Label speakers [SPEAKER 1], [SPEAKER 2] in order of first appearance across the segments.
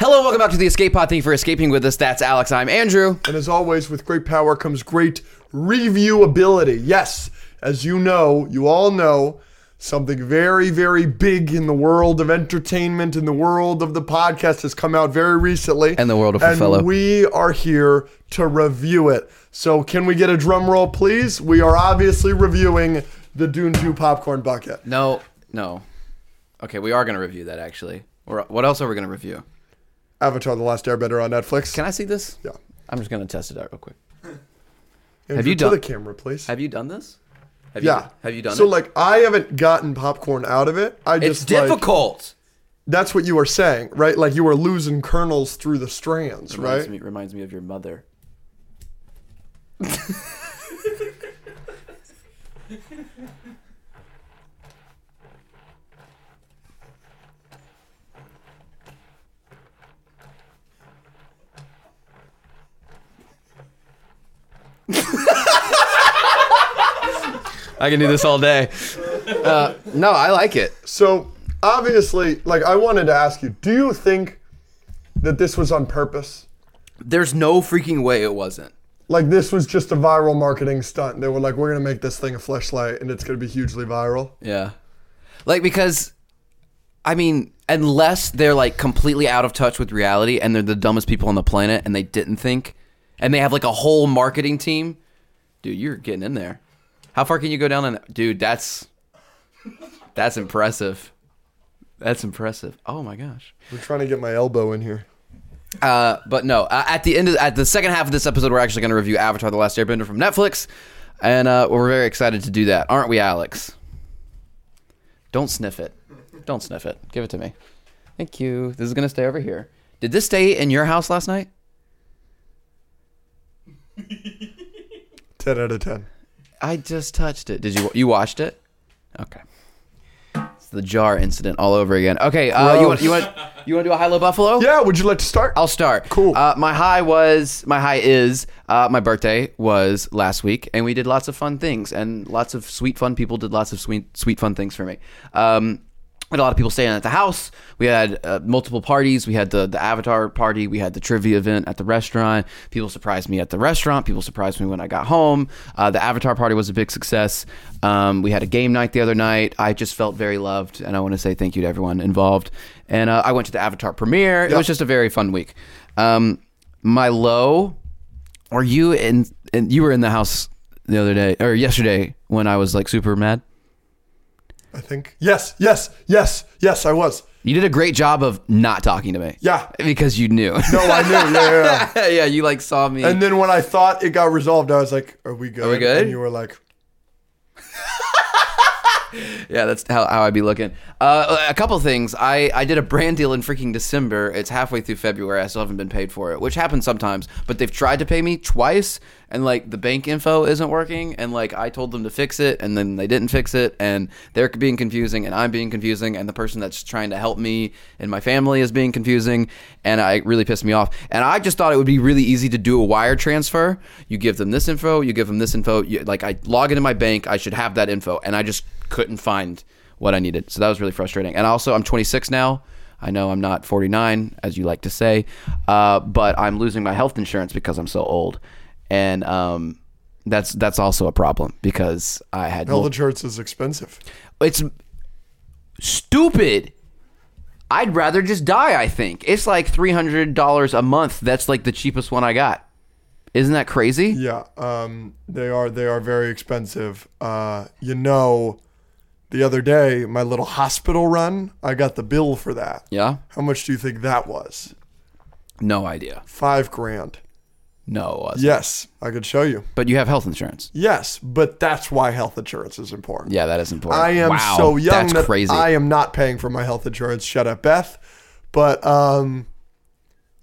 [SPEAKER 1] Hello, welcome back to the Escape Pod. Thank you for escaping with us. That's Alex. I'm Andrew.
[SPEAKER 2] And as always, with great power comes great reviewability. Yes, as you know, you all know, something very, very big in the world of entertainment, in the world of the podcast has come out very recently.
[SPEAKER 1] And the world of
[SPEAKER 2] And
[SPEAKER 1] Othello.
[SPEAKER 2] we are here to review it. So can we get a drum roll, please? We are obviously reviewing the Dune 2 popcorn bucket.
[SPEAKER 1] No, no. Okay, we are going to review that actually. Or what else are we going to review?
[SPEAKER 2] Avatar The Last Airbender on Netflix.
[SPEAKER 1] Can I see this?
[SPEAKER 2] Yeah.
[SPEAKER 1] I'm just going to test it out real quick.
[SPEAKER 2] Andrew,
[SPEAKER 1] Have you
[SPEAKER 2] to
[SPEAKER 1] done-
[SPEAKER 2] the camera, please?
[SPEAKER 1] Have you done this? Have
[SPEAKER 2] yeah.
[SPEAKER 1] You, have you done
[SPEAKER 2] so
[SPEAKER 1] it?
[SPEAKER 2] like I haven't gotten popcorn out of it. I
[SPEAKER 1] it's
[SPEAKER 2] just like-
[SPEAKER 1] difficult.
[SPEAKER 2] that's what you were saying, right? Like you were losing kernels through the strands,
[SPEAKER 1] Reminds
[SPEAKER 2] right?
[SPEAKER 1] me, reminds me of your mother. I can do this all day. Uh, no, I like it.
[SPEAKER 2] So obviously, like I wanted to ask you, do you think that this was on purpose?
[SPEAKER 1] There's no freaking way it wasn't.
[SPEAKER 2] Like this was just a viral marketing stunt. They were like, we're gonna make this thing a fleshlight and it's gonna be hugely viral.
[SPEAKER 1] Yeah. Like because I mean, unless they're like completely out of touch with reality and they're the dumbest people on the planet and they didn't think and they have like a whole marketing team. Dude, you're getting in there. How far can you go down in Dude, that's that's impressive. That's impressive. Oh my gosh.
[SPEAKER 2] We're trying to get my elbow in here.
[SPEAKER 1] Uh, but no, uh, at the end of at the second half of this episode, we're actually going to review Avatar: The Last Airbender from Netflix, and uh, we're very excited to do that, aren't we, Alex? Don't sniff it. Don't sniff it. Give it to me. Thank you. This is going to stay over here. Did this stay in your house last night?
[SPEAKER 2] Ten out of ten.
[SPEAKER 1] I just touched it. Did you you watched it? Okay. It's the jar incident all over again. Okay. Uh, you want you want you want to do a high low buffalo?
[SPEAKER 2] Yeah, would you like to start?
[SPEAKER 1] I'll start.
[SPEAKER 2] Cool.
[SPEAKER 1] Uh, my high was my high is uh, my birthday was last week, and we did lots of fun things, and lots of sweet fun people did lots of sweet sweet fun things for me. Um, we had a lot of people staying at the house. We had uh, multiple parties. We had the the Avatar party. We had the trivia event at the restaurant. People surprised me at the restaurant. People surprised me when I got home. Uh, the Avatar party was a big success. Um, we had a game night the other night. I just felt very loved, and I want to say thank you to everyone involved. And uh, I went to the Avatar premiere. It was just a very fun week. Um, my low, or you in, and you were in the house the other day or yesterday when I was like super mad.
[SPEAKER 2] I think. Yes, yes, yes, yes, I was.
[SPEAKER 1] You did a great job of not talking to me.
[SPEAKER 2] Yeah.
[SPEAKER 1] because you knew.
[SPEAKER 2] No, I knew, yeah, yeah, yeah.
[SPEAKER 1] yeah, you like saw me.
[SPEAKER 2] And then when I thought it got resolved, I was like, Are we good?
[SPEAKER 1] we good?
[SPEAKER 2] And you were like,
[SPEAKER 1] yeah, that's how, how I'd be looking. Uh, a couple things. I, I did a brand deal in freaking December. It's halfway through February. I still haven't been paid for it, which happens sometimes. But they've tried to pay me twice, and like the bank info isn't working, and like I told them to fix it, and then they didn't fix it, and they're being confusing, and I'm being confusing, and the person that's trying to help me and my family is being confusing, and I it really pissed me off. And I just thought it would be really easy to do a wire transfer. You give them this info, you give them this info. You, like I log into my bank, I should have that info, and I just couldn't find what I needed. So that was really frustrating. And also, I'm 26 now. I know I'm not 49, as you like to say, uh, but I'm losing my health insurance because I'm so old, and um, that's that's also a problem because I had
[SPEAKER 2] Health insurance is expensive.
[SPEAKER 1] it's stupid. I'd rather just die. I think it's like three hundred dollars a month. That's like the cheapest one I got. Isn't that crazy?
[SPEAKER 2] Yeah, um, they are they are very expensive. Uh, you know, the other day my little hospital run, I got the bill for that.
[SPEAKER 1] Yeah.
[SPEAKER 2] How much do you think that was?
[SPEAKER 1] No idea.
[SPEAKER 2] Five grand.
[SPEAKER 1] No, it wasn't.
[SPEAKER 2] Yes, I could show you.
[SPEAKER 1] but you have health insurance.
[SPEAKER 2] Yes, but that's why health insurance is important.
[SPEAKER 1] Yeah, that is important.
[SPEAKER 2] I am
[SPEAKER 1] Wow,
[SPEAKER 2] so young
[SPEAKER 1] That's
[SPEAKER 2] that
[SPEAKER 1] crazy.
[SPEAKER 2] I am not paying for my health insurance. Shut up, Beth. But um,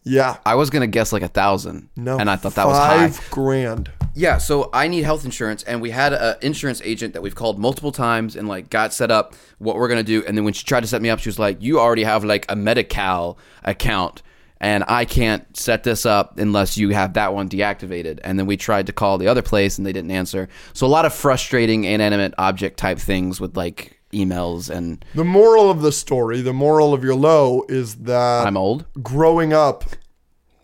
[SPEAKER 2] yeah,
[SPEAKER 1] I was gonna guess like a thousand.
[SPEAKER 2] no,
[SPEAKER 1] and I thought that was high.
[SPEAKER 2] five grand.
[SPEAKER 1] Yeah, so I need health insurance, and we had an insurance agent that we've called multiple times and like got set up what we're gonna do. And then when she tried to set me up, she was like, "You already have like a Medi-Cal account, and I can't set this up unless you have that one deactivated." And then we tried to call the other place, and they didn't answer. So a lot of frustrating inanimate object type things with like emails and
[SPEAKER 2] The moral of the story, the moral of your low is that
[SPEAKER 1] I'm old.
[SPEAKER 2] growing up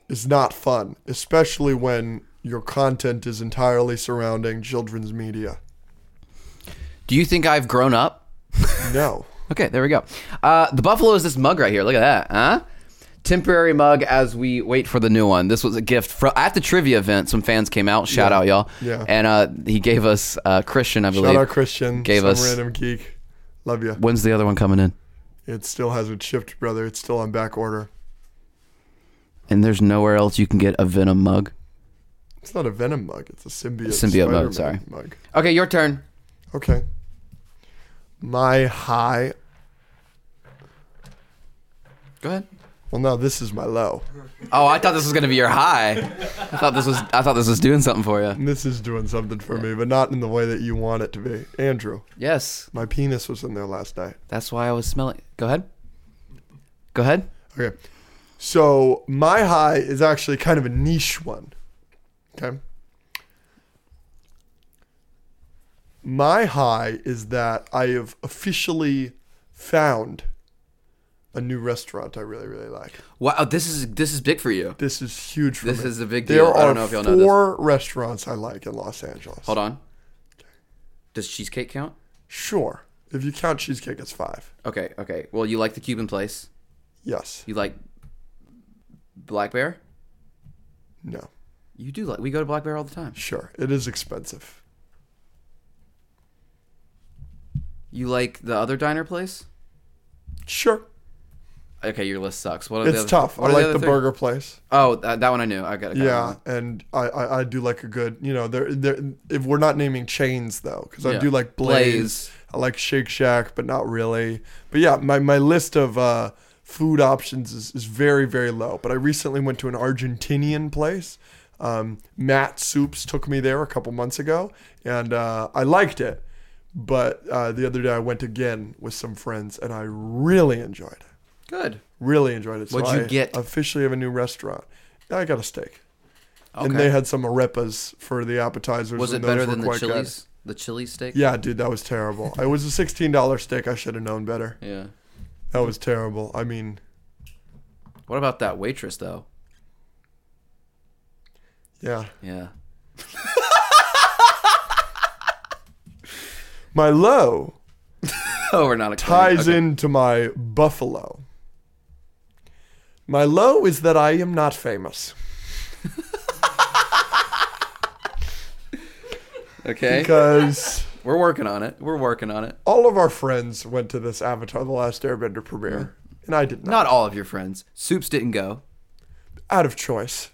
[SPEAKER 2] is not fun, especially when your content is entirely surrounding children's media.
[SPEAKER 1] Do you think I've grown up?
[SPEAKER 2] No.
[SPEAKER 1] Okay, there we go. Uh, the Buffalo is this mug right here. Look at that, huh? Temporary mug as we wait for the new one. This was a gift fro- at the trivia event. Some fans came out. Shout out, y'all.
[SPEAKER 2] Yeah.
[SPEAKER 1] And uh, he gave us uh, Christian, I believe.
[SPEAKER 2] Shout out Christian.
[SPEAKER 1] Gave
[SPEAKER 2] some
[SPEAKER 1] us-
[SPEAKER 2] random geek. Love you.
[SPEAKER 1] When's the other one coming in?
[SPEAKER 2] It still hasn't shipped, brother. It's still on back order.
[SPEAKER 1] And there's nowhere else you can get a Venom mug.
[SPEAKER 2] It's not a Venom mug. It's a symbiote.
[SPEAKER 1] Symbiote mug,
[SPEAKER 2] Spider-Man
[SPEAKER 1] sorry.
[SPEAKER 2] Mug.
[SPEAKER 1] Okay, your turn.
[SPEAKER 2] Okay. My high.
[SPEAKER 1] Go ahead.
[SPEAKER 2] Well, no, this is my low.
[SPEAKER 1] Oh, I thought this was gonna be your high. I thought this was. I thought this was doing something for you.
[SPEAKER 2] And This is doing something for me, but not in the way that you want it to be. Andrew,
[SPEAKER 1] Yes,
[SPEAKER 2] my penis was in there last night.
[SPEAKER 1] that's why I was smelling. Go ahead. Go ahead.
[SPEAKER 2] Okay. So my high is actually kind of a niche one. Okay. My high is that I have officially found a new restaurant I really, really like.
[SPEAKER 1] Wow, this is this is big for you.
[SPEAKER 2] This is huge for
[SPEAKER 1] This
[SPEAKER 2] me.
[SPEAKER 1] is a big
[SPEAKER 2] There
[SPEAKER 1] deal.
[SPEAKER 2] are
[SPEAKER 1] I don't know if y'all know this.
[SPEAKER 2] four restaurants I like in Los Angeles.
[SPEAKER 1] Hold on. Does cheesecake count?
[SPEAKER 2] Sure. If you count cheesecake, it's five.
[SPEAKER 1] Okay, okay. Well, you like the Cuban place.
[SPEAKER 2] Yes.
[SPEAKER 1] You like Black Bear.
[SPEAKER 2] No.
[SPEAKER 1] You do like. We go to Black Bear all the time.
[SPEAKER 2] Sure. It is expensive.
[SPEAKER 1] You like the other diner place.
[SPEAKER 2] Sure.
[SPEAKER 1] Okay, your list sucks. What are the
[SPEAKER 2] It's
[SPEAKER 1] other,
[SPEAKER 2] tough.
[SPEAKER 1] what
[SPEAKER 2] I
[SPEAKER 1] are
[SPEAKER 2] like
[SPEAKER 1] other
[SPEAKER 2] the
[SPEAKER 1] three?
[SPEAKER 2] burger place.
[SPEAKER 1] Oh, that, that one I knew. I got it.
[SPEAKER 2] Yeah, and I, I, I do like a good you know there there if we're not naming chains though because I
[SPEAKER 1] Yeah.
[SPEAKER 2] do like Blaze,
[SPEAKER 1] Blaze.
[SPEAKER 2] I like Shake Shack but not really but yeah my, my list of uh, food options is, is very very low but I recently went to an Argentinian place um, Matt Soups took me there a couple months ago and uh, I liked it but uh, the other day I went again with some friends and I really enjoyed it
[SPEAKER 1] Good.
[SPEAKER 2] really enjoyed it. So
[SPEAKER 1] What'd you
[SPEAKER 2] I
[SPEAKER 1] get?
[SPEAKER 2] Officially have a new restaurant. I got a steak. And
[SPEAKER 1] Okay.
[SPEAKER 2] they had some arepas for the appetizers.
[SPEAKER 1] Was it
[SPEAKER 2] and those
[SPEAKER 1] better
[SPEAKER 2] were
[SPEAKER 1] than the
[SPEAKER 2] quite good.
[SPEAKER 1] Chili's? The Chili's steak.
[SPEAKER 2] Yeah, dude, that was terrible. it was a sixteen dollar steak. I should have known better.
[SPEAKER 1] Yeah.
[SPEAKER 2] That was terrible. I mean,
[SPEAKER 1] What about that waitress though?
[SPEAKER 2] yeah.
[SPEAKER 1] Yeah.
[SPEAKER 2] My low
[SPEAKER 1] Oh, we're not a
[SPEAKER 2] ties into my buffalo. My low is that I am not famous
[SPEAKER 1] Okay.
[SPEAKER 2] because
[SPEAKER 1] We're working on it. We're working on it.
[SPEAKER 2] all of our friends went to this Avatar: The Last Airbender premiere,
[SPEAKER 1] Mm-hmm.
[SPEAKER 2] and I did not,
[SPEAKER 1] Not all of your friends. Soups didn't go.
[SPEAKER 2] out of choice.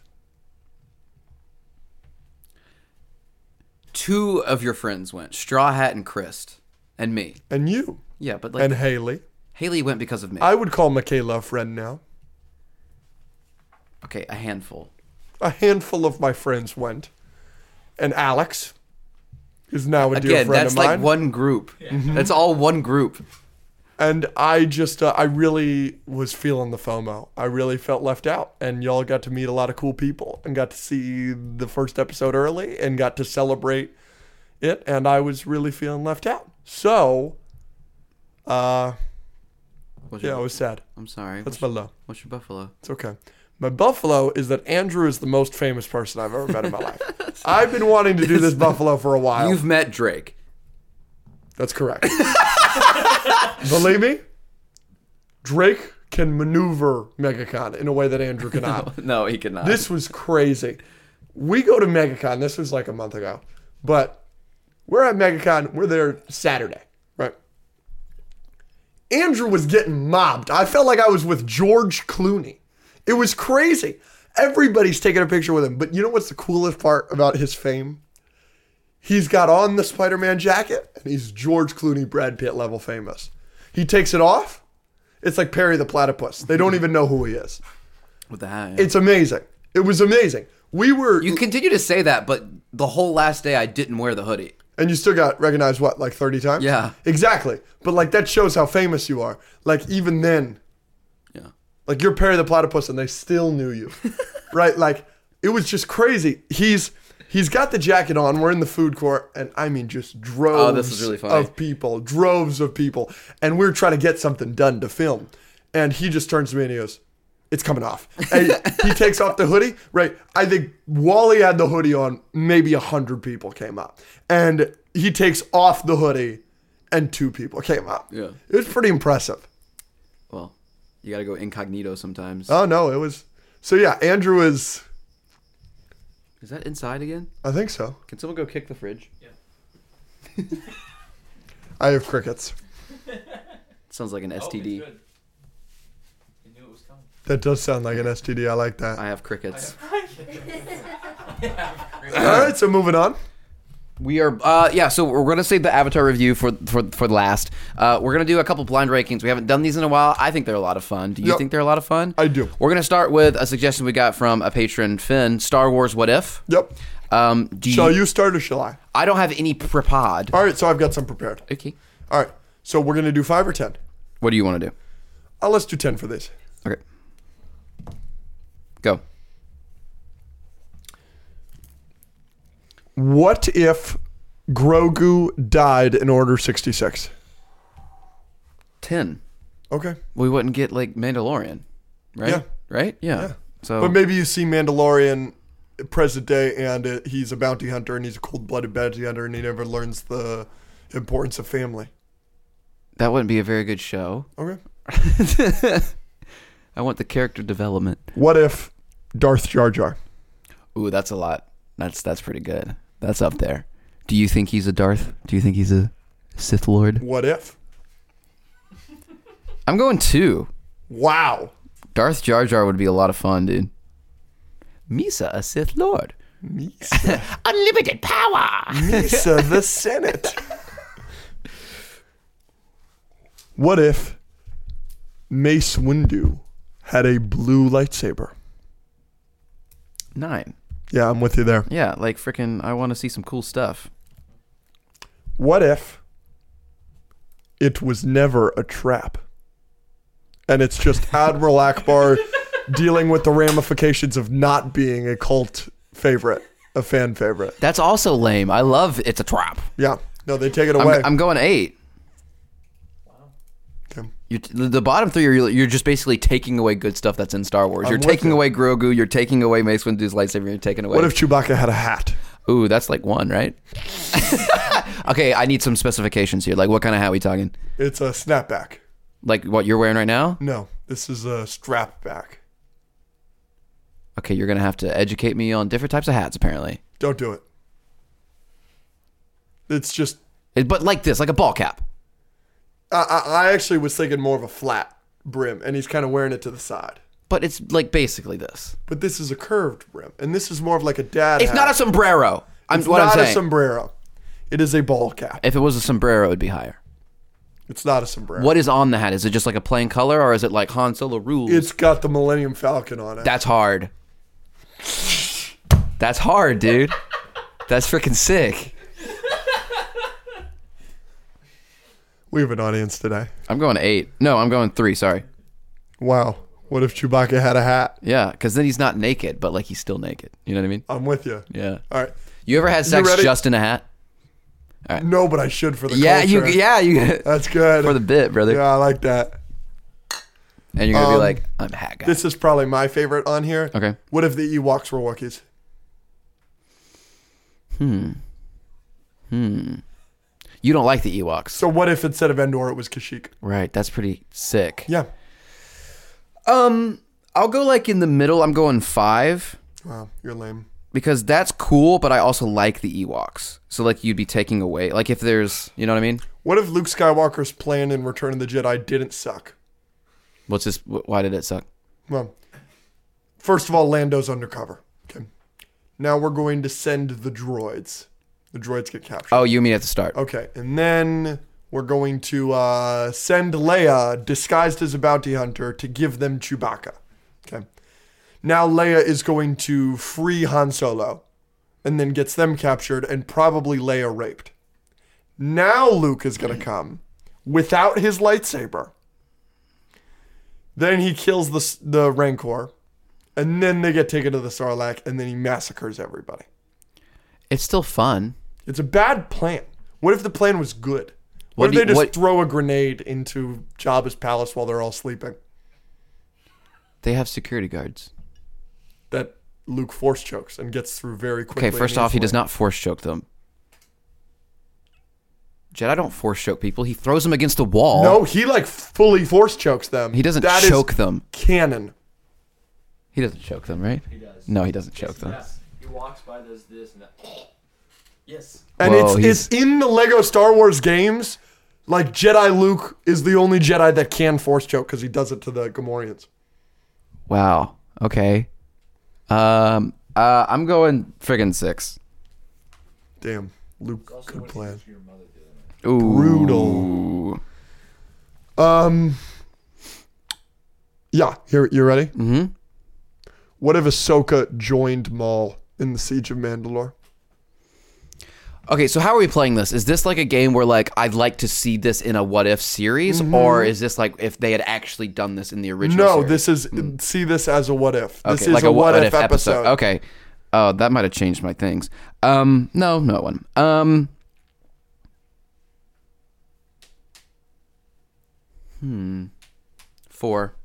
[SPEAKER 1] Two of your friends went. Straw Hat and Christ and me.
[SPEAKER 2] And you
[SPEAKER 1] Yeah, but like
[SPEAKER 2] and Haley.
[SPEAKER 1] Haley went because of me.
[SPEAKER 2] I would call Michaela a friend now.
[SPEAKER 1] okay, a handful.
[SPEAKER 2] A handful of my friends went, and Alex is now a dear
[SPEAKER 1] Again,
[SPEAKER 2] friend
[SPEAKER 1] that's
[SPEAKER 2] of
[SPEAKER 1] like
[SPEAKER 2] mine. Mm-hmm.
[SPEAKER 1] one group. That's all one group.
[SPEAKER 2] and I just, uh, I really was feeling the FOMO. I really felt left out, and y'all got to meet a lot of cool people, and got to see the first episode early, and got to celebrate it, and I was really feeling left out. So, uh,
[SPEAKER 1] What's
[SPEAKER 2] yeah, I
[SPEAKER 1] your,
[SPEAKER 2] was sad.
[SPEAKER 1] I'm sorry. What's,
[SPEAKER 2] That's my low.
[SPEAKER 1] what's your buffalo?
[SPEAKER 2] It's okay. My buffalo is that Andrew is the most famous person I've ever met in my life. I've been wanting to do this buffalo for a while.
[SPEAKER 1] You've met Drake.
[SPEAKER 2] That's correct. Believe me, Drake can maneuver MegaCon in a way that Andrew cannot.
[SPEAKER 1] No, he could not.
[SPEAKER 2] This was crazy. We go to MegaCon. This was like a month ago, but we're at MegaCon. We're there Saturday, right? Andrew was getting mobbed. I felt like I was with George Clooney. It was crazy. Everybody's taking a picture with him. But you know what's the coolest part about his fame? He's got on the Spider Man jacket and he's George Clooney, Brad Pitt level famous. He takes it off. It's like Perry the Platypus. They don't even know who he is.
[SPEAKER 1] With the hat. yeah.
[SPEAKER 2] It's amazing. It was amazing. We were,
[SPEAKER 1] you continue to say that, but the whole last day I didn't wear the hoodie.
[SPEAKER 2] and you still got recognized what, like 30 times?
[SPEAKER 1] Yeah.
[SPEAKER 2] Exactly. But like that shows how famous you are. Like even then,
[SPEAKER 1] Yeah.
[SPEAKER 2] like you're Perry the Platypus and they still knew you. right? Like it was just crazy. He's, He's got the jacket on. We're in the food court, and I mean, just droves
[SPEAKER 1] Oh, this is really funny.
[SPEAKER 2] of people, droves of people, and we're trying to get something done to film. And he just turns to me and he goes, "It's coming off." And he takes off the hoodie. Right? I think Wally had the hoodie on. Maybe a hundred people came up, and he takes off the hoodie, and two people came up.
[SPEAKER 1] Yeah.
[SPEAKER 2] it was pretty impressive.
[SPEAKER 1] Well, you gotta go incognito sometimes.
[SPEAKER 2] Oh no, it was. So yeah, Andrew is.
[SPEAKER 1] Is that inside again?
[SPEAKER 2] I think so.
[SPEAKER 1] Can someone go kick the fridge?
[SPEAKER 2] I have crickets.
[SPEAKER 1] Sounds like an
[SPEAKER 3] Oh,
[SPEAKER 1] STD.
[SPEAKER 3] I knew it was coming.
[SPEAKER 2] That does sound like an STD. I like that.
[SPEAKER 1] I have crickets.
[SPEAKER 2] All right, so moving on.
[SPEAKER 1] We are, uh, yeah. So we're gonna save the Avatar review for for for last. Uh, we're gonna do a couple blind rankings. We haven't done these in a while. I think they're a lot of fun. Do you
[SPEAKER 2] Yep.
[SPEAKER 1] think they're a lot of fun?
[SPEAKER 2] I do.
[SPEAKER 1] We're gonna start with a suggestion we got from a patron, Finn. Star Wars. What if?
[SPEAKER 2] Yep.
[SPEAKER 1] Um, do you,
[SPEAKER 2] Shall you start or shall I?
[SPEAKER 1] I don't have any prepod.
[SPEAKER 2] All right, so I've got some prepared.
[SPEAKER 1] Okay.
[SPEAKER 2] All right, so we're gonna do five or ten.
[SPEAKER 1] What do you want to do?
[SPEAKER 2] Uh, let's do ten for this.
[SPEAKER 1] Okay. Go.
[SPEAKER 2] What if Grogu died in Order sixty six?
[SPEAKER 1] Ten.
[SPEAKER 2] Okay.
[SPEAKER 1] We wouldn't get like Mandalorian, right?
[SPEAKER 2] Yeah.
[SPEAKER 1] Right. Yeah.
[SPEAKER 2] Yeah.
[SPEAKER 1] So.
[SPEAKER 2] But maybe you see Mandalorian present day, and uh he's a bounty hunter, and he's a cold blooded bounty hunter, and he never learns the importance of family.
[SPEAKER 1] That wouldn't be a very good show.
[SPEAKER 2] Okay.
[SPEAKER 1] I want the character development.
[SPEAKER 2] What if Darth Jar Jar?
[SPEAKER 1] Ooh, that's a lot. That's that's pretty good. That's up there. Do you think he's a Darth? Do you think he's a Sith Lord?
[SPEAKER 2] What if?
[SPEAKER 1] I'm going two.
[SPEAKER 2] Wow.
[SPEAKER 1] Darth Jar Jar would be a lot of fun, dude. Misa, a Sith Lord.
[SPEAKER 2] Misa,
[SPEAKER 1] Unlimited power.
[SPEAKER 2] Misa uh, the Senate. What if Mace Windu had a blue lightsaber?
[SPEAKER 1] Nine.
[SPEAKER 2] Yeah, I'm with you there.
[SPEAKER 1] Yeah, like freaking. I want to see some cool stuff.
[SPEAKER 2] What if it was never a trap? And it's just Admiral Akbar dealing with the ramifications of not being a cult favorite, a fan favorite.
[SPEAKER 1] That's also lame. I love it's a trap.
[SPEAKER 2] Yeah. No, they take it
[SPEAKER 1] I'm,
[SPEAKER 2] away.
[SPEAKER 1] I'm going eight.
[SPEAKER 2] Okay.
[SPEAKER 1] You're t- the the bottom three are you're, you're just basically taking away good stuff that's in Star Wars. you're
[SPEAKER 2] with
[SPEAKER 1] taking
[SPEAKER 2] you.
[SPEAKER 1] away Grogu. You're taking away Mace Windu's lightsaber. You're taking away.
[SPEAKER 2] What if Chewbacca had a hat?
[SPEAKER 1] Ooh, that's like one, right? okay, I need some specifications here. Like, what kind of hat we talking?
[SPEAKER 2] It's a snapback.
[SPEAKER 1] Like what you're wearing right now?
[SPEAKER 2] No, this is a strap back.
[SPEAKER 1] Okay, you're gonna have to educate me on different types of hats, apparently.
[SPEAKER 2] Don't do it. It's just
[SPEAKER 1] It- but like this, like a ball cap.
[SPEAKER 2] I, I, I actually was thinking more of a flat brim, and he's kind of wearing it to the side.
[SPEAKER 1] But it's like basically this.
[SPEAKER 2] But this is a curved brim, and this is more of like a dad.
[SPEAKER 1] It's
[SPEAKER 2] hat.
[SPEAKER 1] not a sombrero. I'm
[SPEAKER 2] It's
[SPEAKER 1] what
[SPEAKER 2] not
[SPEAKER 1] I'm
[SPEAKER 2] a
[SPEAKER 1] saying.
[SPEAKER 2] sombrero. It is a ball cap.
[SPEAKER 1] if it was a sombrero, it'd be higher.
[SPEAKER 2] It's not a sombrero.
[SPEAKER 1] What is on the hat? Is it just like a plain color, or is it like Han Solo rules?
[SPEAKER 2] It's got the Millennium Falcon on it.
[SPEAKER 1] That's hard. That's hard, dude. That's freaking sick.
[SPEAKER 2] we have an audience today.
[SPEAKER 1] I'm going eight. No, I'm going three. Sorry.
[SPEAKER 2] Wow. What if Chewbacca had a hat?
[SPEAKER 1] Yeah, because then he's not naked, but like he's still naked. You know what I mean?
[SPEAKER 2] I'm with you.
[SPEAKER 1] Yeah.
[SPEAKER 2] All right.
[SPEAKER 1] You ever had sex
[SPEAKER 2] ready?
[SPEAKER 1] just in a hat?
[SPEAKER 2] No, but I should for the
[SPEAKER 1] Yeah, you.
[SPEAKER 2] culture.
[SPEAKER 1] Yeah, you.
[SPEAKER 2] That's good.
[SPEAKER 1] for the bit, brother.
[SPEAKER 2] yeah, I like that.
[SPEAKER 1] And you're gonna
[SPEAKER 2] Um,
[SPEAKER 1] be like, I'm a hat guy.
[SPEAKER 2] This is probably my favorite on here.
[SPEAKER 1] Okay.
[SPEAKER 2] What if the Ewoks were Wookiees?
[SPEAKER 1] you don't like the Ewoks,
[SPEAKER 2] So what if instead of Endor it was Kashyyyk?
[SPEAKER 1] right? That's pretty sick.
[SPEAKER 2] Yeah.
[SPEAKER 1] Um, I'll go like in the middle. I'm going five
[SPEAKER 2] Wow, you're lame.
[SPEAKER 1] because that's cool, but I also like the Ewoks. So like you'd be taking away, like if there's, you know what I mean?
[SPEAKER 2] What if Luke Skywalker's plan in Return of the Jedi didn't suck?
[SPEAKER 1] What's this? wh- Why did it suck?
[SPEAKER 2] Well, first of all, Lando's undercover. Okay. Now we're going to send the droids. The droids get captured.
[SPEAKER 1] Oh, you mean at the start?
[SPEAKER 2] Okay, and then we're going to uh, send Leia disguised as a bounty hunter to give them Chewbacca. Okay. Now Leia is going to free Han Solo and then gets them captured and probably Leia raped. Now Luke is going to come without his lightsaber. Then he kills the, s- the Rancor. And then they get taken to the Sarlacc and then he massacres everybody.
[SPEAKER 1] It's still fun.
[SPEAKER 2] It's a bad plan. What if the plan was good?
[SPEAKER 1] What
[SPEAKER 2] What, if
[SPEAKER 1] do
[SPEAKER 2] they
[SPEAKER 1] you-
[SPEAKER 2] just
[SPEAKER 1] what-
[SPEAKER 2] throw a grenade into Jabba's palace while they're all sleeping?
[SPEAKER 1] They have security guards.
[SPEAKER 2] That Luke force chokes and gets through very quickly.
[SPEAKER 1] Okay,
[SPEAKER 2] and
[SPEAKER 1] first off, he
[SPEAKER 2] easily.
[SPEAKER 1] does not force choke them. Jedi don't force choke people. He throws them against a wall.
[SPEAKER 2] No, he like fully force chokes them.
[SPEAKER 1] he doesn't
[SPEAKER 2] That is
[SPEAKER 1] choke them.
[SPEAKER 2] Canon.
[SPEAKER 1] He doesn't choke them, right?
[SPEAKER 3] He does.
[SPEAKER 1] No, he doesn't choke
[SPEAKER 3] Yes, he
[SPEAKER 1] them.
[SPEAKER 3] does. He walks by, does this and that. Yes.
[SPEAKER 2] And
[SPEAKER 1] Whoa,
[SPEAKER 2] it's, it's in the Lego Star Wars games. Like Jedi Luke is the only Jedi that can force choke because he does it to the Gamorreans.
[SPEAKER 1] Wow. Okay. Um. Uh. I'm going friggin' six.
[SPEAKER 2] Damn, Luke,
[SPEAKER 3] Also,
[SPEAKER 2] good
[SPEAKER 3] what did
[SPEAKER 2] plan.
[SPEAKER 3] you do to your mother the other night?
[SPEAKER 1] Ooh.
[SPEAKER 2] Brutal. Um, yeah, here you ready?
[SPEAKER 1] Hmm.
[SPEAKER 2] What if Ahsoka joined Maul in the Siege of Mandalore?
[SPEAKER 1] Okay. So how are we playing this? Is this like a game where like I'd like to see this in a what if series, or is this like if they had actually done this in the original?
[SPEAKER 2] Mm-hmm. No,
[SPEAKER 1] series?
[SPEAKER 2] this is see this as a what if.
[SPEAKER 1] Okay,
[SPEAKER 2] This is Hmm. a what, if, episode.
[SPEAKER 1] Okay. Oh, that might have changed my things. Um, no, no one. Um, hmm. Four.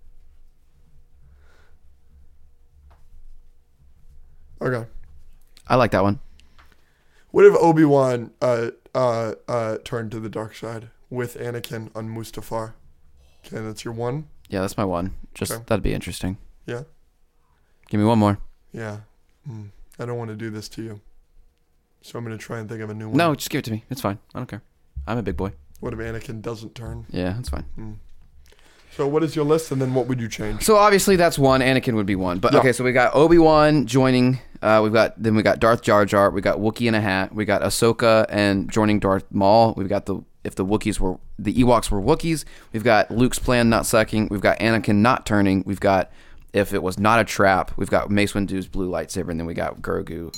[SPEAKER 2] Okay.
[SPEAKER 1] I like that one.
[SPEAKER 2] What if Obi Wan uh, uh, uh, turned to the dark side with Anakin on Mustafar? Okay, that's your one.
[SPEAKER 1] Yeah, that's my one. Just
[SPEAKER 2] Okay.
[SPEAKER 1] that'd be interesting.
[SPEAKER 2] Yeah,
[SPEAKER 1] Give me one more.
[SPEAKER 2] yeah. Mm. I don't want to do this to you, so I'm gonna try and think of a new one.
[SPEAKER 1] No, just give it to me. It's fine. I don't care. I'm a big boy.
[SPEAKER 2] What if Anakin doesn't turn?
[SPEAKER 1] Yeah, that's fine.
[SPEAKER 2] So what is your list, and then what would you change?
[SPEAKER 1] So obviously that's one. Anakin would be one. But
[SPEAKER 2] Yeah.
[SPEAKER 1] okay, so we got Obi Wan joining. Uh, we've got then we got Darth Jar Jar. We got Wookiee in a hat. We got Ahsoka and joining Darth Maul. We've got the if the Wookiees were the Ewoks were Wookiees. We've got Luke's plan not sucking. We've got Anakin not turning. We've got if it was not a trap. We've got Mace Windu's blue lightsaber, and then we got Grogu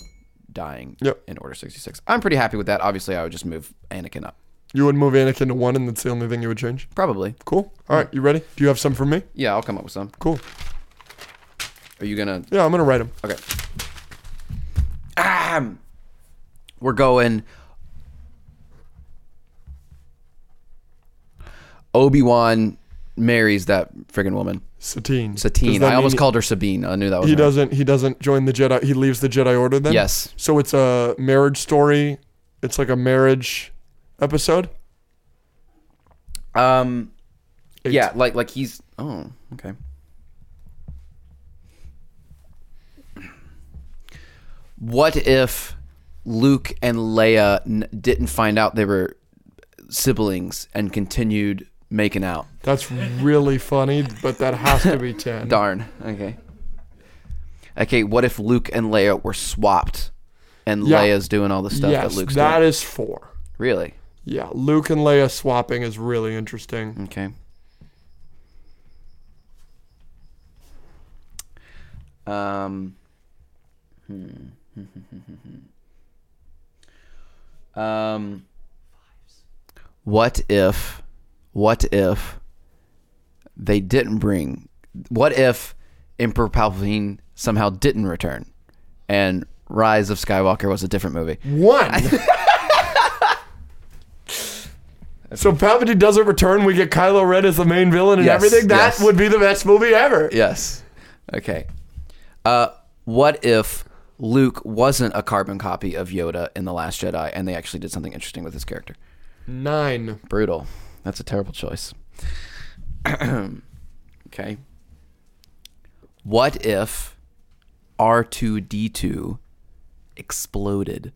[SPEAKER 1] dying
[SPEAKER 2] Yep.
[SPEAKER 1] in Order sixty six. I'm pretty happy with that. Obviously, I would just move Anakin up.
[SPEAKER 2] You would move Anakin to one, and that's the only thing you would change.
[SPEAKER 1] Probably.
[SPEAKER 2] Cool. All right, you ready? Do you have some for me?
[SPEAKER 1] Yeah, I'll come up with some.
[SPEAKER 2] Cool.
[SPEAKER 1] Are you gonna
[SPEAKER 2] Yeah, I'm gonna write them.
[SPEAKER 1] Okay. Ahem. We're going Obi Wan marries that friggin' woman.
[SPEAKER 2] Satine. Does
[SPEAKER 1] Satine.
[SPEAKER 2] that
[SPEAKER 1] I almost
[SPEAKER 2] mean
[SPEAKER 1] called her Sabine. I knew that was
[SPEAKER 2] He
[SPEAKER 1] her.
[SPEAKER 2] doesn't. He doesn't join the Jedi. He leaves the Jedi Order then.
[SPEAKER 1] Yes.
[SPEAKER 2] So it's a marriage story. It's like a marriage episode.
[SPEAKER 1] Um
[SPEAKER 2] Eight.
[SPEAKER 1] Yeah, like like he's oh, okay. What if Luke and Leia n- didn't find out they were siblings and continued making out?
[SPEAKER 2] That's really funny, but that has to be ten.
[SPEAKER 1] Darn. Okay. Okay, what if Luke and Leia were swapped and
[SPEAKER 2] Yeah.
[SPEAKER 1] Leia's doing all the stuff
[SPEAKER 2] yes,
[SPEAKER 1] that Luke's
[SPEAKER 2] that
[SPEAKER 1] doing?
[SPEAKER 2] is four.
[SPEAKER 1] Really?
[SPEAKER 2] Yeah, Luke and Leia swapping is really interesting.
[SPEAKER 1] Okay. Um hmm. um what if what if they didn't bring what if Emperor Palpatine somehow didn't return and Rise of Skywalker was a different movie?
[SPEAKER 2] One. so Palpatine doesn't return. We get Kylo Ren as the main villain and
[SPEAKER 1] Yes,
[SPEAKER 2] everything. That
[SPEAKER 1] yes.
[SPEAKER 2] would be the best movie ever.
[SPEAKER 1] Yes. Okay. Uh, what if Luke wasn't a carbon copy of Yoda in The Last Jedi and they actually did something interesting with his character?
[SPEAKER 2] Nine.
[SPEAKER 1] Brutal. That's a terrible choice. okay. What if R2D2 exploded?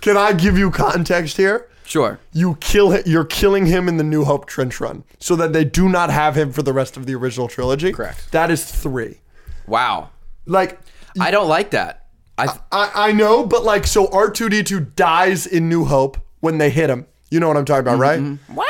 [SPEAKER 2] Can I give you context here?
[SPEAKER 1] Sure.
[SPEAKER 2] you kill hi- you're killing him in the New Hope trench run so that they do not have him for the rest of the original trilogy.
[SPEAKER 1] Correct.
[SPEAKER 2] That is 3.
[SPEAKER 1] Wow. Uh,
[SPEAKER 2] Like
[SPEAKER 1] I don't like that. I th-
[SPEAKER 2] I I know, but like so R2D2 dies in New Hope when they hit him. You know what I'm talking about, right?
[SPEAKER 1] wow.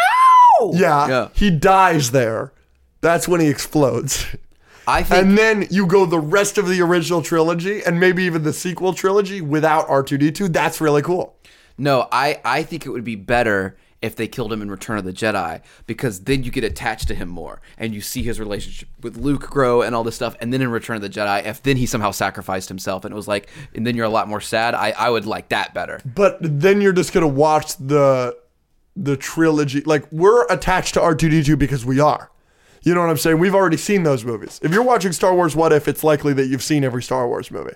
[SPEAKER 2] Mm-hmm. Yeah,
[SPEAKER 1] Yeah.
[SPEAKER 2] He dies there. That's when he explodes.
[SPEAKER 1] I think
[SPEAKER 2] And then you go the rest of the original trilogy and maybe even the sequel trilogy without R2D2. That's really cool.
[SPEAKER 1] No, I, I think it would be better if they killed him in Return of the Jedi because then you get attached to him more and you see his relationship with Luke grow and all this stuff. And then in Return of the Jedi, if then he somehow sacrificed himself and it was like, and then you're a lot more sad. I, I would like that better.
[SPEAKER 2] But then you're just gonna watch the the trilogy. Like we're attached to R two D two because we are. You know what I'm saying? We've already seen those movies. If you're watching Star Wars What If, it's likely that you've seen every Star Wars movie.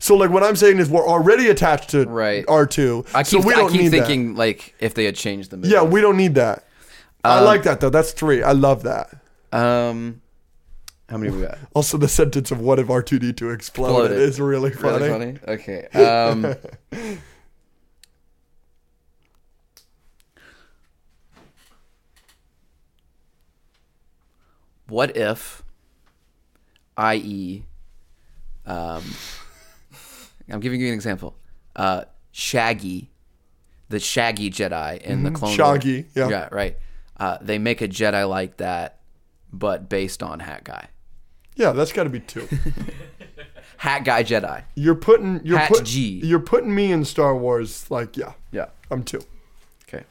[SPEAKER 2] So like what I'm saying is we're already attached to
[SPEAKER 1] Right.
[SPEAKER 2] R two.
[SPEAKER 1] I keep,
[SPEAKER 2] so we
[SPEAKER 1] I
[SPEAKER 2] don't
[SPEAKER 1] keep
[SPEAKER 2] need
[SPEAKER 1] thinking like if they had changed the movie.
[SPEAKER 2] that. Yeah, we don't need that. I like that though. That's three. I love that.
[SPEAKER 1] Um, how many we got?
[SPEAKER 2] Also, the sentence of "What if R two D two exploded?"
[SPEAKER 1] Exploded.
[SPEAKER 2] is really funny.
[SPEAKER 1] Really funny. Okay. Um, what if, i.e., um, I'm giving you an example. Uh, Shaggy, the Shaggy Jedi in the Clone Wars.
[SPEAKER 2] Shaggy, yeah.
[SPEAKER 1] Yeah. Right. Uh, they make a Jedi like that, but based on Hat Guy.
[SPEAKER 2] Yeah, that's got to be two.
[SPEAKER 1] Hat Guy Jedi.
[SPEAKER 2] You're putting you're
[SPEAKER 1] Hat
[SPEAKER 2] put-
[SPEAKER 1] G.
[SPEAKER 2] You're putting me in Star Wars. Like, yeah,
[SPEAKER 1] Yeah.
[SPEAKER 2] I'm two.
[SPEAKER 1] Okay.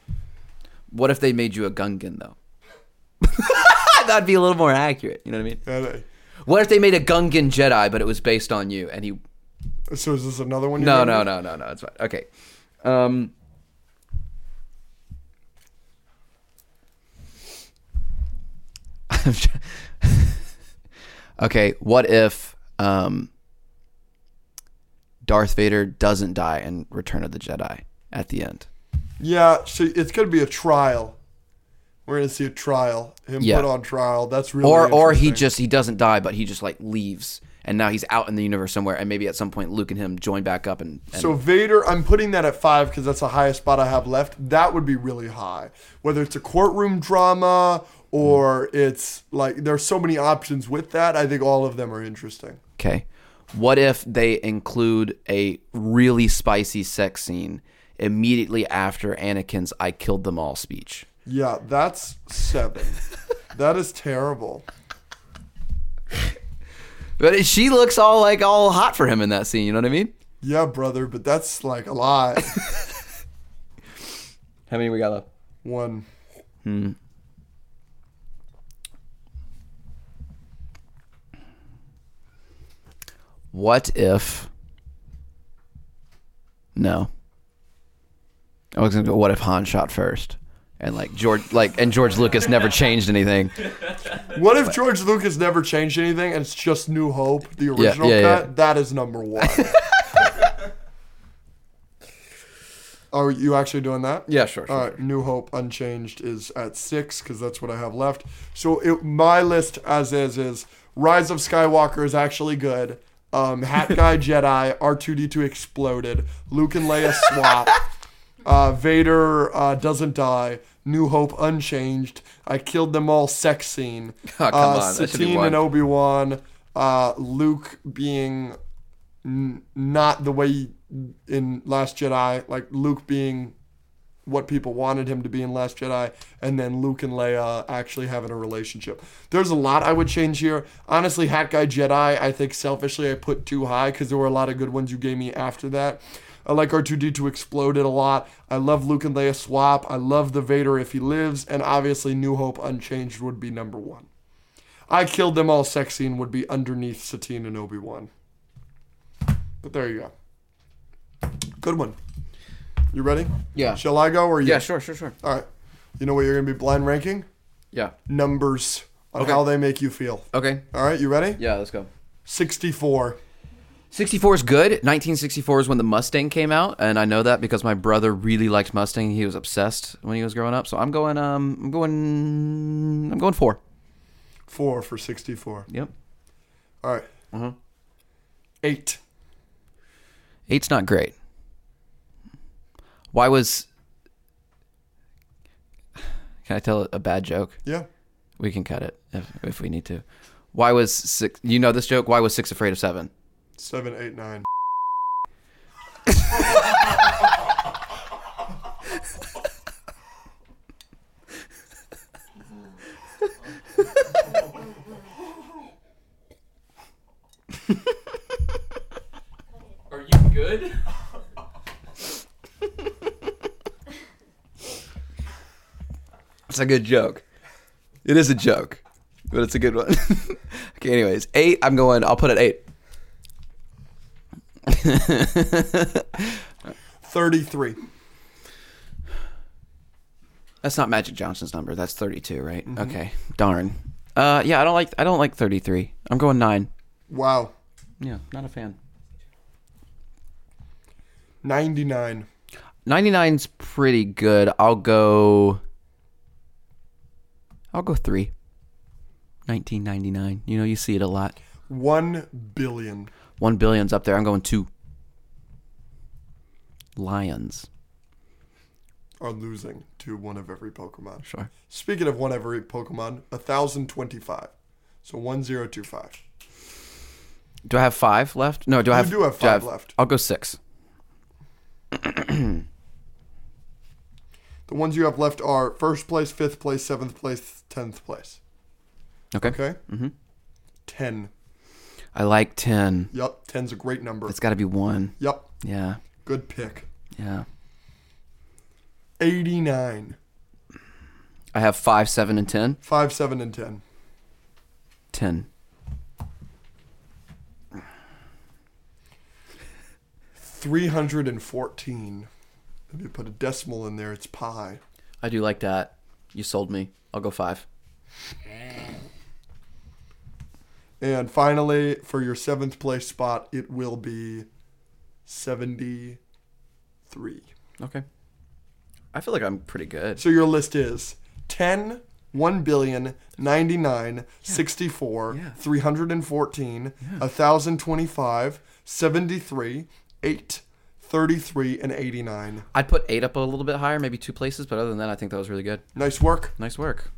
[SPEAKER 1] What if they made you a Gungan though? That'd be a little more accurate. You know what I mean?
[SPEAKER 2] And
[SPEAKER 1] What if they made a Gungan Jedi, but it was based on you? And he?
[SPEAKER 2] I- so is this another one? you're
[SPEAKER 1] No,
[SPEAKER 2] gonna
[SPEAKER 1] no,
[SPEAKER 2] do?
[SPEAKER 1] no, no, no. It's fine. Okay. Um. I'm try- okay. What if um, Darth Vader doesn't die in Return of the Jedi at the end?
[SPEAKER 2] Yeah, so it's gonna be a trial. We're gonna see a trial. Him
[SPEAKER 1] Yeah.
[SPEAKER 2] put on trial. That's really
[SPEAKER 1] or or he
[SPEAKER 2] interesting.
[SPEAKER 1] just he doesn't die, but he just like leaves, and now he's out in the universe somewhere, and maybe at some point Luke and him join back up, and, and
[SPEAKER 2] So Vader, I'm putting that at five because that's the highest spot I have left. That would be really high. Whether it's a courtroom drama or it's like there's so many options with that. I think all of them are interesting.
[SPEAKER 1] okay, what if they include a really spicy sex scene immediately after Anakin's "I killed them all" speech?
[SPEAKER 2] Yeah, that's seven. that is terrible.
[SPEAKER 1] But it- she looks all like all hot for him in that scene. You know what I mean?
[SPEAKER 2] Yeah, brother, but that's like a lot.
[SPEAKER 1] How many we got left?
[SPEAKER 2] One.
[SPEAKER 1] What if? No. I was gonna go. What if Han shot first, and like George, like and George Lucas never changed anything.
[SPEAKER 2] What if George Lucas never changed anything and it's just New Hope, the original
[SPEAKER 1] yeah,
[SPEAKER 2] cut?
[SPEAKER 1] yeah.
[SPEAKER 2] That is number one. Are Oh, you actually doing that?
[SPEAKER 1] Yeah, sure. sure,
[SPEAKER 2] All right, Uh, New Hope Unchanged is at six because that's what I have left. So it, my list as is is Rise of Skywalker is actually good. Um, Hat Guy Jedi, R2D2 exploded, Luke and Leia swap, uh, Vader uh, doesn't die, New Hope Unchanged, I killed them all sex scene,
[SPEAKER 1] Oh, come
[SPEAKER 2] uh,
[SPEAKER 1] on, that should be
[SPEAKER 2] Satine
[SPEAKER 1] one.
[SPEAKER 2] and Obi Wan, uh, Luke being n- not the way in Last Jedi, like Luke being what people wanted him to be in Last Jedi, and then Luke and Leia actually having a relationship. There's a lot I would change here. Honestly, Hat Guy Jedi, I think selfishly I put too high because there were a lot of good ones you gave me after that. I like R2D2 exploded a lot. I love Luke and Leia swap. I love the Vader if he lives, and obviously New Hope Unchanged would be number one. I killed them all. Sex scene would be underneath Satine and Obi Wan. But there you go. Good one. You ready?
[SPEAKER 1] Yeah.
[SPEAKER 2] Shall I go or you?
[SPEAKER 1] Yeah, sure, sure, sure.
[SPEAKER 2] All right. You know what you're going to be blind ranking?
[SPEAKER 1] Yeah.
[SPEAKER 2] Numbers on
[SPEAKER 1] Okay.
[SPEAKER 2] how they make you feel.
[SPEAKER 1] Okay.
[SPEAKER 2] All right, you ready?
[SPEAKER 1] Yeah, let's go.
[SPEAKER 2] 64.
[SPEAKER 1] 64 is good. 1964 is when the Mustang came out, and I know that because my brother really liked Mustang. He was obsessed when he was growing up. So I'm going um I'm going I'm going 4.
[SPEAKER 2] 4 for 64.
[SPEAKER 1] Yep.
[SPEAKER 2] All right.
[SPEAKER 1] Uh-huh.
[SPEAKER 2] 8.
[SPEAKER 1] 8's not great. Why was Can I tell a bad joke?
[SPEAKER 2] Yeah.
[SPEAKER 1] We can cut it if if we need to. Why was 6 You know this joke? Why was 6 afraid of 7?
[SPEAKER 2] 7, 8, 9.
[SPEAKER 3] Are you good?
[SPEAKER 1] It's a good joke. It is a joke, but it's a good one. okay, anyways, eight. I'm going. I'll put it eight.
[SPEAKER 2] 33.
[SPEAKER 1] That's not Magic Johnson's number. That's 32, right? Okay. Darn. Uh, yeah, I don't like. I don't like 33. I'm going nine.
[SPEAKER 2] Wow.
[SPEAKER 1] Yeah, not a fan.
[SPEAKER 2] 99.
[SPEAKER 1] 99's pretty good. I'll go. I'll go three. 1999. You know, you see it a lot.
[SPEAKER 2] 1 billion.
[SPEAKER 1] One billion's up there. I'm going two. Lions.
[SPEAKER 2] are losing to one of every Pokemon.
[SPEAKER 1] Sure.
[SPEAKER 2] Speaking of one of every Pokemon, 1,025. So 1,025.
[SPEAKER 1] Do I have five left? No, do I have?
[SPEAKER 2] do have
[SPEAKER 1] I
[SPEAKER 2] five left.
[SPEAKER 1] I'll go six.
[SPEAKER 2] The ones you have left are first place, fifth place, seventh place, tenth place.
[SPEAKER 1] Okay.
[SPEAKER 2] Okay? Mm-hmm. 10.
[SPEAKER 1] I like ten.
[SPEAKER 2] Yup, 10's a great number.
[SPEAKER 1] It's got to be one.
[SPEAKER 2] yup,
[SPEAKER 1] Yeah.
[SPEAKER 2] good pick.
[SPEAKER 1] Yeah.
[SPEAKER 2] 89.
[SPEAKER 1] I have five, seven, and ten.
[SPEAKER 2] 5, 7, and 10.
[SPEAKER 1] Ten.
[SPEAKER 2] 314. If you put a decimal in there, it's pi.
[SPEAKER 1] I do like that. You sold me. I'll go five.
[SPEAKER 2] And finally, for your seventh place spot, it will be 73.
[SPEAKER 1] Okay. I feel like I'm pretty good.
[SPEAKER 2] So your list is 10, 1 billion, 99, 64,
[SPEAKER 1] Yeah.
[SPEAKER 2] 314, 1,025, 73, 8, 33, and 89.
[SPEAKER 1] I'd put eight up a little bit higher, maybe two places, but other than that, I think that was really good.
[SPEAKER 2] Nice work.
[SPEAKER 1] Nice work.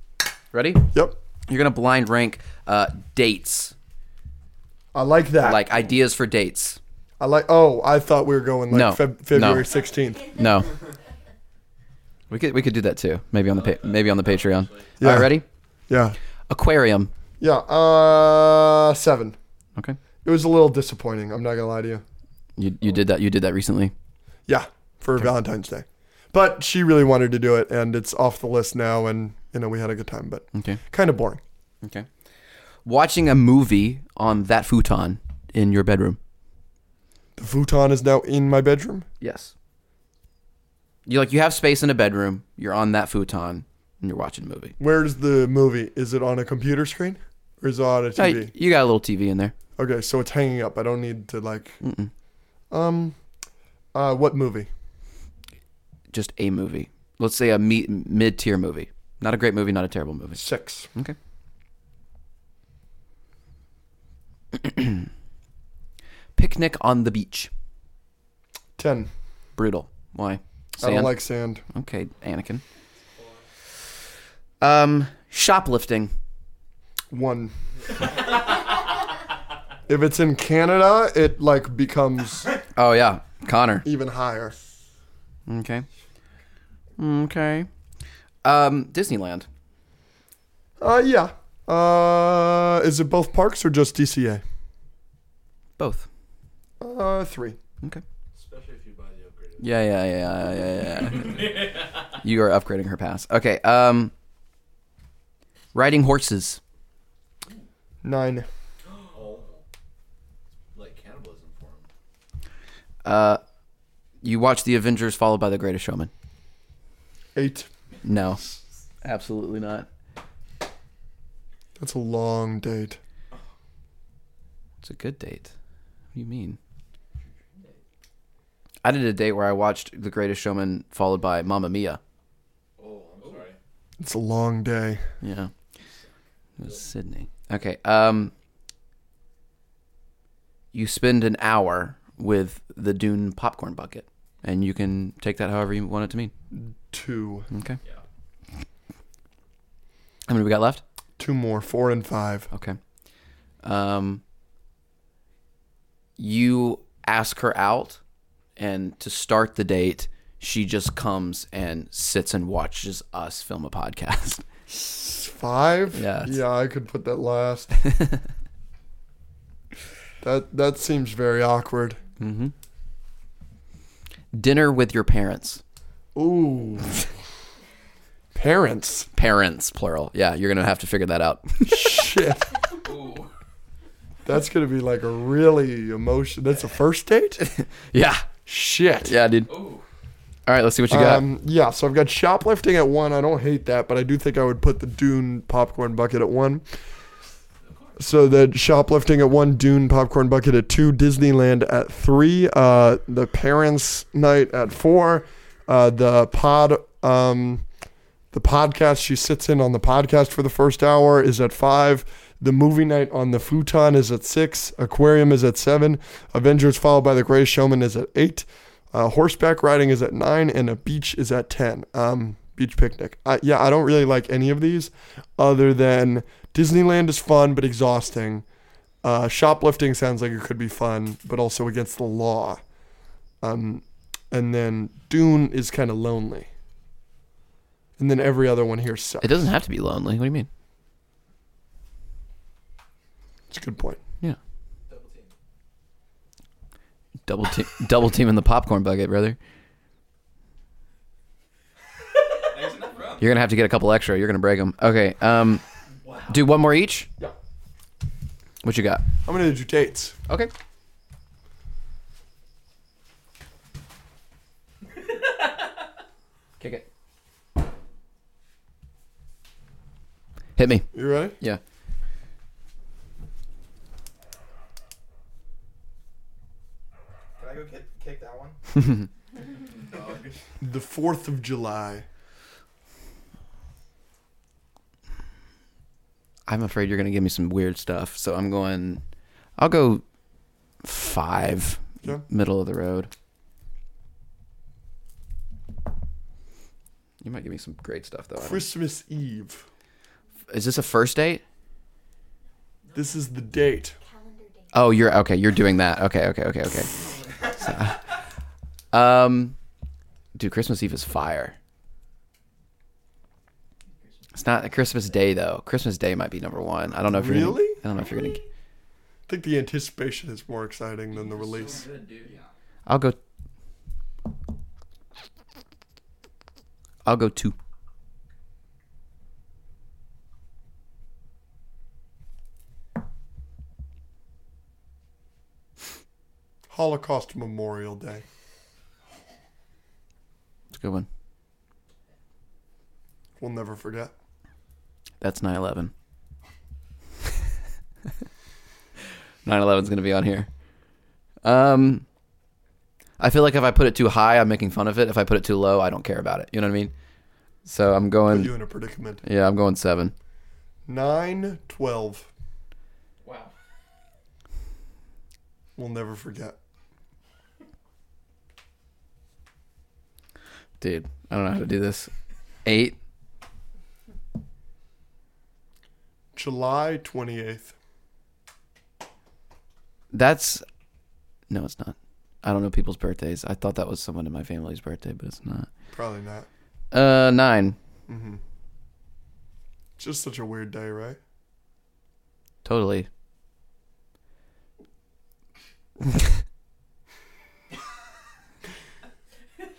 [SPEAKER 1] Ready?
[SPEAKER 2] Yep.
[SPEAKER 1] You're gonna blind rank uh, dates,
[SPEAKER 2] I like that.
[SPEAKER 1] like ideas for dates.
[SPEAKER 2] I like. Oh, I thought we were going like
[SPEAKER 1] No.
[SPEAKER 2] Feb- February
[SPEAKER 1] No.
[SPEAKER 2] 16th.
[SPEAKER 1] No. We could we could do that too. Maybe on the pa- maybe on the Patreon.
[SPEAKER 2] Yeah.
[SPEAKER 1] All right, ready?
[SPEAKER 2] Yeah.
[SPEAKER 1] Aquarium.
[SPEAKER 2] Yeah. Uh, seven.
[SPEAKER 1] Okay.
[SPEAKER 2] It was a little disappointing. I'm not gonna lie to you.
[SPEAKER 1] You you did that. You did that recently.
[SPEAKER 2] Yeah, for Valentine's Day. But she really wanted to do it, and it's off the list now. And you know we had a good time, but
[SPEAKER 1] Okay.
[SPEAKER 2] kind of boring.
[SPEAKER 1] Okay. Watching a movie on that futon in your bedroom.
[SPEAKER 2] The futon is now in my bedroom.
[SPEAKER 1] Yes. You like you have space in a bedroom. You're on that futon and you're watching a movie.
[SPEAKER 2] Where's the movie? Is it on a computer screen or is it on a
[SPEAKER 1] Hey,
[SPEAKER 2] TV?
[SPEAKER 1] you got a little TV in there.
[SPEAKER 2] Okay, so it's hanging up. I don't need to like. Um, uh, what movie?
[SPEAKER 1] Just a movie. Let's say a me- mid-tier movie. Not a great movie. Not a terrible movie.
[SPEAKER 2] Six.
[SPEAKER 1] Okay. Picnic on the beach.
[SPEAKER 2] Ten.
[SPEAKER 1] Brutal. Why?
[SPEAKER 2] I
[SPEAKER 1] Sand?
[SPEAKER 2] don't like sand.
[SPEAKER 1] Okay, Anakin. Um, shoplifting.
[SPEAKER 2] One. if it's in Canada, it like becomes
[SPEAKER 1] Oh yeah, Connor.
[SPEAKER 2] even higher.
[SPEAKER 1] Okay. Okay. Um, Disneyland.
[SPEAKER 2] Uh, yeah. Uh, is it both parks or just DCA?
[SPEAKER 1] Both.
[SPEAKER 2] Uh, three.
[SPEAKER 1] Okay.
[SPEAKER 3] Especially if you buy the upgraded.
[SPEAKER 1] Yeah, yeah, yeah, yeah, yeah. yeah. you are upgrading her pass. Okay. Um, riding horses.
[SPEAKER 2] Nine.
[SPEAKER 3] Oh. Like cannibalism for him.
[SPEAKER 1] Uh, you watch The Avengers followed by The Greatest Showman.
[SPEAKER 2] Eight.
[SPEAKER 1] No, absolutely not.
[SPEAKER 2] That's a long date.
[SPEAKER 1] It's a good date. What do you mean? I did a date where I watched The Greatest Showman followed by Mamma Mia.
[SPEAKER 3] Oh, I'm sorry.
[SPEAKER 2] It's a long day.
[SPEAKER 1] Yeah. It was Sydney. Okay. Um you spend an hour with the Dune popcorn bucket and you can take that however you want it to mean.
[SPEAKER 2] Two.
[SPEAKER 1] Okay.
[SPEAKER 3] Yeah.
[SPEAKER 1] How many we got left?
[SPEAKER 2] Two more. Four and five.
[SPEAKER 1] Okay. Um you ask her out and to start the date, she just comes and sits and watches us film a podcast.
[SPEAKER 2] Five?
[SPEAKER 1] Yeah, it's-
[SPEAKER 2] Yeah, I could put that last. that that seems very awkward.
[SPEAKER 1] mhm. Dinner with your parents.
[SPEAKER 2] Ooh. Parents.
[SPEAKER 1] Parents, plural. Yeah, you're gonna have to figure that out.
[SPEAKER 2] Shit.
[SPEAKER 3] Ooh.
[SPEAKER 2] That's gonna be like a really emotion. That's a first date.
[SPEAKER 1] yeah,
[SPEAKER 2] Shit.
[SPEAKER 1] yeah, dude. All
[SPEAKER 3] Ooh.
[SPEAKER 1] right, let's see what you got.
[SPEAKER 2] Um, yeah, so I've got shoplifting at one. I don't hate that, but I do think I would put the Dune popcorn bucket at one. So the shoplifting at one, Dune popcorn bucket at two, Disneyland at three, uh, the parents' night at four, uh, the pod, um, the podcast she sits in on the podcast for the first hour is at five. The movie night on the futon is at six. Aquarium is at seven. Avengers followed by the Gray Showman is at eight. Uh, horseback riding is at nine, and a beach is at ten. Um, beach picnic. I, yeah, I don't really like any of these, other than Disneyland is fun but exhausting. Uh, shoplifting sounds like it could be fun, but also against the law. Um, and then Dune is kind of lonely. And then every other one here sucks.
[SPEAKER 1] it doesn't have to be lonely. What do you mean?
[SPEAKER 2] It's a good point.
[SPEAKER 1] Yeah,
[SPEAKER 3] Double team.
[SPEAKER 1] double team, double team in the popcorn bucket, brother.
[SPEAKER 3] There's enough room.
[SPEAKER 1] You're gonna have to get a couple extra. You're gonna break them. Okay. Um, do one more each.
[SPEAKER 2] Yeah.
[SPEAKER 1] What you got?
[SPEAKER 2] How many did you dates?
[SPEAKER 1] Okay. Kick it. Hit me.
[SPEAKER 2] You ready?
[SPEAKER 1] Yeah.
[SPEAKER 4] Can I go kick, kick that one?
[SPEAKER 2] The Fourth of July.
[SPEAKER 1] I'm afraid you're gonna give me some weird stuff, so I'm going. I'll go five,
[SPEAKER 2] Sure.
[SPEAKER 1] middle of the road. You might give me some great stuff though. I don't-
[SPEAKER 2] Christmas Eve.
[SPEAKER 1] Is this a first date?
[SPEAKER 2] This is the date.
[SPEAKER 5] calendar date.
[SPEAKER 1] Oh, you're okay. You're doing that. Okay, okay, okay, okay. So, um, dude, Christmas Eve is fire. It's not Christmas Day though. Christmas Day might be number one. I don't know if you're
[SPEAKER 2] Really?
[SPEAKER 1] Gonna, I don't know if you're gonna.
[SPEAKER 2] I think the anticipation is more exciting than the release.
[SPEAKER 3] Good dude. Yeah.
[SPEAKER 1] I'll go. I'll go two.
[SPEAKER 2] Holocaust Memorial Day.
[SPEAKER 1] It's a good one.
[SPEAKER 2] We'll never forget.
[SPEAKER 1] That's 9 11. 9 11 is going to be on here. Um, I feel like if I put it too high, I'm making fun of it. If I put it too low, I don't care about it. You know what I mean? So I'm
[SPEAKER 2] Put
[SPEAKER 1] going,
[SPEAKER 2] you in a predicament.
[SPEAKER 1] yeah, I'm going seven.
[SPEAKER 2] Nine twelve.
[SPEAKER 3] Wow.
[SPEAKER 2] We'll never forget.
[SPEAKER 1] Dude, I don't know how to do this. Eight.
[SPEAKER 2] July 28th.
[SPEAKER 1] That's, no, it's not. I don't know people's birthdays. I thought that was someone in my family's birthday, but it's not.
[SPEAKER 2] Probably not. Mm-hmm.
[SPEAKER 1] Uh, nine.
[SPEAKER 2] Just such a weird day, right?
[SPEAKER 1] Totally.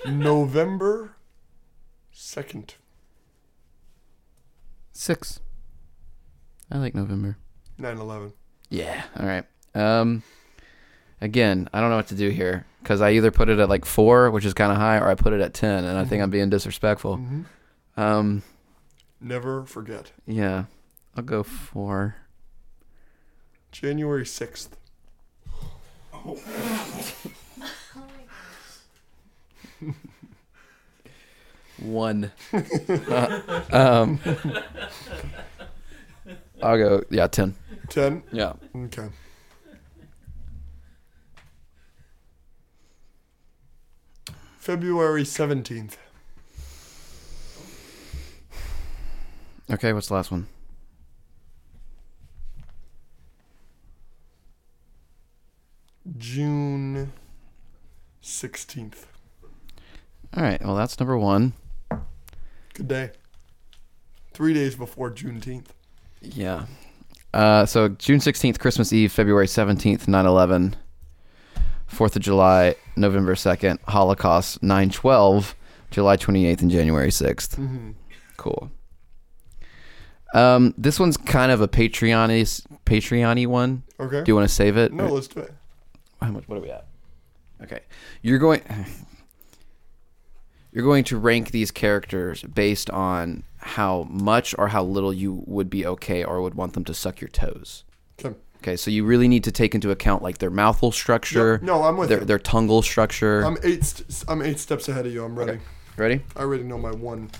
[SPEAKER 2] November 2nd.
[SPEAKER 1] Six. I like November.
[SPEAKER 2] 9 11.
[SPEAKER 1] Yeah. All right. Um, again, I don't know what to do here because I either put it at like four, which is kind of high, or I put it at ten, and I think I'm being disrespectful. Um,
[SPEAKER 2] Mm-hmm. Never forget.
[SPEAKER 1] yeah, I'll go four.
[SPEAKER 2] January 6th.
[SPEAKER 1] One. um, I'll go yeah ten.
[SPEAKER 2] 10.
[SPEAKER 1] Yeah.
[SPEAKER 2] Okay. February 17th.
[SPEAKER 1] Okay. What's the last one?
[SPEAKER 2] June 16th.
[SPEAKER 1] All right. Well, that's number one.
[SPEAKER 2] Good day. Three days before Juneteenth.
[SPEAKER 1] Yeah. Uh, so June 16th, Christmas Eve, February 17th, 9 11, 4th of July,
[SPEAKER 2] Mm-hmm.
[SPEAKER 1] November 2nd, Holocaust, 9 12, July 28th, and January 6th. Cool. Um, this one's kind of a Patreon Patreon-y one.
[SPEAKER 2] Okay.
[SPEAKER 1] Do you want to save it?
[SPEAKER 2] No,
[SPEAKER 1] Or-
[SPEAKER 2] let's do it.
[SPEAKER 1] how much? What are we at? Okay, you're going. You're going to rank these characters based on how much or how little you would be okay or would want them to suck your toes.
[SPEAKER 2] Okay.
[SPEAKER 1] Okay, so you really need to take into account like their mouthful structure.
[SPEAKER 2] No, I'm with
[SPEAKER 1] their
[SPEAKER 2] you.
[SPEAKER 1] their tungal structure.
[SPEAKER 2] I'm eight. St- I'm eight steps ahead of you. I'm ready.
[SPEAKER 1] Ready?
[SPEAKER 2] I already know my one.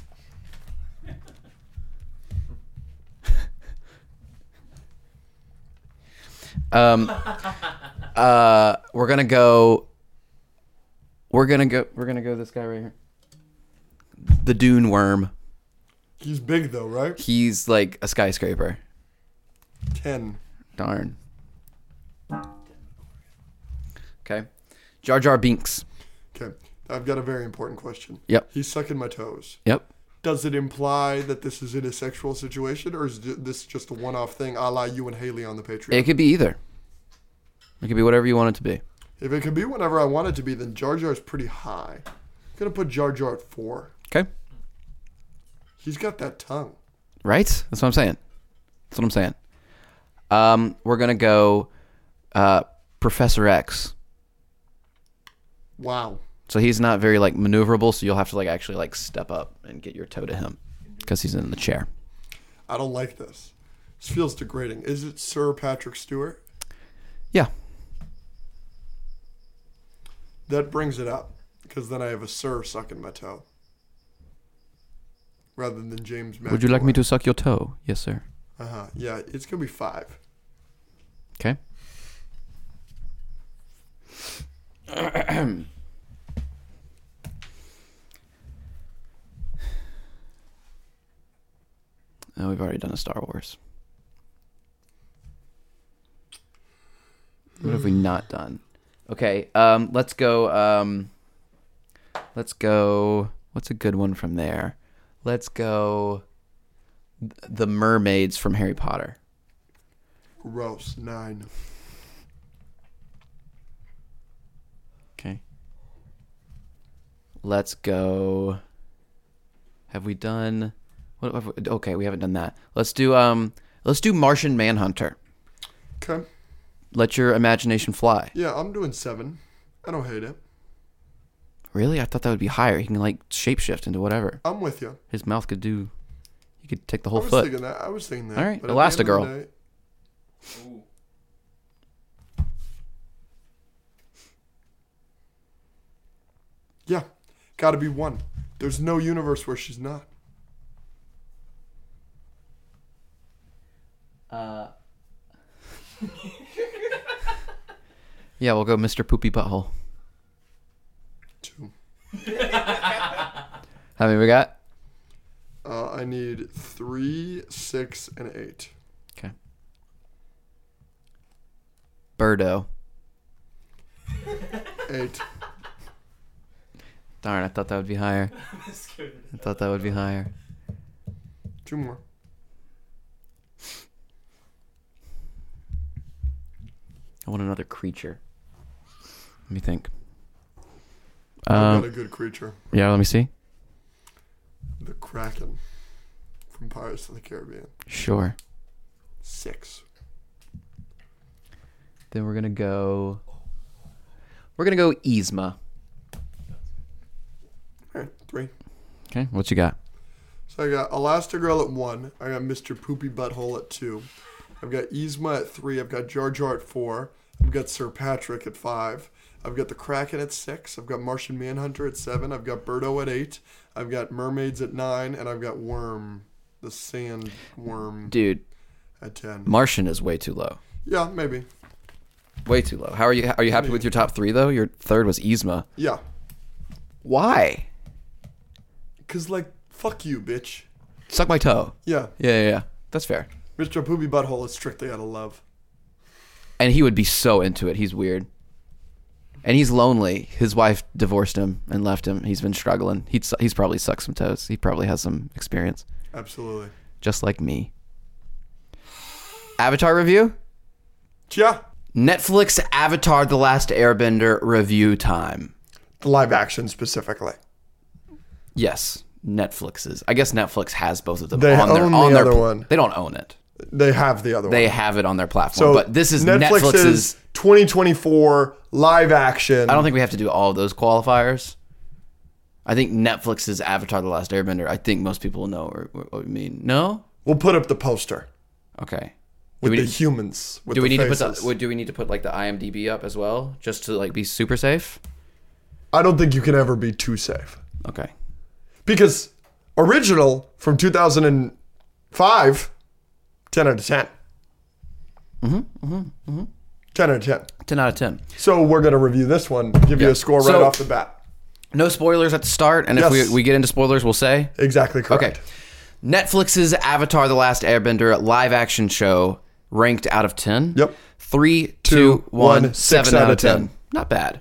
[SPEAKER 1] Um, uh, we're gonna go. We're gonna go. We're gonna go. This guy right here, the Dune Worm.
[SPEAKER 2] He's big though, right?
[SPEAKER 1] He's like a skyscraper.
[SPEAKER 2] Ten.
[SPEAKER 1] Darn. Okay. Jar Jar Binks.
[SPEAKER 2] Okay. I've got a very important question.
[SPEAKER 1] Yep.
[SPEAKER 2] He's sucking my toes.
[SPEAKER 1] Yep.
[SPEAKER 2] Does it imply that this is in a sexual situation, or is this just a one-off thing, a la you and Haley on the Patreon?
[SPEAKER 1] It could be either. It could be whatever you want it to be.
[SPEAKER 2] if it could be whatever I want it to be, then Jar Jar's pretty high. I'm gonna put Jar Jar at four.
[SPEAKER 1] Okay.
[SPEAKER 2] He's got that tongue.
[SPEAKER 1] Right? That's what I'm saying. That's what I'm saying. Um, we're gonna go uh, Professor X.
[SPEAKER 2] Wow.
[SPEAKER 1] So he's not very like maneuverable, so you'll have to like actually like step up and get your toe to him. Because he's in the chair.
[SPEAKER 2] I don't like this. This feels degrading. Is it Sir Patrick Stewart?
[SPEAKER 1] Yeah.
[SPEAKER 2] That brings it up because then I have a sir sucking my toe rather than James.
[SPEAKER 1] Would you like me to suck your toe? Yes, sir.
[SPEAKER 2] Uh huh. Yeah, it's gonna be five.
[SPEAKER 1] Okay. Uh, oh, we've already done a Star Wars. What have we not done? Okay, um, let's go. Um, let's go. What's a good one from there? Let's go. th- The mermaids from Harry Potter.
[SPEAKER 2] Gross. Nine.
[SPEAKER 1] Okay. Let's go. Have we done? What? Have we, okay, we haven't done that. Let's do. Um. Let's do Martian Manhunter.
[SPEAKER 2] Okay.
[SPEAKER 1] Let your imagination fly.
[SPEAKER 2] Yeah, I'm doing seven. I don't hate it.
[SPEAKER 1] Really? I thought that would be higher. He can like shapeshift into whatever.
[SPEAKER 2] I'm with you.
[SPEAKER 1] His mouth could do. He could take the whole
[SPEAKER 2] I was
[SPEAKER 1] foot.
[SPEAKER 2] thinking that. I was thinking that.
[SPEAKER 1] All right,
[SPEAKER 2] but at the end of
[SPEAKER 1] Elastigirl.
[SPEAKER 2] the day-
[SPEAKER 3] Ooh.
[SPEAKER 2] yeah, gotta be one. There's no universe where she's not.
[SPEAKER 1] Uh. yeah, we'll go Mr. Poopy Butthole.
[SPEAKER 2] Two.
[SPEAKER 1] How many we got?
[SPEAKER 2] Uh, I need three, six, and eight.
[SPEAKER 1] Okay. Birdo.
[SPEAKER 2] Eight.
[SPEAKER 1] Darn, I thought that would be higher.
[SPEAKER 3] That's good.
[SPEAKER 1] I thought that would be higher.
[SPEAKER 2] Two more.
[SPEAKER 1] I want another creature. Let me think.
[SPEAKER 2] I've
[SPEAKER 1] Um,
[SPEAKER 2] got a good creature.
[SPEAKER 1] yeah, let me see.
[SPEAKER 2] The Kraken from Pirates of the Caribbean.
[SPEAKER 1] Sure.
[SPEAKER 2] Six.
[SPEAKER 1] Then we're gonna go. We're gonna go Yzma.
[SPEAKER 2] All right, three.
[SPEAKER 1] Okay, what you got?
[SPEAKER 2] So I got Elastigirl at one. I got Mr. Poopy Butthole at two. I've got Yzma at three. I've got Jar Jar at four. I've got Sir Patrick at five. I've got the Kraken at six. I've got Martian Manhunter at seven. I've got Birdo at eight. I've got Mermaids at nine. And I've got Worm, the sand worm,
[SPEAKER 1] Dude,
[SPEAKER 2] at ten.
[SPEAKER 1] Martian is way too low.
[SPEAKER 2] Yeah, maybe.
[SPEAKER 1] Way too low. How are you? Are you happy with your top three though? Your third was Yzma.
[SPEAKER 2] Yeah.
[SPEAKER 1] Why?
[SPEAKER 2] Because, like, fuck you, bitch.
[SPEAKER 1] Suck my toe.
[SPEAKER 2] Yeah.
[SPEAKER 1] Yeah, yeah, yeah. That's fair.
[SPEAKER 2] Mr. Poopy Butthole is strictly out of love.
[SPEAKER 1] And he would be so into it. He's weird. And he's lonely. His wife divorced him and left him. He's been struggling. He'd, su- he's probably sucked some toes. He probably has some experience.
[SPEAKER 2] Absolutely.
[SPEAKER 1] just like me. Avatar review?
[SPEAKER 2] Yeah.
[SPEAKER 1] Netflix Avatar The Last Airbender review time.
[SPEAKER 2] The live action specifically.
[SPEAKER 1] Yes. Netflix's. I guess Netflix has both of them
[SPEAKER 2] They
[SPEAKER 1] on their
[SPEAKER 2] own
[SPEAKER 1] on
[SPEAKER 2] the
[SPEAKER 1] their
[SPEAKER 2] other
[SPEAKER 1] pl-
[SPEAKER 2] one.
[SPEAKER 1] They don't own it.
[SPEAKER 2] They have the other
[SPEAKER 1] They
[SPEAKER 2] one.
[SPEAKER 1] have it on their platform. but this is Netflix's.
[SPEAKER 2] 2024 live action.
[SPEAKER 1] I don't think we have to do all of those qualifiers. I think Netflix's Avatar: The Last Airbender. I think most people know or, or, what we mean. No.
[SPEAKER 2] we'll put up the poster
[SPEAKER 1] Okay.
[SPEAKER 2] with
[SPEAKER 1] we
[SPEAKER 2] the
[SPEAKER 1] need-
[SPEAKER 2] humans. With
[SPEAKER 1] Do we
[SPEAKER 2] the
[SPEAKER 1] need to put
[SPEAKER 2] faces.
[SPEAKER 1] the, would- do we need to put like the IMDb up as well just to like be super safe?
[SPEAKER 2] I don't think you can ever be too safe
[SPEAKER 1] Okay.
[SPEAKER 2] because original from 2005, 10 out of 10. Mm-hmm, mm-hmm, mm-hmm.
[SPEAKER 1] Mm-hmm,
[SPEAKER 2] 10 out of 10.
[SPEAKER 1] 10 out of 10.
[SPEAKER 2] So we're gonna review this one. Give you
[SPEAKER 1] Yeah.
[SPEAKER 2] a score right
[SPEAKER 1] So-
[SPEAKER 2] off the bat.
[SPEAKER 1] No spoilers at the start and if
[SPEAKER 2] Yes.
[SPEAKER 1] we, we get into spoilers we'll say.
[SPEAKER 2] Exactly correct.
[SPEAKER 1] Okay. Netflix's Avatar: The Last Airbender live action show ranked out of ten.
[SPEAKER 2] Yep.
[SPEAKER 1] Three, two, one,
[SPEAKER 2] one,
[SPEAKER 1] seven
[SPEAKER 2] six
[SPEAKER 1] out of 10. Not bad.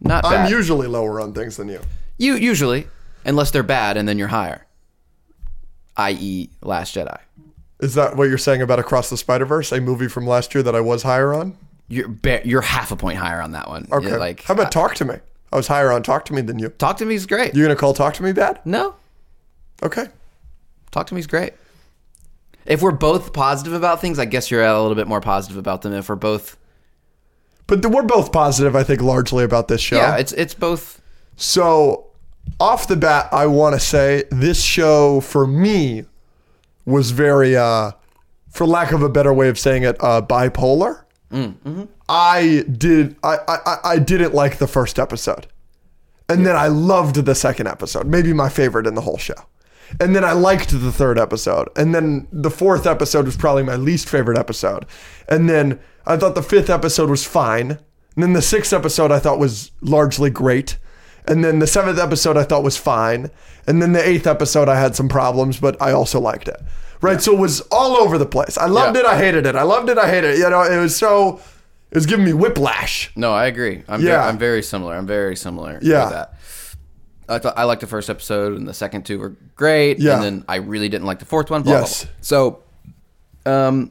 [SPEAKER 1] Not
[SPEAKER 2] I'm
[SPEAKER 1] bad.
[SPEAKER 2] usually lower on things than you.
[SPEAKER 1] you usually, unless they're bad, and then you're higher. I.e., Last Jedi.
[SPEAKER 2] Is that what you're saying about Across the Spider Verse, a movie from last year that I was higher on?
[SPEAKER 1] You're ba- you're half a point higher on that one.
[SPEAKER 2] Okay.
[SPEAKER 1] Yeah, like
[SPEAKER 2] How about Talk to Me? I was higher on Talk to Me than you.
[SPEAKER 1] Talk to Me's great.
[SPEAKER 2] You gonna call Talk to Me bad?
[SPEAKER 1] no,
[SPEAKER 2] Okay.
[SPEAKER 1] Talk to Me's great. If we're both positive about things, I guess you're a little bit more positive about them. If we're both,
[SPEAKER 2] But th- we're both positive, I think, largely about this show.
[SPEAKER 1] yeah, it's it's both.
[SPEAKER 2] So, off the bat, I want to say this show for me was very, uh, for lack of a better way of saying it, uh, bipolar.
[SPEAKER 1] Mm, mm-hmm.
[SPEAKER 2] I did, I, I, I- I didn't like the first episode, and then I loved the second episode, maybe my favorite in the whole show, and then I liked the third episode, and then the fourth episode was probably my least favorite episode, and then I thought the fifth episode was fine, and then the sixth episode I thought was largely great. And then the seventh episode I thought was fine. And then the eighth episode I had some problems, but I also liked it. Right. So it was all over the place. I loved
[SPEAKER 1] Yeah.
[SPEAKER 2] it. I hated it. I loved it. I hated it. You know, it was so, it was giving me whiplash.
[SPEAKER 1] No, I agree. I'm
[SPEAKER 2] Yeah.
[SPEAKER 1] very, I'm very similar. I'm very similar.
[SPEAKER 2] Yeah.
[SPEAKER 1] With that. I thought I liked the first episode and the second two were great.
[SPEAKER 2] Yeah.
[SPEAKER 1] And then I really didn't like the fourth one. Blah, blah,
[SPEAKER 2] Yes.
[SPEAKER 1] blah. So, um,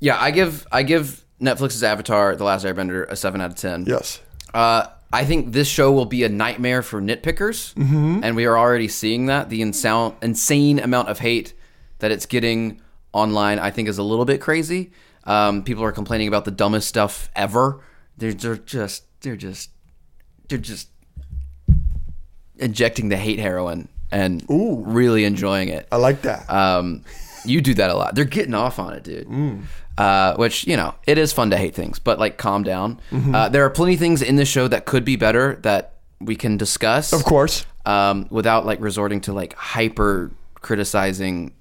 [SPEAKER 1] yeah, I give I give Netflix's Avatar: The Last Airbender a seven out of ten.
[SPEAKER 2] Yes.
[SPEAKER 1] Uh, I think this show will be a nightmare for nitpickers, and we are already seeing that. The insane, insane amount of hate that it's getting online, I think, is a little bit crazy. Um, people are complaining about the dumbest stuff ever. They're, they're just, they're just, they're just injecting the hate heroin and really enjoying it.
[SPEAKER 2] I like that.
[SPEAKER 1] Um, you do that a lot. They're getting off on it, dude. Uh, which you know, it is fun to hate things, but like, calm down. Uh, there are plenty of things in this show that could be better that we can discuss,
[SPEAKER 2] of course.
[SPEAKER 1] um, without like resorting to like hyper criticizing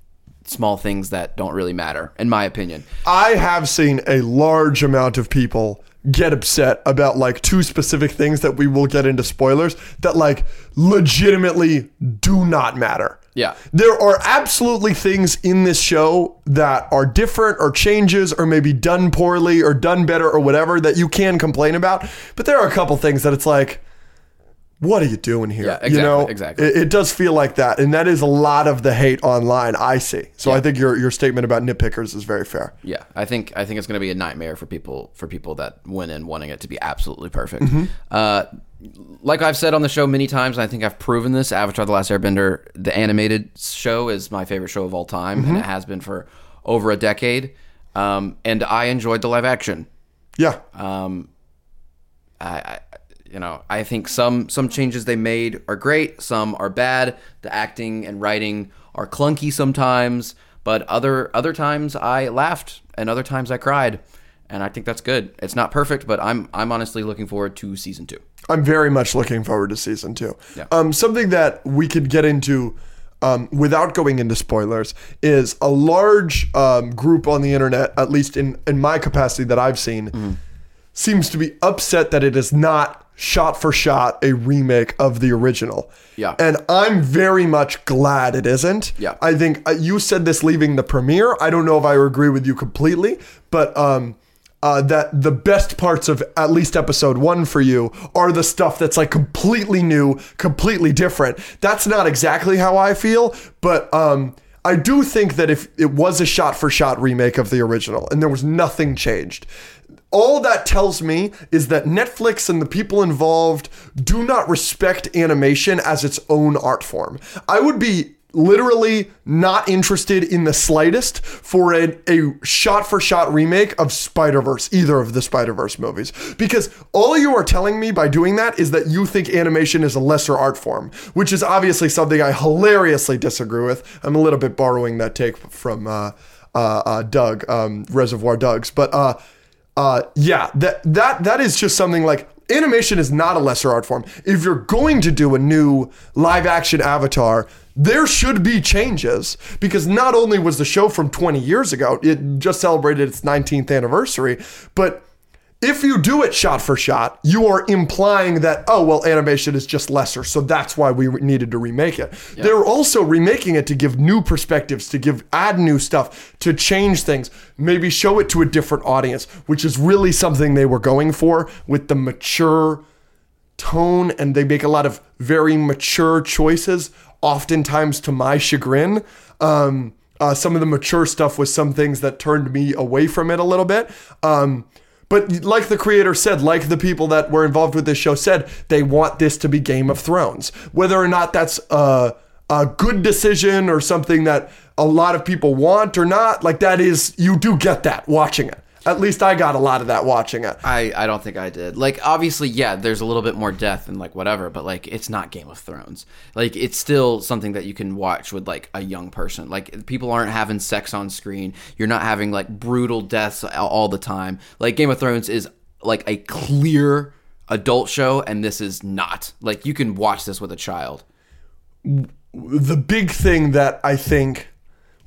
[SPEAKER 1] small things that don't really matter, in my opinion.
[SPEAKER 2] I have seen a large amount of people get upset about like two specific things that we will get into spoilers that like legitimately do not matter.
[SPEAKER 1] Yeah.
[SPEAKER 2] There are absolutely things in this show that are different or changes or maybe done poorly or done better or whatever that you can complain about. But there are a couple things that it's like, what are you doing here?
[SPEAKER 1] Yeah,
[SPEAKER 2] you
[SPEAKER 1] exactly,
[SPEAKER 2] know,
[SPEAKER 1] exactly.
[SPEAKER 2] It, it does feel like that, and that is a lot of the hate online I see. So I think your your statement about nitpickers is very fair.
[SPEAKER 1] Yeah, I think I think it's going to be a nightmare for people for people that went in wanting it to be absolutely perfect. Uh, like I've said on the show many times, and I think I've proven this. Avatar: The Last Airbender, the animated show, is my favorite show of all time, and it has been for over a decade. Um, and I enjoyed the live action.
[SPEAKER 2] Yeah,
[SPEAKER 1] I, I you know I think some some changes they made are great, some are bad. The acting and writing are clunky sometimes, but other other times I laughed and other times I cried, and I think that's good. It's not perfect, but I'm I'm honestly looking forward to season two.
[SPEAKER 2] I'm very much looking forward to season two. Um, something that we could get into um, without going into spoilers is a large um, group on the internet, at least in, in my capacity that I've seen, seems to be upset that it is not shot for shot a remake of the original.
[SPEAKER 1] Yeah.
[SPEAKER 2] And I'm very much glad it isn't.
[SPEAKER 1] Yeah.
[SPEAKER 2] I think uh, you said this leaving the premiere. I don't know if I agree with you completely, but um, uh, that the best parts of at least episode one for you are the stuff that's like completely new, completely different. That's not exactly how I feel, but um, I do think that if it was a shot for shot remake of the original and there was nothing changed, all that tells me is that Netflix and the people involved do not respect animation as its own art form. I would be literally not interested in the slightest for an, a shot for shot remake of Spider Verse, either of the Spider Verse movies. Because all you are telling me by doing that is that you think animation is a lesser art form, which is obviously something I hilariously disagree with. I'm a little bit borrowing that take from uh, uh, uh, Doug, um, Reservoir Dogs. But uh, uh, yeah, that, that, that is just something like. Animation is not a lesser art form. If you're going to do a new live action avatar, there should be changes because not only was the show from 20 years ago, it just celebrated its 19th anniversary, but if you do it shot for shot, you are implying that, oh, well, animation is just lesser, so that's why we needed to remake it. They're also remaking it to give new perspectives, to give add new stuff, to change things, maybe show it to a different audience, which is really something they were going for with the mature tone and they make a lot of very mature choices, oftentimes to my chagrin. Um, uh, some of the mature stuff was some things that turned me away from it a little bit. Um, but like the creator said, like the people that were involved with this show said, they want this to be Game of Thrones. Whether or not that's a, a good decision or something that a lot of people want or not, like that is, you do get that watching it. At least I got a lot of that watching it.
[SPEAKER 1] I, I don't think I did. Like obviously, yeah, there's a little bit more death and like whatever, but like it's not Game of Thrones. Like it's still something that you can watch with like a young person. Like people aren't having sex on screen. You're not having like brutal deaths a- all the time. Like Game of Thrones is like a clear adult show and this is not. Like you can watch this with a child.
[SPEAKER 2] the big thing that I think,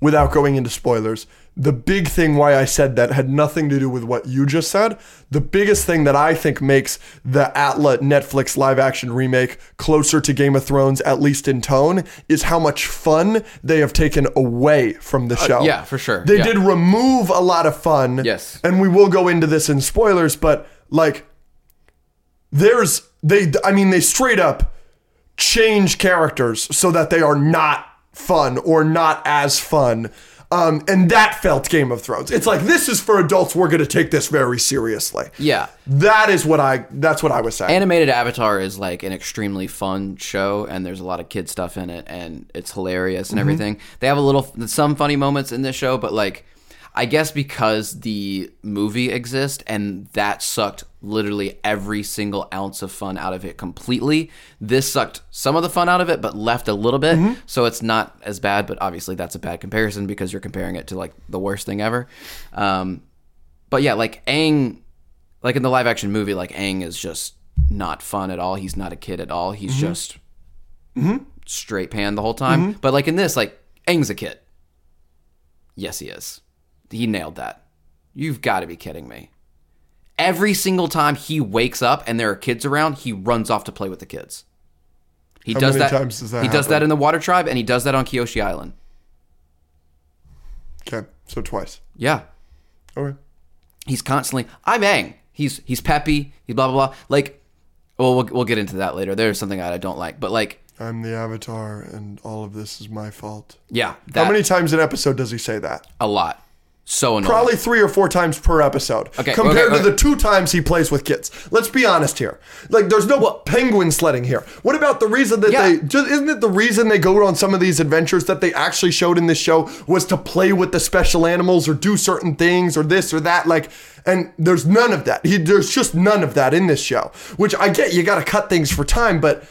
[SPEAKER 2] without going into spoilers, the big thing why I said that had nothing to do with what you just said. The biggest thing that I think makes the Atla Netflix live action remake closer to Game of Thrones, at least in tone, is how much fun they have taken away from the show.
[SPEAKER 1] Uh, yeah, for sure.
[SPEAKER 2] They
[SPEAKER 1] Yeah.
[SPEAKER 2] did remove a lot of fun.
[SPEAKER 1] Yes.
[SPEAKER 2] And we will go into this in spoilers, but like there's they I mean they straight up change characters so that they are not fun or not as fun. Um, and that felt Game of Thrones. It's like this is for adults. We're gonna take this very seriously.
[SPEAKER 1] Yeah.
[SPEAKER 2] That is what I. That's what I was saying.
[SPEAKER 1] Animated Avatar is like an extremely fun show, and there's a lot of kid stuff in it, and it's hilarious and everything. They have a little some funny moments in this show, but like, I guess because the movie exists and that sucked literally every single ounce of fun out of it completely. This sucked some of the fun out of it, but left a little bit. So it's not as bad, but obviously that's a bad comparison because you're comparing it to like the worst thing ever. Um, but yeah, like Aang, like in the live action movie, like Aang is just not fun at all. He's not a kid at all.
[SPEAKER 2] Mm-hmm.
[SPEAKER 1] He's just straight pan the whole time. But like in this, like Aang's a kid. Yes, he is. He nailed that. You've got to be kidding me. Every single time he wakes up and there are kids around, he runs off to play with the kids. He
[SPEAKER 2] How
[SPEAKER 1] does
[SPEAKER 2] many
[SPEAKER 1] that.
[SPEAKER 2] times does that
[SPEAKER 1] he does
[SPEAKER 2] happen?
[SPEAKER 1] that in the Water Tribe, and he does that on Kyoshi Island.
[SPEAKER 2] okay, so twice.
[SPEAKER 1] Yeah,
[SPEAKER 2] Okay.
[SPEAKER 1] he's constantly I'm Aang. He's he's peppy. He's blah blah blah. Like, well, we'll we'll get into that later. There's something that I don't like, but like,
[SPEAKER 2] I'm the Avatar, and all of this is my fault.
[SPEAKER 1] yeah, that,
[SPEAKER 2] How many times an episode does he say that?
[SPEAKER 1] a lot. So annoying.
[SPEAKER 2] Probably three or four times per episode.
[SPEAKER 1] Okay,
[SPEAKER 2] Compared
[SPEAKER 1] okay,
[SPEAKER 2] to the two times he plays with kids. Let's be honest here. Like, there's no penguin sledding here. What about the reason that
[SPEAKER 1] Yeah.
[SPEAKER 2] they just isn't it the reason they go on some of these adventures that they actually showed in this show was to play with the special animals or do certain things or this or that? Like, and there's none of that. He, there's just none of that in this show. Which I get. You got to cut things for time, but.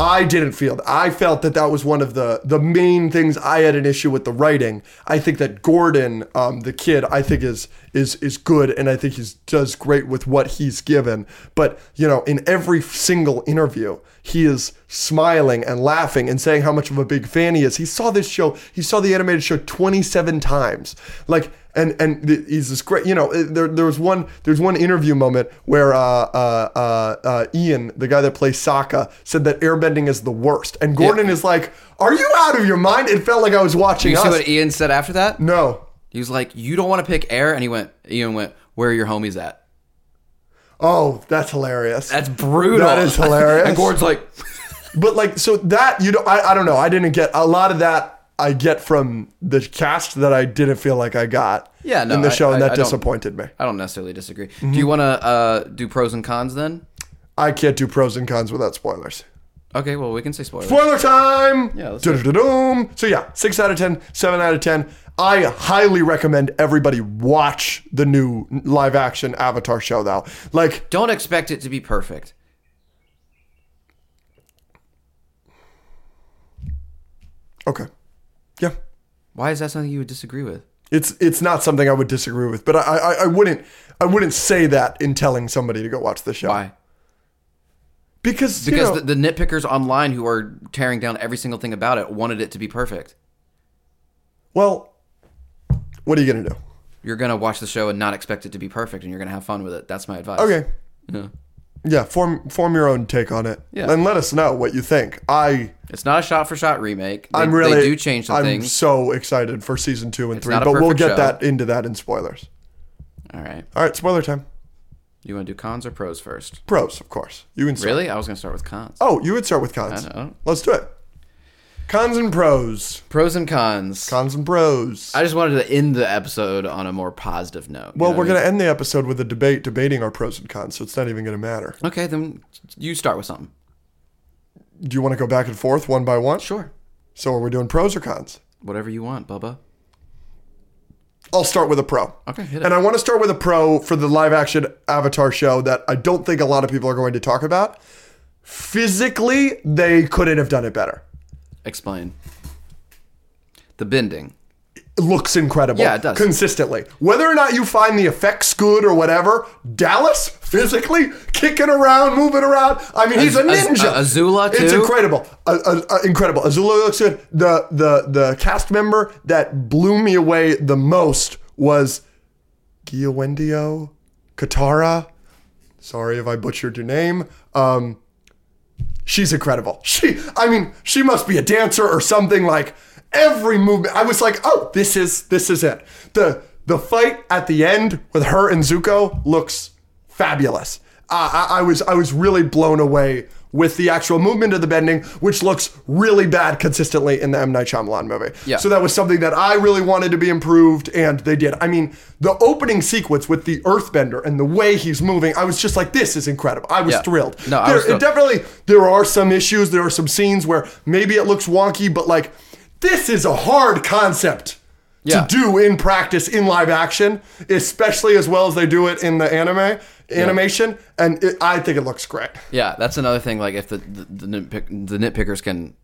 [SPEAKER 2] I didn't feel that. I felt that that was one of the the main things I had an issue with the writing. I think that Gordon, um, the kid, I think is is is good, and I think he's does great with what he's given. But you know, in every single interview, he is smiling and laughing and saying how much of a big fan he is. He saw this show, he saw the animated show twenty seven times. Like and and th- he's this great. You know, uh, there there was one there's one interview moment where uh, uh, uh, uh, Ian, the guy that plays Sokka, said that airbending is the worst, and Gordon is like, "Are you out of your mind?" It felt like I was watching
[SPEAKER 1] You see
[SPEAKER 2] us.
[SPEAKER 1] what Ian said after that?
[SPEAKER 2] no.
[SPEAKER 1] He was like, "You don't want to pick air," and he went. Ian went, "Where are your homies at?"
[SPEAKER 2] Oh, that's hilarious.
[SPEAKER 1] That's brutal.
[SPEAKER 2] That is hilarious.
[SPEAKER 1] and Gord's like,
[SPEAKER 2] but like, so that you know, I, I don't know. I didn't get a lot of that. I get from the cast that I didn't feel like I got
[SPEAKER 1] Yeah, no,
[SPEAKER 2] in the
[SPEAKER 1] I-
[SPEAKER 2] show, and
[SPEAKER 1] I-
[SPEAKER 2] that
[SPEAKER 1] I don't-
[SPEAKER 2] disappointed me.
[SPEAKER 1] I don't necessarily disagree.
[SPEAKER 2] Mm-hmm.
[SPEAKER 1] Do you want to uh, do pros and cons then?
[SPEAKER 2] I can't do pros and cons without spoilers.
[SPEAKER 1] Okay, well we can say spoilers.
[SPEAKER 2] Spoiler time!
[SPEAKER 1] Yeah, let's
[SPEAKER 2] Dun-dun-dun-dun. So, yeah, 6 out of 10, 7 out of 10. I highly recommend everybody watch the new live action Avatar show, though. Like,
[SPEAKER 1] don't expect it to be perfect.
[SPEAKER 2] okay. Yeah.
[SPEAKER 1] Why is that something you would disagree with?
[SPEAKER 2] It's it's not something I would disagree with, but I, I, I wouldn't I wouldn't say that in telling somebody to go watch the show.
[SPEAKER 1] Why?
[SPEAKER 2] Because, you
[SPEAKER 1] Because
[SPEAKER 2] know-
[SPEAKER 1] the, the nitpickers online who are tearing down every single thing about it wanted it to be perfect.
[SPEAKER 2] well, what are you gonna do?
[SPEAKER 1] You're gonna watch the show and not expect it to be perfect, and you're gonna have fun with it. That's my advice.
[SPEAKER 2] Okay.
[SPEAKER 1] Yeah.
[SPEAKER 2] Yeah, form form your own take on it,
[SPEAKER 1] Yeah.
[SPEAKER 2] and let us know what you think. I
[SPEAKER 1] It's not a shot for shot remake. They,
[SPEAKER 2] I'm really
[SPEAKER 1] they do change some
[SPEAKER 2] I'm
[SPEAKER 1] things.
[SPEAKER 2] so excited for season two and three,
[SPEAKER 1] not a
[SPEAKER 2] but we'll
[SPEAKER 1] perfect
[SPEAKER 2] get
[SPEAKER 1] show.
[SPEAKER 2] that into that in spoilers.
[SPEAKER 1] All right.
[SPEAKER 2] All right, spoiler time.
[SPEAKER 1] You want to do cons or pros first?
[SPEAKER 2] Pros, of course. You can start.
[SPEAKER 1] Really? I was gonna start with cons.
[SPEAKER 2] Oh, you would start with cons.
[SPEAKER 1] I know.
[SPEAKER 2] Let's do it. Cons and pros.
[SPEAKER 1] Pros and cons.
[SPEAKER 2] Cons and pros.
[SPEAKER 1] I just wanted to end the episode on a more positive note. you
[SPEAKER 2] well,
[SPEAKER 1] know
[SPEAKER 2] we're
[SPEAKER 1] what
[SPEAKER 2] gonna
[SPEAKER 1] I
[SPEAKER 2] end the episode with a debate debating our pros and cons, so it's not even gonna matter.
[SPEAKER 1] mean? Okay, then you start with something.
[SPEAKER 2] Do you want to go back and forth one by one?
[SPEAKER 1] Sure.
[SPEAKER 2] So are we doing pros or cons?
[SPEAKER 1] Whatever you want, Bubba.
[SPEAKER 2] I'll start with a pro.
[SPEAKER 1] Okay, hit it.
[SPEAKER 2] And I want to start with a pro for the live action Avatar show that I don't think a lot of people are going to talk about. Physically, they couldn't have done it better.
[SPEAKER 1] Explain. The bending.
[SPEAKER 2] It looks incredible.
[SPEAKER 1] Yeah, it does.
[SPEAKER 2] Consistently. Whether or not you find the effects good or whatever, Dallas, physically, kicking around, moving around. I mean, he's a
[SPEAKER 1] Az- Az-
[SPEAKER 2] ninja.
[SPEAKER 1] uh, Azula,
[SPEAKER 2] It's
[SPEAKER 1] too?
[SPEAKER 2] incredible. Uh, uh, uh, incredible. Azula looks good. The, the, the cast member that blew me away the most was Giowendio Katara. Sorry if I butchered your name. Um, she's incredible. She, I mean, she must be a dancer or something. Like every movement, I was like, oh, this is this is it. The the fight at the end with her and Zuko looks fabulous. I I, I was I was really blown away with the actual movement of the bending, which looks really bad consistently in the M Night Shyamalan movie.
[SPEAKER 1] Yeah.
[SPEAKER 2] So that was something that I really wanted to be improved, and they did. I mean, the opening sequence with the Earthbender and the way he's moving, I was just like, this is incredible. I was
[SPEAKER 1] Yeah.
[SPEAKER 2] thrilled.
[SPEAKER 1] No, I
[SPEAKER 2] There-
[SPEAKER 1] was
[SPEAKER 2] it
[SPEAKER 1] thrilled.
[SPEAKER 2] definitely there are some issues there are some scenes where maybe it looks wonky but like this is a hard concept
[SPEAKER 1] Yeah.
[SPEAKER 2] to do in practice in live action especially as well as they do it in the anime animation and it, i think it looks great
[SPEAKER 1] Yeah, that's another thing. Like, if the the, the, nitpick, the nitpickers can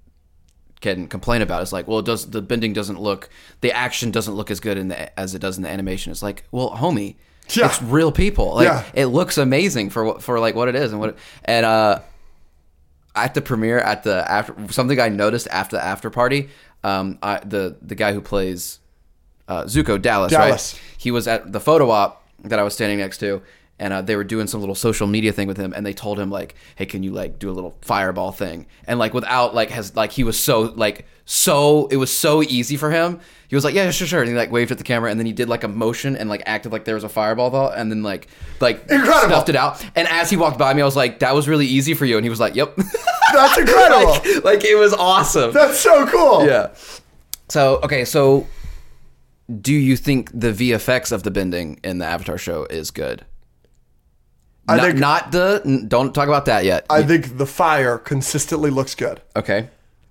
[SPEAKER 1] can complain about, it's like, well, it does the bending doesn't look, the action doesn't look as good in the as it does in the animation. It's like, well, homie,
[SPEAKER 2] Yeah.
[SPEAKER 1] it's real people. Like,
[SPEAKER 2] Yeah.
[SPEAKER 1] it looks amazing for what for like what it is and what it, and uh, at the premiere at the after something I noticed after the after party, um, I, the the guy who plays uh, Zuko Dallas,
[SPEAKER 2] Dallas.
[SPEAKER 1] right? He was at the photo op that I was standing next to, and uh, they were doing some little social media thing with him, and they told him like, "Hey, can you like do a little fireball thing?" And like without like has like he was so like so it was so easy for him. He was like, "Yeah, sure, sure," and he like waved at the camera, and then he did like a motion and like acted like there was a fireball ball, and then like like
[SPEAKER 2] Incredible.
[SPEAKER 1] snuffed it out. And as he walked by me, I was like, "That was really easy for you," and he was like, "Yep."
[SPEAKER 2] that's incredible
[SPEAKER 1] like, like it was awesome.
[SPEAKER 2] that's so cool
[SPEAKER 1] Yeah. So okay, so do you think the VFX of the bending in the Avatar show is good?
[SPEAKER 2] I
[SPEAKER 1] not,
[SPEAKER 2] think-
[SPEAKER 1] not the. n- Don't talk about that yet.
[SPEAKER 2] i think the fire consistently looks good
[SPEAKER 1] okay.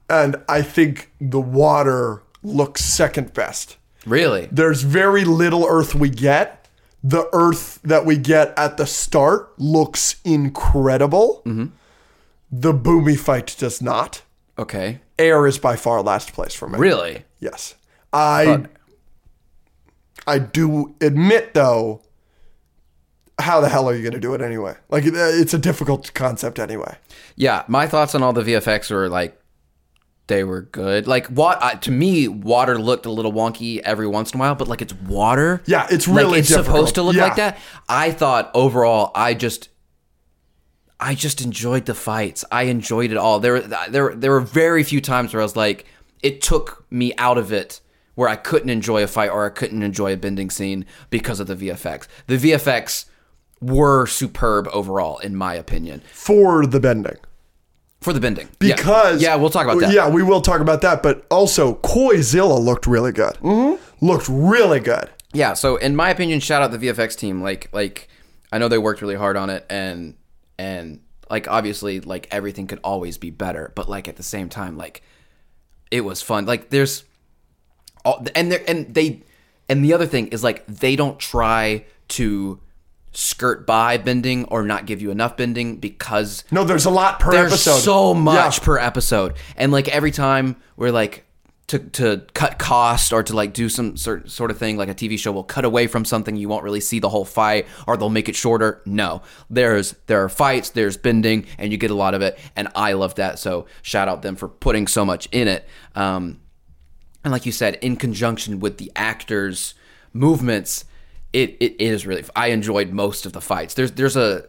[SPEAKER 2] and i think the water looks second best
[SPEAKER 1] Really?
[SPEAKER 2] there's very little earth we get. The earth that we get at the start looks incredible.
[SPEAKER 1] Mm-hmm.
[SPEAKER 2] The boomy fight does not.
[SPEAKER 1] Okay.
[SPEAKER 2] Air is by far last place for me.
[SPEAKER 1] Really?
[SPEAKER 2] Yes. I I do admit though how the hell are you going to do it anyway? Like it- it's a difficult concept anyway.
[SPEAKER 1] Yeah. My thoughts on all the VFX were like they were good. Like what I, to me, water looked a little wonky every once in a while, but like it's water.
[SPEAKER 2] Yeah, it's
[SPEAKER 1] like
[SPEAKER 2] really
[SPEAKER 1] it's
[SPEAKER 2] difficult.
[SPEAKER 1] supposed to look
[SPEAKER 2] Yeah.
[SPEAKER 1] like that. I thought overall, I just, I just enjoyed the fights. I enjoyed it all. There, there, there were very few times where I was like, it took me out of it, where I couldn't enjoy a fight or I couldn't enjoy a bending scene because of the VFX. The VFX were superb overall, in my opinion
[SPEAKER 2] For the bending.
[SPEAKER 1] for the bending Yeah.
[SPEAKER 2] because
[SPEAKER 1] yeah, we'll talk about that.
[SPEAKER 2] Yeah, we will talk about that. But also, Koizilla looked really good. Mm-hmm. Looked really good.
[SPEAKER 1] yeah so in my opinion shout out the vfx team like like i know they worked really hard on it and and like obviously like everything could always be better but like at the same time like it was fun like there's all and they and they and the other thing is like they don't try to skirt by bending or not give you enough bending because
[SPEAKER 2] No, there's a lot per
[SPEAKER 1] there's
[SPEAKER 2] episode.
[SPEAKER 1] so much
[SPEAKER 2] Yeah.
[SPEAKER 1] per episode, and like every time we're like to to cut cost or to like do some sort sort of thing, like a TV show will cut away from something you won't really see the whole fight, or they'll make it shorter. No, there's there are fights, there's bending, and you get a lot of it, and I love that. So shout out them for putting so much in it. Um, and like you said, in conjunction with the actors' movements, it, it is really. I enjoyed most of the fights. There's there's a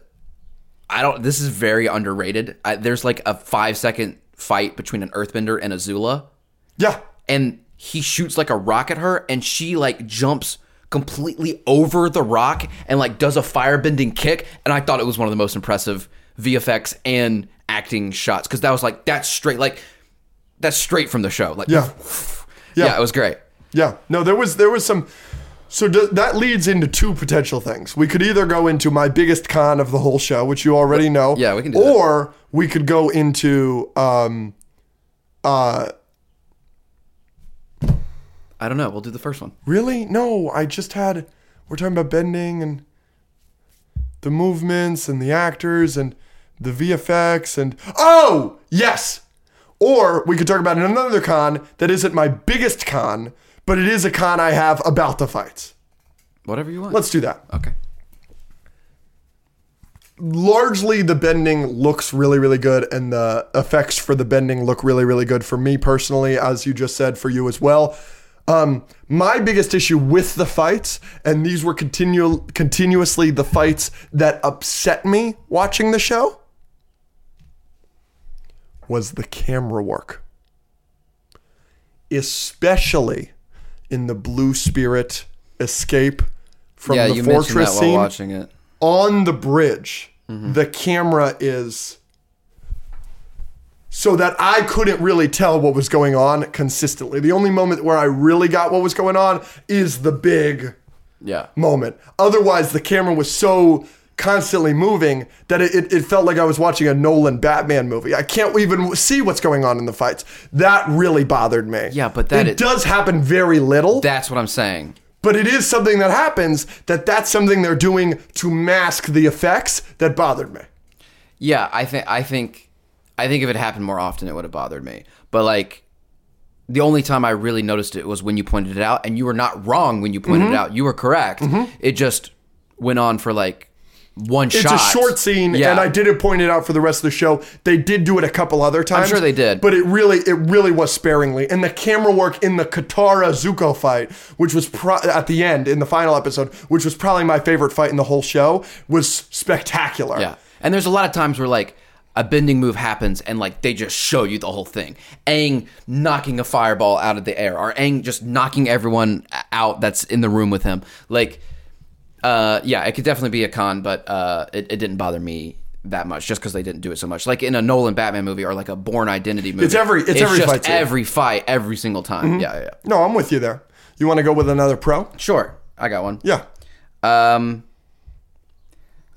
[SPEAKER 1] I don't. This is very underrated. I, there's like a five second fight between an Earthbender and Azula,
[SPEAKER 2] Yeah.
[SPEAKER 1] and he shoots like a rock at her, and she like jumps completely over the rock and like does a firebending kick. And I thought it was one of the most impressive VFX and acting shots because that was like that's straight like that's straight from the show. Like
[SPEAKER 2] Yeah.
[SPEAKER 1] yeah,
[SPEAKER 2] Yeah.
[SPEAKER 1] it was great.
[SPEAKER 2] Yeah. No, there was there was some. So d- that leads into two potential things. We could either go into my biggest con of the whole show, which you already know.
[SPEAKER 1] Yeah, we can do that.
[SPEAKER 2] Or we could go into um, uh,
[SPEAKER 1] I don't know. We'll do the first one.
[SPEAKER 2] Really? No, I just had. We're talking about bending and the movements and the actors and the VFX and. Oh! Yes! Or we could talk about another con that isn't my biggest con, but it is a con I have about the fights.
[SPEAKER 1] Whatever you want.
[SPEAKER 2] Let's do that.
[SPEAKER 1] okay.
[SPEAKER 2] largely the bending looks really really good and the effects for the bending look really really good for me personally as you just said for you as well um, my biggest issue with the fights and these were continual continuously the fights that upset me watching the show was the camera work especially in the blue spirit escape from
[SPEAKER 1] yeah,
[SPEAKER 2] the
[SPEAKER 1] you mentioned that
[SPEAKER 2] fortress
[SPEAKER 1] while
[SPEAKER 2] scene
[SPEAKER 1] watching it.
[SPEAKER 2] on the bridge, the camera is so that I couldn't really tell what was going on consistently. The only moment where I really got what was going on is the big
[SPEAKER 1] Yeah.
[SPEAKER 2] moment. Otherwise, the camera was so constantly moving that it, it, it felt like I was watching a Nolan Batman movie. I can't even see what's going on in the fights. That really bothered me.
[SPEAKER 1] Yeah, but that
[SPEAKER 2] it
[SPEAKER 1] is-
[SPEAKER 2] does happen very little.
[SPEAKER 1] That's what I'm saying.
[SPEAKER 2] But it is something that happens that that's something they're doing to mask the effects that bothered me.
[SPEAKER 1] Yeah, I think I think I think if it happened more often, it would have bothered me. But like, the only time I really noticed it was when you pointed it out, and you were not wrong when you pointed
[SPEAKER 2] Mm-hmm.
[SPEAKER 1] it out. You were correct. It just went on for like one
[SPEAKER 2] It's
[SPEAKER 1] shot.
[SPEAKER 2] a short scene,
[SPEAKER 1] Yeah.
[SPEAKER 2] and I didn't point it out for the rest of the show. They did do it a couple other times.
[SPEAKER 1] sure they did.
[SPEAKER 2] But it really, it really was sparingly. And the camera work in the Katara Zuko fight, which was pro- at the end in the final episode, which was probably my favorite fight in the whole show, was spectacular.
[SPEAKER 1] Yeah. And there's a lot of times where like a bending move happens and like they just show you the whole thing. Aang knocking a fireball out of the air or Aang just knocking everyone out that's in the room with him. Like uh yeah, it could definitely be a con, but uh it, it didn't bother me that much just because they didn't do it so much. Like in a Nolan Batman movie or like a Born Identity movie.
[SPEAKER 2] every- it's every
[SPEAKER 1] just
[SPEAKER 2] fight scene. Mm-hmm.
[SPEAKER 1] every fight every single time. Yeah, yeah, yeah.
[SPEAKER 2] No, I'm with you there. You want to go with another pro?
[SPEAKER 1] Sure. I got one.
[SPEAKER 2] Yeah.
[SPEAKER 1] Um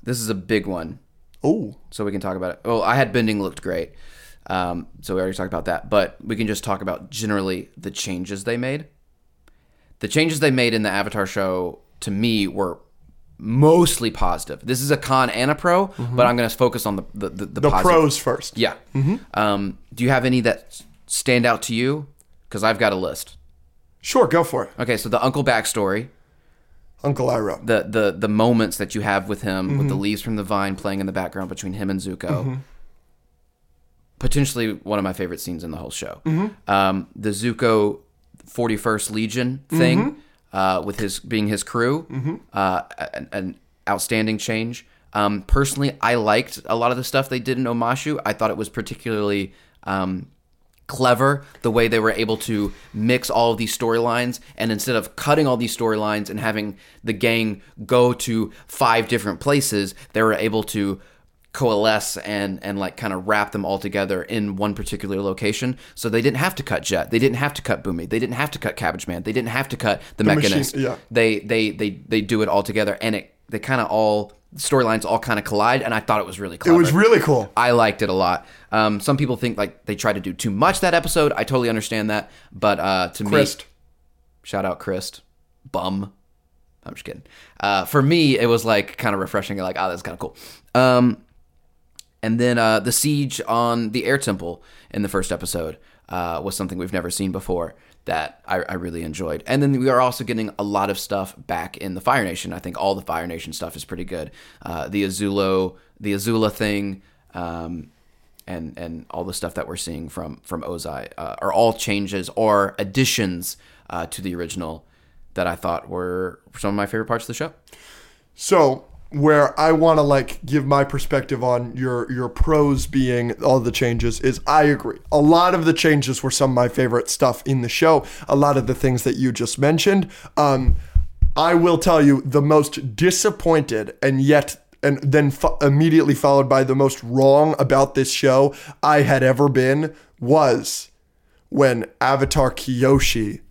[SPEAKER 1] this is a big one.
[SPEAKER 2] Oh,
[SPEAKER 1] so we can talk about it. Well, I had bending looked great, um, so we already talked about that. But we can just talk about generally the changes they made. The changes they made in the Avatar show to me were mostly positive. This is a con and a pro, but I'm going to focus on the the the, the,
[SPEAKER 2] the
[SPEAKER 1] positive.
[SPEAKER 2] pros first.
[SPEAKER 1] Yeah. Um, do you have any that s- stand out to you? Because I've got a list.
[SPEAKER 2] Sure, go for it,
[SPEAKER 1] Okay, so the uncle backstory
[SPEAKER 2] Uncle Iroh.
[SPEAKER 1] the the the moments that you have with him with the leaves from the vine playing in the background between him and Zuko. Potentially one of my favorite scenes in the whole show. Um, the Zuko 41st Legion thing uh, with his being his crew, uh, an, an outstanding change. Um, personally, I liked a lot of the stuff they did in Omashu. I thought it was particularly um, clever the way they were able to mix all of these storylines and instead of cutting all these storylines and having the gang go to five different places they were able to coalesce and and like kind of wrap them all together in one particular location. So they didn't have to cut Jet. They didn't have to cut Boomy. They didn't have to cut Cabbage Man. They didn't have to cut the,
[SPEAKER 2] Machine-
[SPEAKER 1] Mechanist.
[SPEAKER 2] yeah.
[SPEAKER 1] They they they they do it all together, and it they kind of all storylines all kind of collide. And I thought it was really
[SPEAKER 2] It
[SPEAKER 1] clever.
[SPEAKER 2] was really cool.
[SPEAKER 1] I liked it a lot. Um, some people think like they tried to do too much that episode. I totally understand that, but uh, to me,
[SPEAKER 2] Christ.
[SPEAKER 1] shout out Chris, bum. I'm just kidding. Uh, for me, it was like kind of refreshing. Like, oh, that's kind of cool. Um, and then uh, the siege on the air temple in the first episode uh, was something we've never seen before that I, I really enjoyed. And then we are also getting a lot of stuff back in the Fire Nation. I think all the Fire Nation stuff is pretty good. Uh, the Azulo, the Azula thing, um, and and all the stuff that we're seeing from from Ozai uh, are all changes or additions uh, to the original that I thought were some of my favorite parts of the show.
[SPEAKER 2] So where I want to like give my perspective on your your pros being all the changes is I agree. A lot of the changes were some of my favorite stuff in the show. A lot of the things that you just mentioned. Um, I will tell you the most disappointed and yet and then fo- immediately followed by the most wrong about this show I had ever been was when Avatar Kyoshi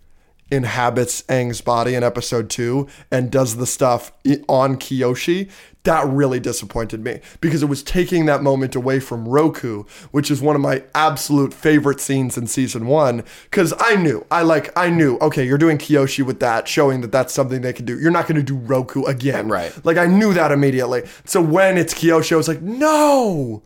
[SPEAKER 2] inhabits Aang's body in episode two and does the stuff i- on Kyoshi, that really disappointed me because it was taking that moment away from Roku, which is one of my absolute favorite scenes in season one. Because I knew, I like, I knew, okay, you're doing Kyoshi with that, showing that that's something they can do. You're not going to do Roku again.
[SPEAKER 1] Right.
[SPEAKER 2] Like I knew that immediately. So when it's Kyoshi, I was like, no.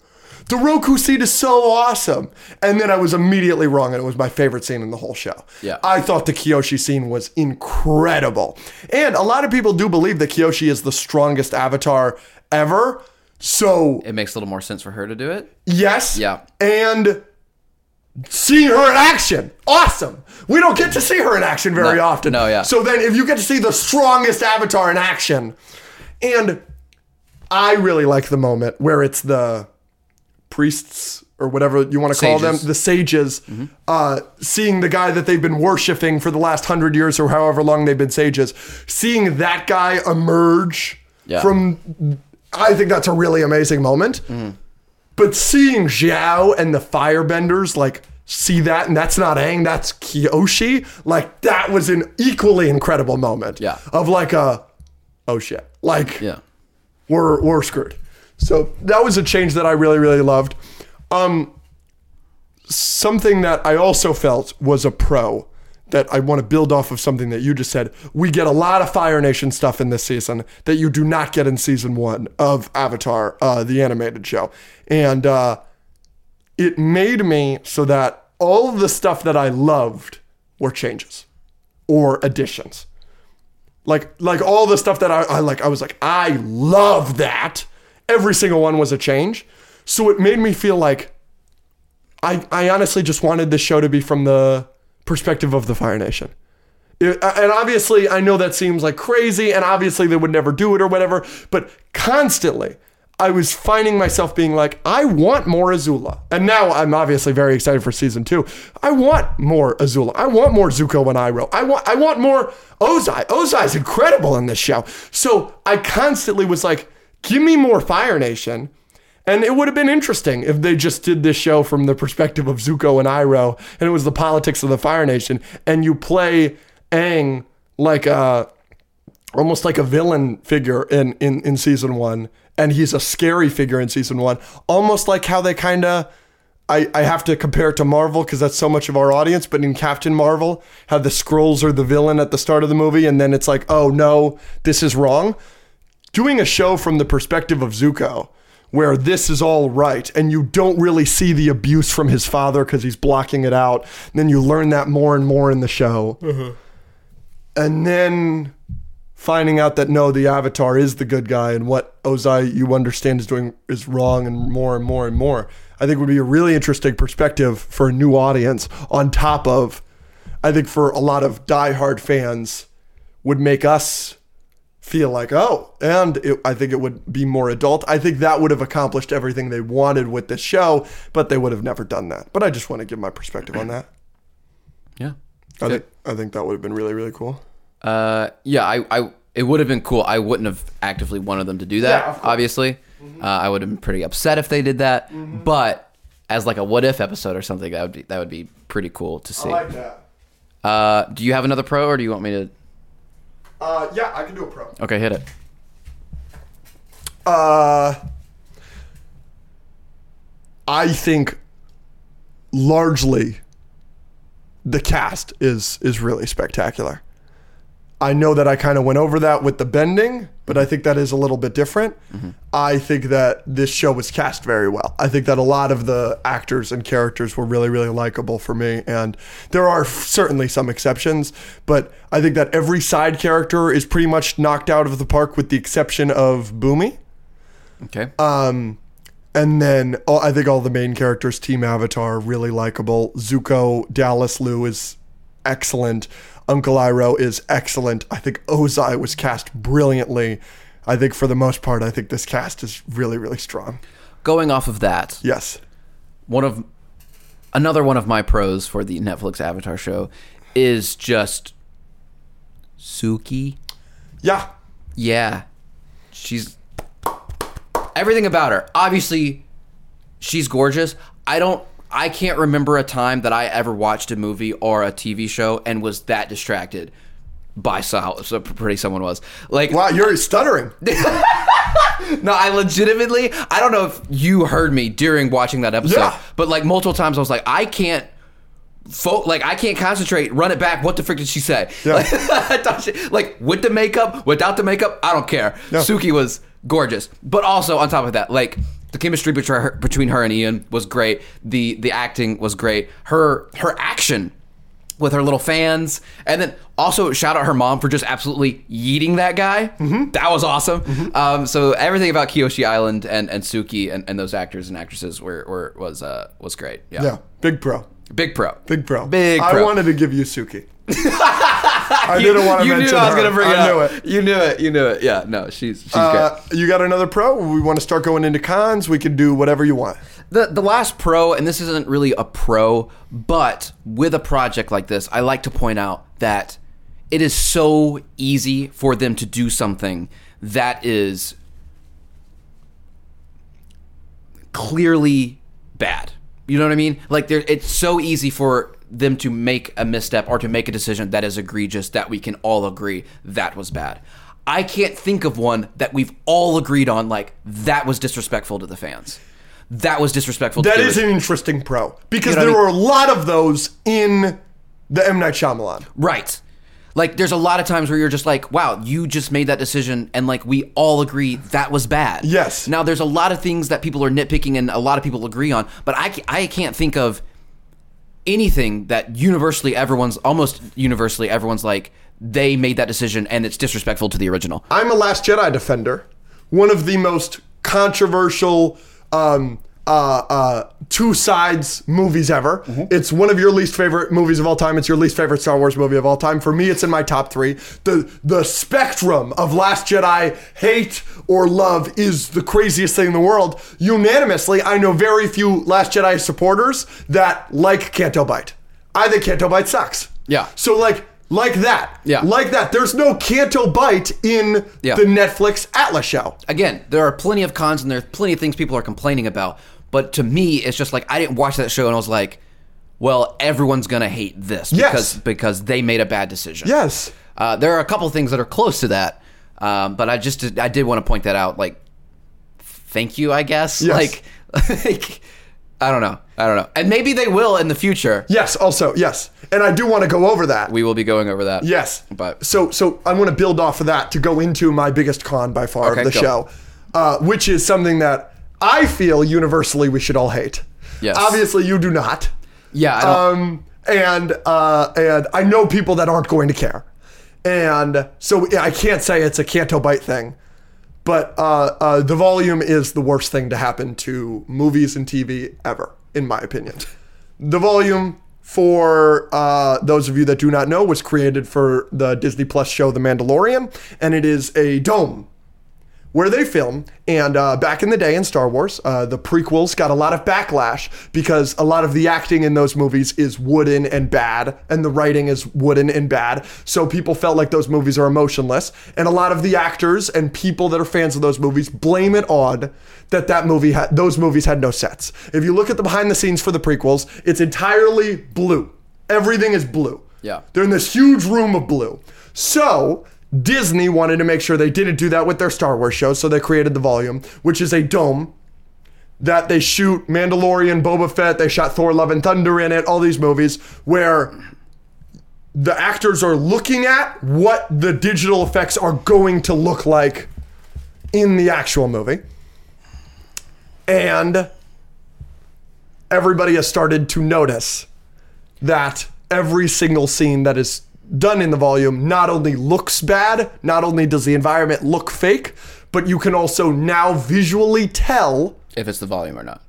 [SPEAKER 2] The Roku scene is so awesome. And then I was immediately wrong, and it was my favorite scene in the whole show.
[SPEAKER 1] Yeah.
[SPEAKER 2] I thought the Kyoshi scene was incredible. And a lot of people do believe that Kyoshi is the strongest avatar ever. So,
[SPEAKER 1] It makes a little more sense for her to do it.
[SPEAKER 2] yes.
[SPEAKER 1] Yeah.
[SPEAKER 2] And seeing her in action. Awesome. We don't get to see her in action very
[SPEAKER 1] No,
[SPEAKER 2] often.
[SPEAKER 1] no, yeah.
[SPEAKER 2] So then if you get to see the strongest avatar in action, and I really like the moment where it's the priests or whatever you want to call them,
[SPEAKER 1] Sages. Mm-hmm.
[SPEAKER 2] the sages, uh, seeing the guy that they've been worshiping for the last hundred years or however long they've been sages, seeing that guy emerge
[SPEAKER 1] Yeah.
[SPEAKER 2] from, I think that's a really amazing moment. But seeing Zhao and the firebenders like see that, and that's not Aang, that's Kyoshi, like that was an equally incredible moment.
[SPEAKER 1] Yeah.
[SPEAKER 2] Of like a, oh shit. Like,
[SPEAKER 1] Yeah.
[SPEAKER 2] we're, we're screwed. So that was a change that I really, really loved. Um, something that I also felt was a pro that I want to build off of something that you just said. We get a lot of Fire Nation stuff in this season that you do not get in season one of Avatar, uh, the animated show. And uh, it made me so that all of the stuff that I loved were changes or additions like like all the stuff that I, I like i was like i love that every single one was a change so it made me feel like i i honestly just wanted this show to be from the perspective of the fire nation It- and obviously i know that seems like crazy and obviously they would never do it or whatever but constantly i was finding myself being like i want more azula and now i'm obviously very excited for season two i want more azula i want more zuko and iroh i want i want more ozai ozai's incredible in this show so i constantly was like give me more fire nation and it would have been interesting if they just did this show from the perspective of Zuko and Iroh, and it was the politics of the Fire Nation, and you play Aang like a almost like a villain figure in in, in season one, and he's a scary figure in season one, almost like how they kind of. I, I have to compare it to Marvel because that's so much of our audience. But in Captain Marvel, how the scrolls are the villain at the start of the movie, and then it's like, oh no, this is wrong doing a show from the perspective of Zuko, where this is all right, and you don't really see the abuse from his father because he's blocking it out. And then you learn that more and more in the show. And then finding out that no, the Avatar is the good guy, and what Ozai you understand is doing is wrong, and more and more and more. I think would be a really interesting perspective for a new audience. On top of, I think for a lot of diehard fans, would make us feel like oh and it, i think it would be more adult i think that would have accomplished everything they wanted with this show but they would have never done that but i just want to give my perspective on that
[SPEAKER 1] Yeah.
[SPEAKER 2] i think i think that would have been really really cool
[SPEAKER 1] Uh, yeah, I, I, it would have been cool. I wouldn't have actively wanted them to do that,
[SPEAKER 2] Yeah, of course. Mm-hmm.
[SPEAKER 1] obviously. Uh, I would have been pretty upset if they did that, but as like a what if episode or something, that would be that would be pretty cool to see.
[SPEAKER 2] I like that.
[SPEAKER 1] uh, do you have another pro, or do you want me to?
[SPEAKER 2] Uh, yeah, I can do a pro.
[SPEAKER 1] Okay, hit it.
[SPEAKER 2] Uh, I think largely the cast is is really spectacular. I know that I kind of went over that with the bending, but I think that is a little bit different. I think that this show was cast very well. I think that a lot of the actors and characters were really, really likable for me. And there are certainly some exceptions, but I think that every side character is pretty much knocked out of the park with the exception of Boomy.
[SPEAKER 1] Okay.
[SPEAKER 2] Um, and then all, I think all the main characters, Team Avatar, are really likable. Zuko, Dallas Liu is excellent. Uncle Iroh is excellent. I think Ozai was cast brilliantly. I think for the most part, I think this cast is really, really strong.
[SPEAKER 1] Going off of that,
[SPEAKER 2] Yes.
[SPEAKER 1] one of another one of my pros for the Netflix Avatar show is just Suki.
[SPEAKER 2] Yeah.
[SPEAKER 1] Yeah. She's everything about her. Obviously, she's gorgeous. I don't I can't remember a time that I ever watched a movie or a TV show and was that distracted by so how so pretty someone was. Like
[SPEAKER 2] Wow, you're stuttering.
[SPEAKER 1] no, I legitimately I don't know if you heard me during watching that episode,
[SPEAKER 2] Yeah.
[SPEAKER 1] but like multiple times I was like I can't fo- like I can't concentrate. Run it back. What the frick did she say?
[SPEAKER 2] Yeah.
[SPEAKER 1] Like, I thought she- like, with the makeup, without the makeup, I don't care.
[SPEAKER 2] Yeah.
[SPEAKER 1] Suki was gorgeous, but also on top of that, like the chemistry between her, between her and Ian was great. The the acting was great. Her her action with her little fans, and then also shout out her mom for just absolutely yeeting that guy.
[SPEAKER 2] Mm-hmm.
[SPEAKER 1] That was awesome. Um, so everything about Kiyoshi Island and, and Suki and, and those actors and actresses were, were was uh, was great.
[SPEAKER 2] Yeah. Big pro.
[SPEAKER 1] Big pro.
[SPEAKER 2] Big pro.
[SPEAKER 1] Big pro.
[SPEAKER 2] I wanted to give you Suki. I didn't want to
[SPEAKER 1] you
[SPEAKER 2] mention
[SPEAKER 1] knew I was
[SPEAKER 2] her.
[SPEAKER 1] going to bring it
[SPEAKER 2] I
[SPEAKER 1] up.
[SPEAKER 2] knew
[SPEAKER 1] You knew it. You knew it. Yeah. No, she's she's
[SPEAKER 2] Uh,
[SPEAKER 1] great.
[SPEAKER 2] you got another pro? We want to start going into cons. We can do whatever you want.
[SPEAKER 1] The the last pro, and this isn't really a pro, but with a project like this, I like to point out that it is so easy for them to do something that is clearly bad. You know what I mean? Like there it's so easy for them to make a misstep or to make a decision that is egregious that we can all agree that was bad. I can't think of one that we've all agreed on like that was disrespectful to the fans. That was disrespectful
[SPEAKER 2] That
[SPEAKER 1] to
[SPEAKER 2] is
[SPEAKER 1] the
[SPEAKER 2] an interesting pro because
[SPEAKER 1] You know
[SPEAKER 2] there
[SPEAKER 1] what I
[SPEAKER 2] were a lot of those in the M Night Shyamalan.
[SPEAKER 1] Right. Like there's a lot of times where you're just like, wow, you just made that decision and like we all agree that was bad.
[SPEAKER 2] Yes.
[SPEAKER 1] Now there's a lot of things that people are nitpicking and a lot of people agree on, but I ca- I can't think of anything that universally everyone's almost universally everyone's like they made that decision and it's disrespectful to the original.
[SPEAKER 2] I'm a Last Jedi defender, one of the most controversial um, uh, uh, two sides movies ever.
[SPEAKER 1] Mm-hmm.
[SPEAKER 2] It's one of your least favorite movies of all time. It's your least favorite Star Wars movie of all time. For me, it's in my top three. the The spectrum of Last Jedi hate or love is the craziest thing in the world. Unanimously, I know very few Last Jedi supporters that like Canto Bite. I think Canto Bite sucks.
[SPEAKER 1] Yeah.
[SPEAKER 2] So like like that.
[SPEAKER 1] Yeah.
[SPEAKER 2] Like that. There's no Canto Bite in
[SPEAKER 1] Yeah.
[SPEAKER 2] the Netflix Atlas show.
[SPEAKER 1] Again, there are plenty of cons and there are plenty of things people are complaining about, but to me it's just like I didn't watch that show and I was like, well, everyone's going to hate this
[SPEAKER 2] Yes.
[SPEAKER 1] because because they made a bad decision.
[SPEAKER 2] Yes.
[SPEAKER 1] Uh, there are a couple things that are close to that, um, but I just did, I did want to point that out. Like, thank you, I guess.
[SPEAKER 2] Yes.
[SPEAKER 1] Like, like, I don't know, I don't know, and maybe they will in the future.
[SPEAKER 2] Yes, also, yes. And I do want to go over that.
[SPEAKER 1] We will be going over that.
[SPEAKER 2] yes.
[SPEAKER 1] but
[SPEAKER 2] so so I want to build off of that to go into my biggest con by far
[SPEAKER 1] Okay,
[SPEAKER 2] of the
[SPEAKER 1] go.
[SPEAKER 2] show. Uh, which is something that I feel universally we should all hate.
[SPEAKER 1] Yes.
[SPEAKER 2] Obviously you do not.
[SPEAKER 1] yeah, I don't,
[SPEAKER 2] Um, and uh, and I know people that aren't going to care, and so yeah, I can't say it's a Canto Bite thing, but uh, uh, the volume is the worst thing to happen to movies and TV ever, in my opinion. The volume, for uh, those of you that do not know, was created for the Disney Plus show The Mandalorian, and it is a dome where they film. And uh, back in the day in Star Wars, uh, the prequels got a lot of backlash because a lot of the acting in those movies is wooden and bad, and the writing is wooden and bad. So people felt like those movies are emotionless. And a lot of the actors and people that are fans of those movies blame it on that that movie had those movies had no sets. If you look at the behind the scenes for the prequels, it's entirely blue. Everything is blue.
[SPEAKER 1] Yeah.
[SPEAKER 2] They're in this huge room of blue. So Disney wanted to make sure they didn't do that with their Star Wars show, so they created the volume, which is a dome that they shoot Mandalorian, Boba Fett, they shot Thor Love and Thunder in it, all these movies where the actors are looking at what the digital effects are going to look like in the actual movie. And everybody has started to notice that every single scene that is done in the volume not only looks bad, not only does the environment look fake, but you can also now visually tell
[SPEAKER 1] if it's the volume or not.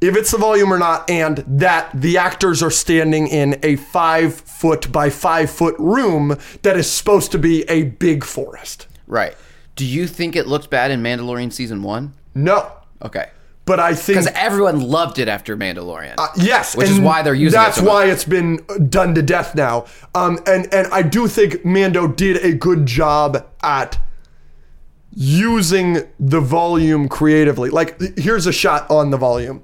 [SPEAKER 2] if it's the volume or not, and that the actors are standing in a five foot by five foot room that is supposed to be a big forest.
[SPEAKER 1] Right. Do you think it looked bad in Mandalorian season one?
[SPEAKER 2] No,
[SPEAKER 1] Okay.
[SPEAKER 2] but I think
[SPEAKER 1] Because everyone loved it after Mandalorian.
[SPEAKER 2] Uh, Yes,
[SPEAKER 1] Which is
[SPEAKER 2] and
[SPEAKER 1] why they're using it
[SPEAKER 2] That's
[SPEAKER 1] so much.
[SPEAKER 2] why it's been done to death now. Um, and and I do think Mando did a good job at using the volume creatively. Like, th- here's a shot on the volume.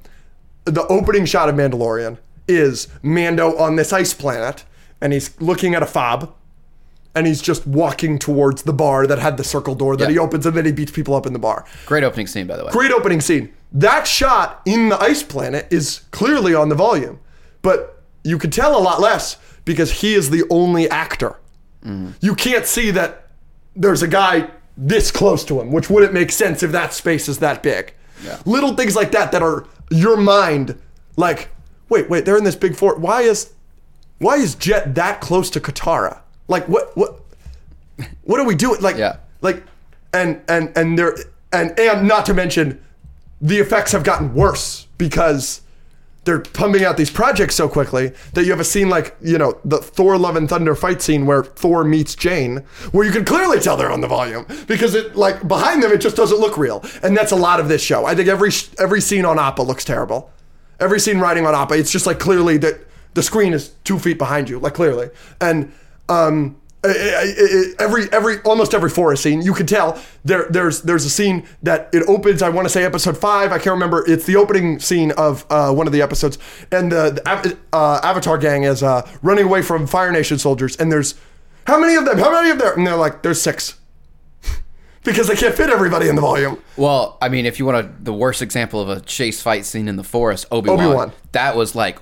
[SPEAKER 2] The opening shot of Mandalorian is Mando on this ice planet, and he's looking at a fob. And he's just walking towards the bar that had the circle door that
[SPEAKER 1] Yeah.
[SPEAKER 2] he opens, and then he beats people up in the bar
[SPEAKER 1] Great opening scene, by the way.
[SPEAKER 2] great opening scene. That shot in the ice planet is clearly on the volume, but you could tell a lot less because he is the only actor. You can't see that there's a guy this close to him, which wouldn't make sense if that space is that big. Little things like that that are your mind, like, wait, wait, they're in this big fort. Why is, why is Jet that close to Katara? Like, what, what, what are we doing? Like,
[SPEAKER 1] Yeah.
[SPEAKER 2] like, and and and there and and not to mention, the effects have gotten worse because they're pumping out these projects so quickly that you have a scene like you know the Thor Love and Thunder fight scene where Thor meets Jane, where you can clearly tell they're on the volume because it like behind them it just doesn't look real, and that's a lot of this show. I think every sh- every scene on Appa looks terrible. Every scene riding on Appa, it's just like clearly that the screen is two feet behind you, like clearly, and um, I- I- I- every every almost every forest scene you can tell there there's there's a scene that it opens I want to say episode five I can't remember it's the opening scene of uh, one of the episodes and the, the Av- uh, Avatar gang is uh, running away from Fire Nation soldiers and there's how many of them how many of them and they're like there's six because they can't fit everybody in the volume
[SPEAKER 1] Well, I mean, if you want a, the worst example of a chase fight scene in the forest, Obi
[SPEAKER 2] Obi-Wan.
[SPEAKER 1] Wan, that was like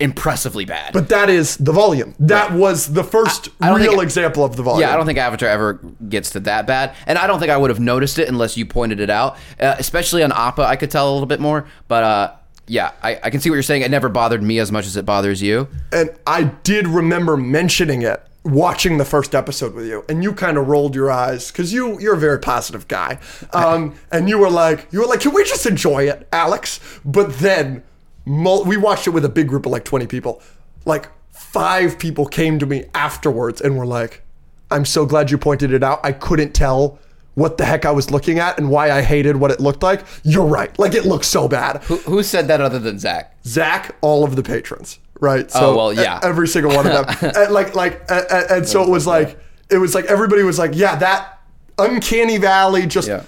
[SPEAKER 1] impressively bad.
[SPEAKER 2] but that is the volume that was the first
[SPEAKER 1] I don't
[SPEAKER 2] real
[SPEAKER 1] think-
[SPEAKER 2] example of the volume
[SPEAKER 1] yeah, I don't think Avatar ever gets to that bad, and I don't think I would have noticed it unless you pointed it out. Uh, especially on Appa, I could tell a little bit more. But uh, yeah, I, I can see what you're saying. It never bothered me as much as it bothers you.
[SPEAKER 2] and I did remember mentioning it watching the first episode with you, and you kind of rolled your eyes because you you're a very positive guy, um, and you were like you were like, can we just enjoy it, Alex? But then mul- we watched it with a big group of like twenty people, like five people came to me afterwards and were like, I'm so glad you pointed it out. I couldn't tell. What the heck I was looking at and why I hated what it looked like. You're right. Like it looks so bad.
[SPEAKER 1] Who, who said that other than Zach?
[SPEAKER 2] Zach all of the patrons, right? So
[SPEAKER 1] Oh, well,
[SPEAKER 2] e-
[SPEAKER 1] yeah.
[SPEAKER 2] every single one of them. and like like and, and- and so it was like it was like everybody was like, yeah, that uncanny valley just
[SPEAKER 1] Yeah.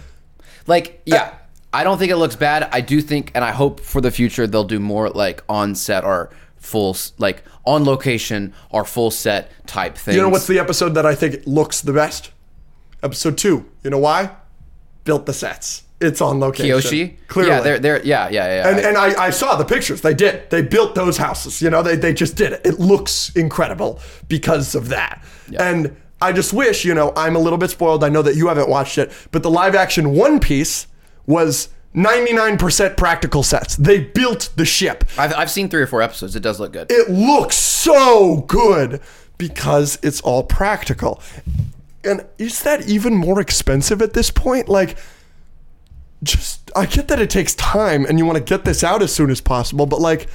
[SPEAKER 1] Like, yeah, I don't think it looks bad. I do think, and I hope for the future they'll do more like on set or full, s- like on location or full set type things.
[SPEAKER 2] You know what's the episode that I think looks the best? Episode 2. You know why? Built the sets. It's on location.
[SPEAKER 1] Kyoshi?
[SPEAKER 2] Clearly.
[SPEAKER 1] Yeah, they're, they're, yeah, yeah, yeah.
[SPEAKER 2] and
[SPEAKER 1] I-
[SPEAKER 2] and I, I saw the pictures. They did. They built those houses. You know, they, they just did it. It looks incredible because of that. And I just wish, you know, I'm a little bit spoiled. I know that you haven't watched it, but the live action One Piece was 99% practical sets. They built the ship.
[SPEAKER 1] I've, I've seen three or four episodes. It does look good.
[SPEAKER 2] It looks so good because it's all practical. And is that even more expensive at this point? Like, just, I get that it takes time and you want to get this out as soon as possible, but like,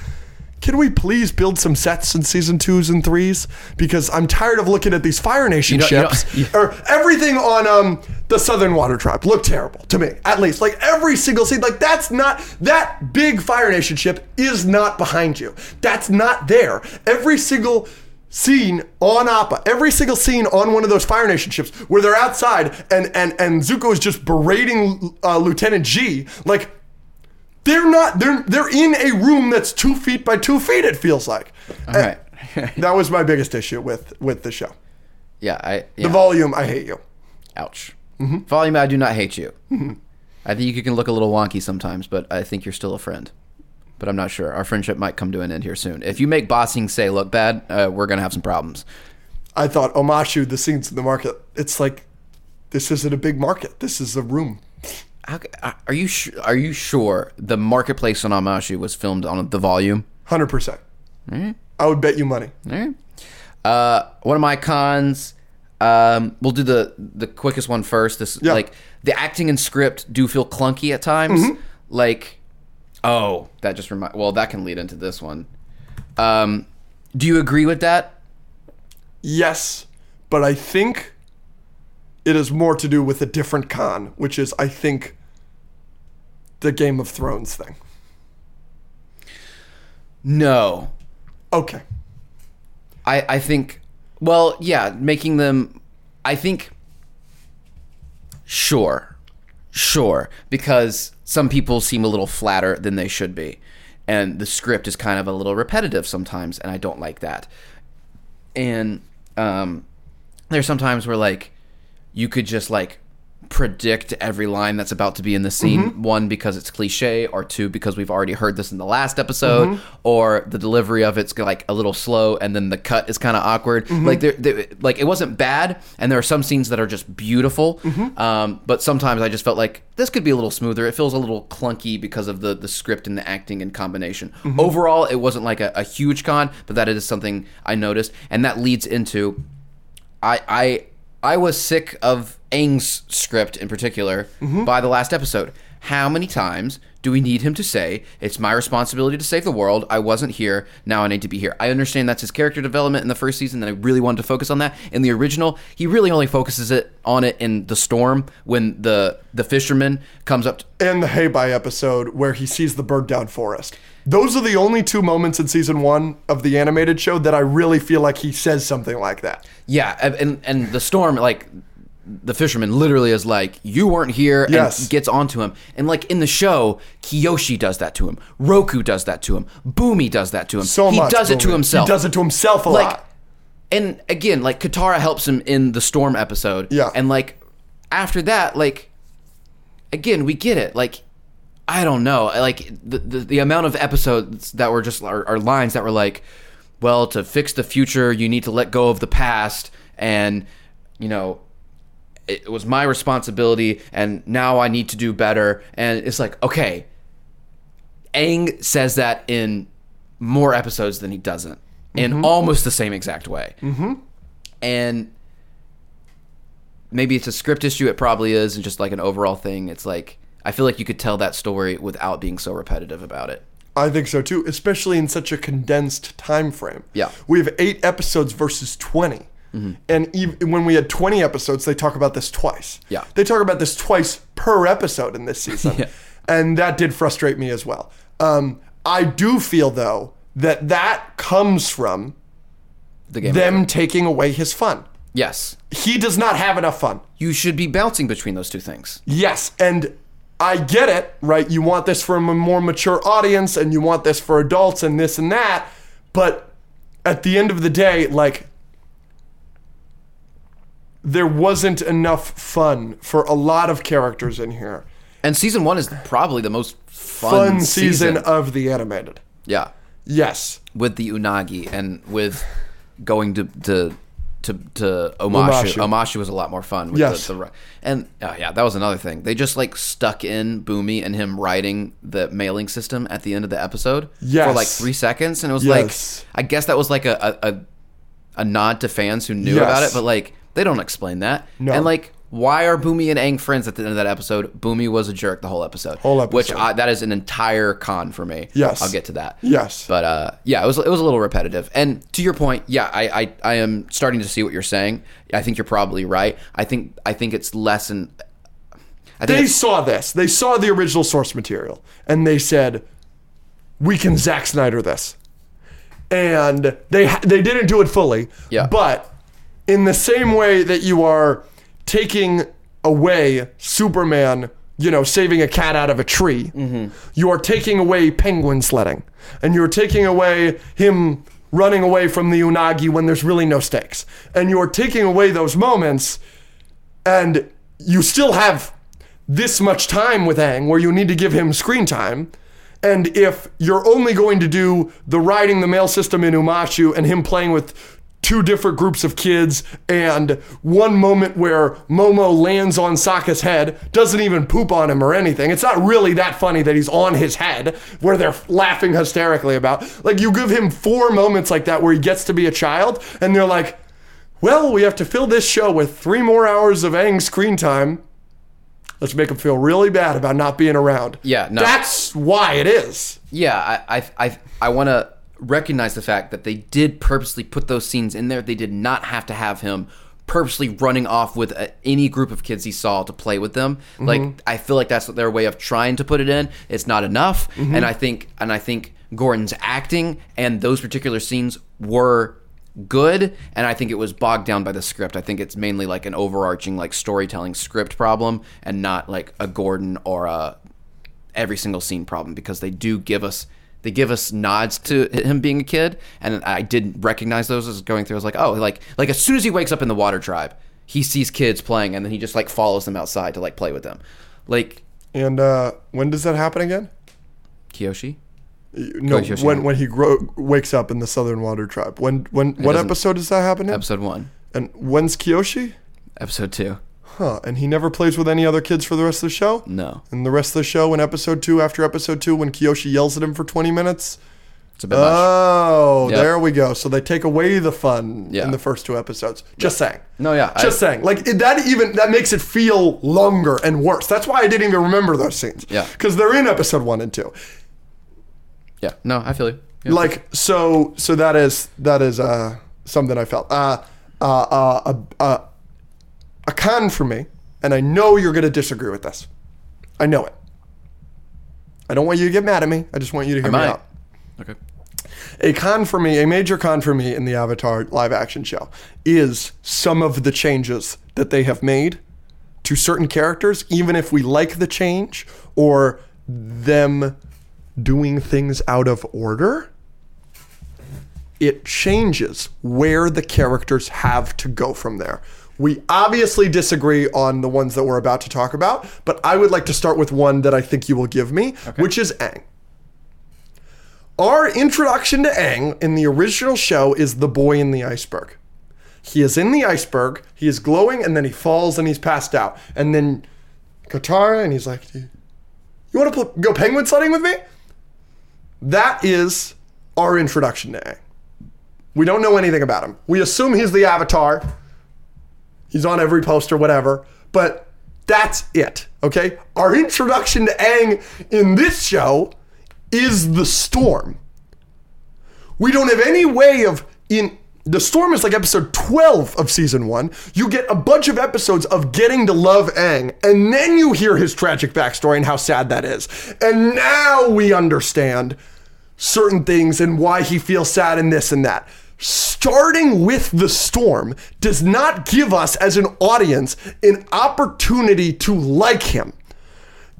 [SPEAKER 2] can we please build some sets in season twos and threes? Because I'm tired of looking at these Fire Nation
[SPEAKER 1] You don't- you
[SPEAKER 2] ships
[SPEAKER 1] don't-
[SPEAKER 2] or everything on um the Southern Water Tribe looked terrible to me, at least. Like every single scene, like that's not that big Fire Nation ship is not behind you. That's not there. Every single scene on Appa, every single scene on one of those Fire Nation ships where they're outside and and and Zuko is just berating uh, Lieutenant G, like they're not they're they're in a room that's two feet by two feet. It feels like.
[SPEAKER 1] All right.
[SPEAKER 2] that was my biggest issue with with the show.
[SPEAKER 1] yeah, I.
[SPEAKER 2] The
[SPEAKER 1] Yeah.
[SPEAKER 2] volume, I hate you.
[SPEAKER 1] Ouch. Volume, I do not hate you. I think you can look a little wonky sometimes, but I think you're still a friend. But I'm not sure. Our friendship might come to an end here soon. If you make bossing say look bad, uh, we're gonna have some problems.
[SPEAKER 2] I thought Omashu, the scenes in the market. It's like this isn't a big market. This is a room.
[SPEAKER 1] How, ca- are you sh- are you sure the marketplace on Amashu was filmed on the volume?
[SPEAKER 2] Hundred percent. I would bet you money.
[SPEAKER 1] Eh. Uh, one of my cons. Um, we'll do the the quickest one first. This
[SPEAKER 2] Yeah.
[SPEAKER 1] like the acting and script do feel clunky at times. Like, oh, that just remind. Well, that can lead into this one. Um, do you agree with that?
[SPEAKER 2] Yes, but I think it is more to do with a different con, which is I think the Game of Thrones thing.
[SPEAKER 1] No,
[SPEAKER 2] Okay.
[SPEAKER 1] I I think. Well, yeah, making them. I think. Sure, sure, because some people seem a little flatter than they should be, and the script is kind of a little repetitive sometimes, and I don't like that. and um, there's sometimes where like you could just like predict every line that's about to be in the scene one because it's cliche or two because we've already heard this in the last episode or the delivery of it's like a little slow and then the cut is kind of awkward like there, there like it wasn't bad and there are some scenes that are just beautiful um, but sometimes i just felt like this could be a little smoother it feels a little clunky because of the the script and the acting and combination overall it wasn't like a, a huge con but that is something i noticed and that leads into I I I was sick of Aang's script in particular by the last episode. How many times do we need him to say, "It's my responsibility to save the world. I wasn't here. Now I need to be here." I understand that's his character development in the first season, and I really wanted to focus on that. In the original, he really only focuses it on it in the storm when the the fisherman comes up. To,
[SPEAKER 2] and the Hey Bye episode where he sees the bird down forest. Those are the only two moments in season one of the animated show that I really feel like he says something like that.
[SPEAKER 1] Yeah, and- and and the storm like the fisherman literally is like you weren't here
[SPEAKER 2] Yes.
[SPEAKER 1] and gets onto him and like in the show Kiyoshi does that to him Roku does that to him Boomy does that to him
[SPEAKER 2] So
[SPEAKER 1] he
[SPEAKER 2] much.
[SPEAKER 1] does it to
[SPEAKER 2] Boomer.
[SPEAKER 1] himself
[SPEAKER 2] He does it to himself a
[SPEAKER 1] like
[SPEAKER 2] lot.
[SPEAKER 1] and again like Katara helps him in the storm episode
[SPEAKER 2] Yeah.
[SPEAKER 1] and like after that like again we get it like I don't know like the the, the amount of episodes that were just are, are lines that were like well to fix the future you need to let go of the past and you know it was my responsibility and now I need to do better and it's like okay Aang says that in more episodes than he doesn't in
[SPEAKER 2] Mm-hmm.
[SPEAKER 1] almost the same exact way. Mm-hmm. And maybe it's a script issue. It probably is, and just like an overall thing. It's like I feel like you could tell that story without being so repetitive about it.
[SPEAKER 2] I think so too, especially in such a condensed time frame.
[SPEAKER 1] Yeah. Mm-hmm.
[SPEAKER 2] we have eight episodes versus 20 and even when we had twenty episodes, they talk about this twice.
[SPEAKER 1] Yeah.
[SPEAKER 2] they talk about this twice per episode in this season,
[SPEAKER 1] Yeah.
[SPEAKER 2] and that did frustrate me as well. Um, I do feel though that that comes from
[SPEAKER 1] The game.
[SPEAKER 2] them taking away his fun.
[SPEAKER 1] yes,
[SPEAKER 2] He does not have enough fun.
[SPEAKER 1] you should be bouncing between those two things.
[SPEAKER 2] Yes, and I get it, right? You want this for a more mature audience and you want this for adults and this and that, but at the end of the day, like there wasn't enough fun for a lot of characters in here.
[SPEAKER 1] And season one is probably the most fun,
[SPEAKER 2] Fun, season, of the animated.
[SPEAKER 1] Yeah,
[SPEAKER 2] Yes.
[SPEAKER 1] with the unagi and with going to to to, to Omashu.
[SPEAKER 2] Omashu.
[SPEAKER 1] Omashu was a lot more fun. With
[SPEAKER 2] Yes.
[SPEAKER 1] the, the, ri- and oh yeah, that was another thing. They just like stuck in Boomy and him writing the mailing system at the end of the episode for
[SPEAKER 2] Yes.
[SPEAKER 1] like three seconds, and it was
[SPEAKER 2] Yes.
[SPEAKER 1] like I guess that was like a a, a, a nod to fans who knew
[SPEAKER 2] Yes.
[SPEAKER 1] about it, but like they don't explain that.
[SPEAKER 2] No.
[SPEAKER 1] And like Why are Boomy and Aang friends at the end of that episode? Boomy was a jerk the whole episode.
[SPEAKER 2] Whole episode.
[SPEAKER 1] Which I, that is an entire con for me.
[SPEAKER 2] Yes.
[SPEAKER 1] I'll get to that.
[SPEAKER 2] Yes.
[SPEAKER 1] But uh, yeah, it was it was a little repetitive. And to your point, yeah, I, I I am starting to see what you're saying. I think you're probably right. I think I think it's less an. I think
[SPEAKER 2] They
[SPEAKER 1] it's-
[SPEAKER 2] saw this. They saw the original source material, and they said, "We can Zack Snyder this." And they ha- they didn't do it fully.
[SPEAKER 1] Yeah.
[SPEAKER 2] But in the same way that you are taking away Superman, you know, saving a cat out of a tree,
[SPEAKER 1] Mm-hmm.
[SPEAKER 2] you are taking away penguin sledding, and you are taking away him running away from the unagi when there's really no stakes, and you are taking away those moments and you still have this much time with Aang where you need to give him screen time. And if you're only going to do the riding the mail system in Umashu and him playing with two different groups of kids and one moment where Momo lands on Sokka's head, doesn't even poop on him or anything. It's not really that funny that he's on his head where they're laughing hysterically about. Like you give him four moments like that where he gets to be a child and they're like, well, we have to fill this show with three more hours of Aang's screen time. Let's make him feel really bad about not being around.
[SPEAKER 1] Yeah, no.
[SPEAKER 2] That's why it is.
[SPEAKER 1] yeah, I I I, I want to recognize the fact that they did purposely put those scenes in there. They did not have to have him purposely running off with uh, any group of kids he saw to play with them. Like I feel like that's their way of trying to put it in. It's not enough, and I think and I think Gordon's acting and those particular scenes were good and i think it was bogged down by the script i think it's mainly like an overarching like storytelling script problem and not like a gordon or a every single scene problem because they do give us they give us nods to him being a kid and i did recognize those as going through i was like oh like like as soon as he wakes up in the water tribe he sees kids playing and then he just like follows them outside to like play with them like
[SPEAKER 2] And uh, when does that happen again?
[SPEAKER 1] kiyoshi
[SPEAKER 2] No,
[SPEAKER 1] Koichi Yoshino.
[SPEAKER 2] when when he grow, wakes up in the Southern Water Tribe. When when what
[SPEAKER 1] doesn't-
[SPEAKER 2] episode does that happen in?
[SPEAKER 1] episode one
[SPEAKER 2] And when's Kyoshi?
[SPEAKER 1] episode two
[SPEAKER 2] Huh? And he never plays with any other kids for the rest of the show.
[SPEAKER 1] no
[SPEAKER 2] And the rest of the show in episode two, after episode two, when Kyoshi yells at him for twenty minutes.
[SPEAKER 1] it's a bit much
[SPEAKER 2] Oh,
[SPEAKER 1] Yep.
[SPEAKER 2] there we go. So they take away the fun
[SPEAKER 1] Yeah.
[SPEAKER 2] in the first two episodes. Just saying.
[SPEAKER 1] No, yeah, I-
[SPEAKER 2] Just saying. Like it, that even that makes it feel longer and worse. That's why I didn't even remember those scenes.
[SPEAKER 1] Yeah.
[SPEAKER 2] Because they're in episode one and two.
[SPEAKER 1] yeah no i feel you Yeah.
[SPEAKER 2] Like so. So that is that is uh something I felt. Uh, uh, uh, uh, uh, a con for me, and I know you're gonna disagree with this. I know it. I don't want you to get mad at me. I just want you to hear
[SPEAKER 1] Am
[SPEAKER 2] me
[SPEAKER 1] I?
[SPEAKER 2] out.
[SPEAKER 1] okay
[SPEAKER 2] a con for me, a major con for me in the Avatar live action show is some of the changes that they have made to certain characters, even if we like the change or them doing things out of order. It changes where the characters have to go from there. We obviously disagree on the ones that we're about to talk about, but I would like to start with one that I think you will give me, which is Aang. Our introduction to Aang in the original show is the boy in the iceberg. He is in the iceberg, he is glowing, and then he falls and he's passed out. And then Katara, and he's like, "Do You want to go penguin sledding with me? That is our introduction to Aang. We don't know anything about him. We assume he's the avatar, he's on every poster, whatever, but that's it, okay? Our introduction to Aang in this show is the storm. We don't have any way of in the storm is like episode 12 of season 1. You get a bunch of episodes of getting to love Aang and then you hear his tragic backstory and how sad that is. And now we understand certain things and why he feels sad and this and that. Starting with the storm does not give us as an audience an opportunity to like him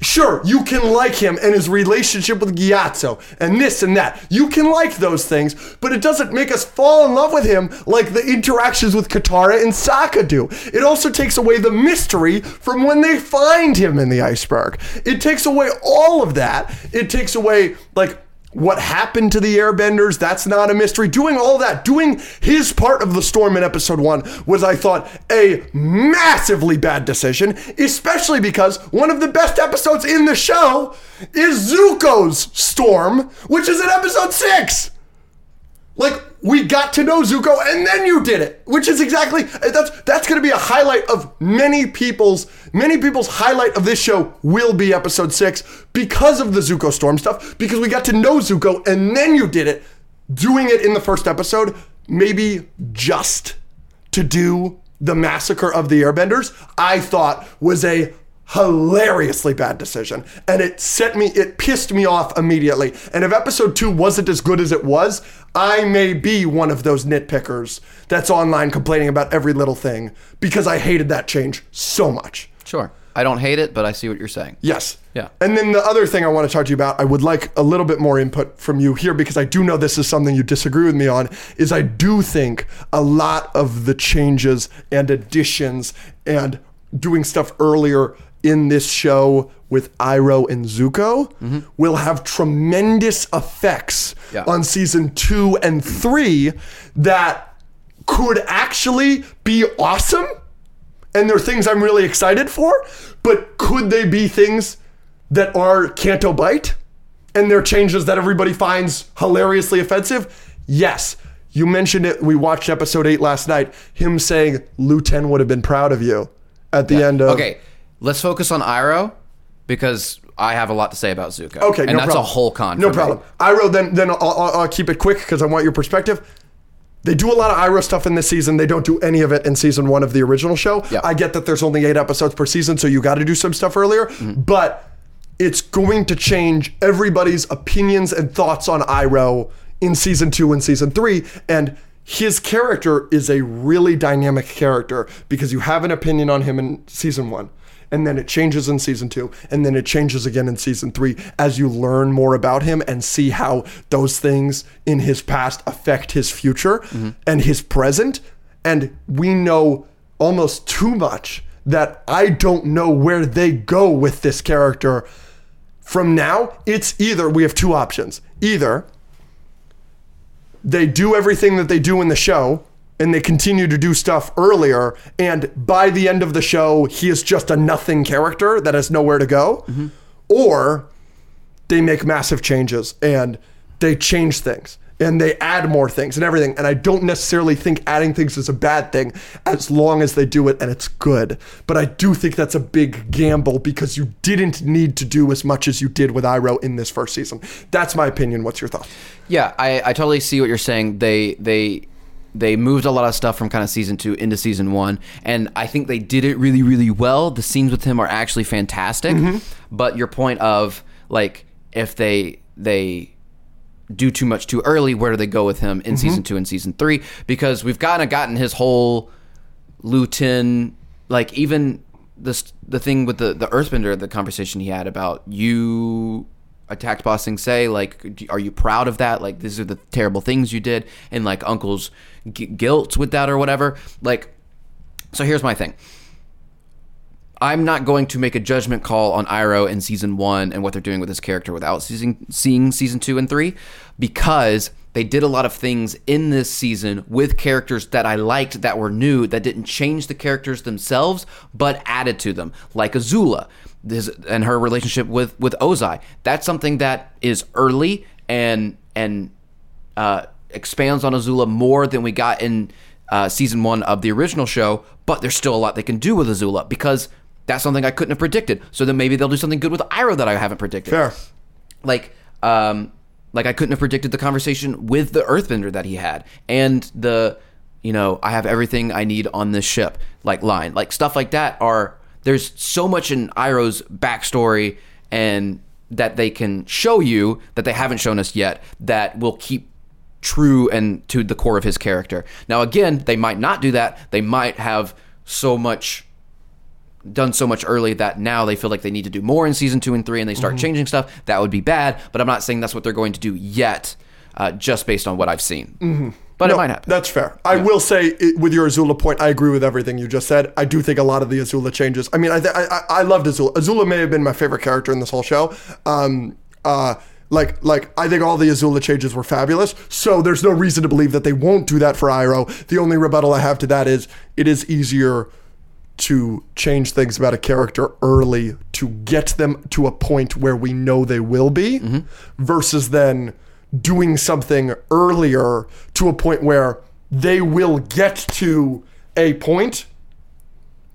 [SPEAKER 2] sure, you can like him and his relationship with Gyatso and this and that. You can like those things, but it doesn't make us fall in love with him like the interactions with Katara and Sokka do. It also takes away the mystery from when they find him in the iceberg. It takes away all of that. It takes away, like, what happened to the airbenders that's not a mystery doing all that doing his part of the storm in episode 1 was i thought a massively bad decision especially because one of the best episodes in the show is zuko's storm which is in episode 6 like we got to know Zuko, and then you did it, which is exactly that's that's going to be a highlight of many people's many people's highlight of this show will be episode six because of the Zuko storm stuff because we got to know Zuko, and then you did it, doing it in the first episode, maybe just to do the massacre of the Airbenders. I thought was a hilariously bad decision and it set me it pissed me off immediately and if episode 2 wasn't as good as it was i may be one of those nitpickers that's online complaining about every little thing because i hated that change so much
[SPEAKER 1] Sure. I don't hate it, but I see what you're saying.
[SPEAKER 2] Yes.
[SPEAKER 1] Yeah.
[SPEAKER 2] And then the other thing I want to talk to you about, I would like a little bit more input from you here because I do know this is something you disagree with me on, is I do think a lot of the changes and additions and doing stuff earlier in this show with Iroh and Zuko will have tremendous effects
[SPEAKER 1] Mm-hmm. Yeah.
[SPEAKER 2] on season two and three that could actually be awesome and they're things I'm really excited for, but could they be things that are Canto Bite and they're changes that everybody finds hilariously offensive? Yes. You mentioned it. We watched episode eight last night. Him saying Lu Ten would have been proud of you at the end of.
[SPEAKER 1] Okay, let's focus on Iroh because I have a lot to say about Zuko.
[SPEAKER 2] Okay,
[SPEAKER 1] and
[SPEAKER 2] no
[SPEAKER 1] that's
[SPEAKER 2] problem.
[SPEAKER 1] a whole con.
[SPEAKER 2] No
[SPEAKER 1] for me.
[SPEAKER 2] problem. Iroh, then then I'll, I'll, I'll keep it quick because I want your perspective. They do a lot of Iroh stuff in this season. They don't do any of it in season one of the original show.
[SPEAKER 1] Yeah.
[SPEAKER 2] I get that there's only eight episodes per season, so you got to do some stuff earlier,
[SPEAKER 1] Mm-hmm.
[SPEAKER 2] but it's going to change everybody's opinions and thoughts on Iroh in season two and season three. And his character is a really dynamic character because you have an opinion on him in season one and then it changes in season two, and then it changes again in season three as you learn more about him and see how those things in his past affect his future and his present. And we know almost too much that I don't know where they go with this character from now. It's either we have two options either they do everything that they do in the show and they continue to do stuff earlier and by the end of the show he is just a nothing character that has nowhere to go or they make massive changes and they change things and they add more things and everything and i don't necessarily think adding things is a bad thing as long as they do it and it's good but i do think that's a big gamble because you didn't need to do as much as you did with iroh in this first season that's my opinion what's your thought
[SPEAKER 1] Yeah, I, I totally see what you're saying. They they they moved a lot of stuff from kind of season two into season one, and I think they did it really really well. The scenes with him are actually fantastic. But your point of like if they they do too much too early, where do they go with him in season two and season three? Because we've kind of gotten his whole Lutin, like even this the thing with the the Earthbender, the conversation he had about you attacked Boss Sing Se, like d- are you proud of that? Like these are the terrible things you did, and like Uncle's g- guilt with that or whatever. Like, so here's my thing. I'm not going to make a judgment call on Iroh in season one and what they're doing with his character without season, seeing season two and three because they did a lot of things in this season with characters that I liked that were new that didn't change the characters themselves but added to them, like Azula this, and her relationship with with Ozai. That's something that is early and and uh, expands on Azula more than we got in uh, season one of the original show, but there's still a lot they can do with Azula because that's something I couldn't have predicted. So then maybe they'll do something good with Iroh that I haven't predicted
[SPEAKER 2] Fair.
[SPEAKER 1] like um like I couldn't have predicted the conversation with the earthbender that he had and the you know I have everything I need on this ship like line like stuff like that are there's so much in Iroh's backstory and that they can show you that they haven't shown us yet that will keep true and to the core of his character. Now again, they might not do that. They might have so much done so much early that now they feel like they need to do more in season two and three and they
[SPEAKER 2] Mm-hmm.
[SPEAKER 1] start changing stuff, that would be bad. But I'm not saying that's what they're going to do yet, uh, just based on what I've seen. Mm-hmm. But it
[SPEAKER 2] No,
[SPEAKER 1] might happen.
[SPEAKER 2] That's fair. I will say, it, with your Azula point, I agree with everything you just said. I do think a lot of the Azula changes. I mean, I th- I, I- I loved Azula. Azula may have been my favorite character in this whole show. Um, uh, like like I think all the Azula changes were fabulous. So there's no reason to believe that they won't do that for Iroh. The only rebuttal I have to that is it is easier to change things about a character early to get them to a point where we know they will be versus then doing something earlier to a point where they will get to a point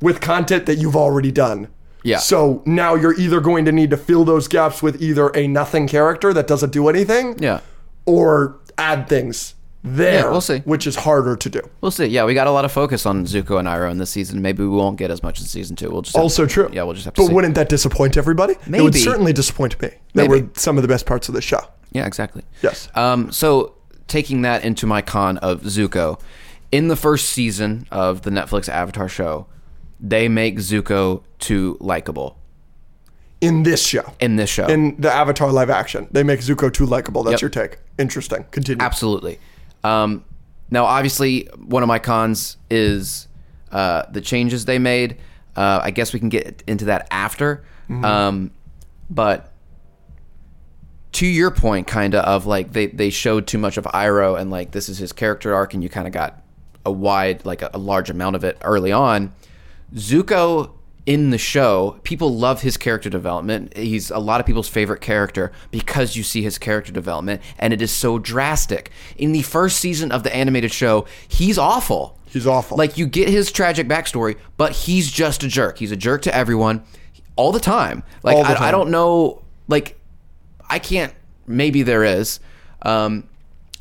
[SPEAKER 2] with content that you've already done.
[SPEAKER 1] Yeah.
[SPEAKER 2] So now you're either going to need to fill those gaps with either a nothing character that doesn't do anything,
[SPEAKER 1] Yeah.
[SPEAKER 2] or add things there,
[SPEAKER 1] Yeah, we'll see.
[SPEAKER 2] which is harder to do.
[SPEAKER 1] We'll see. Yeah, we got a lot of focus on Zuko and Iroh in this season. Maybe we won't get as much in season two. We'll just have-
[SPEAKER 2] Also true.
[SPEAKER 1] Yeah, we'll just have to
[SPEAKER 2] But
[SPEAKER 1] see.
[SPEAKER 2] wouldn't that disappoint everybody? It would
[SPEAKER 1] Maybe.
[SPEAKER 2] certainly disappoint me. That
[SPEAKER 1] Maybe.
[SPEAKER 2] were some of the best parts of the show.
[SPEAKER 1] Yeah, exactly.
[SPEAKER 2] Yes.
[SPEAKER 1] Um, so taking that into my con of Zuko, in the first season of the Netflix Avatar show, they make Zuko too likable
[SPEAKER 2] In this show.
[SPEAKER 1] in this show.
[SPEAKER 2] in the Avatar live action. They make Zuko too likable.
[SPEAKER 1] Yep.
[SPEAKER 2] That's your take. Interesting. Continue.
[SPEAKER 1] Absolutely. Um, now, obviously, one of my cons is uh, the changes they made. Uh, I guess we can get into that after. Um, but to your point, kind of of like they they showed too much of Iroh and like this is his character arc, and you kind of got a wide like a, a large amount of it early on. Zuko in the show, people love his character development. He's a lot of people's favorite character because you see his character development, and it is so drastic. In the first season of the animated show, he's awful.
[SPEAKER 2] He's awful.
[SPEAKER 1] Like you get his tragic backstory, but he's just a jerk. He's a jerk to everyone, all the time. Like
[SPEAKER 2] All the
[SPEAKER 1] I, I
[SPEAKER 2] time.
[SPEAKER 1] don't know. Like I can't. Maybe there is um,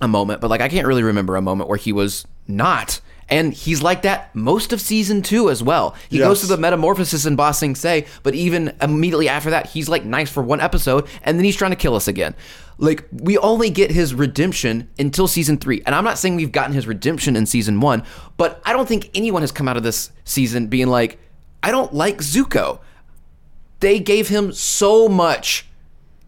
[SPEAKER 1] a moment, but like I can't really remember a moment where he was not. And he's like that most of season two as well. He goes
[SPEAKER 2] Yes.
[SPEAKER 1] through the metamorphosis in Bossing Say, but even immediately after that, he's like nice for one episode, and then he's trying to kill us again. Like we only get his redemption until season three, and I'm not saying we've gotten his redemption in season one, but I don't think anyone has come out of this season being like, I don't like Zuko they gave him so much.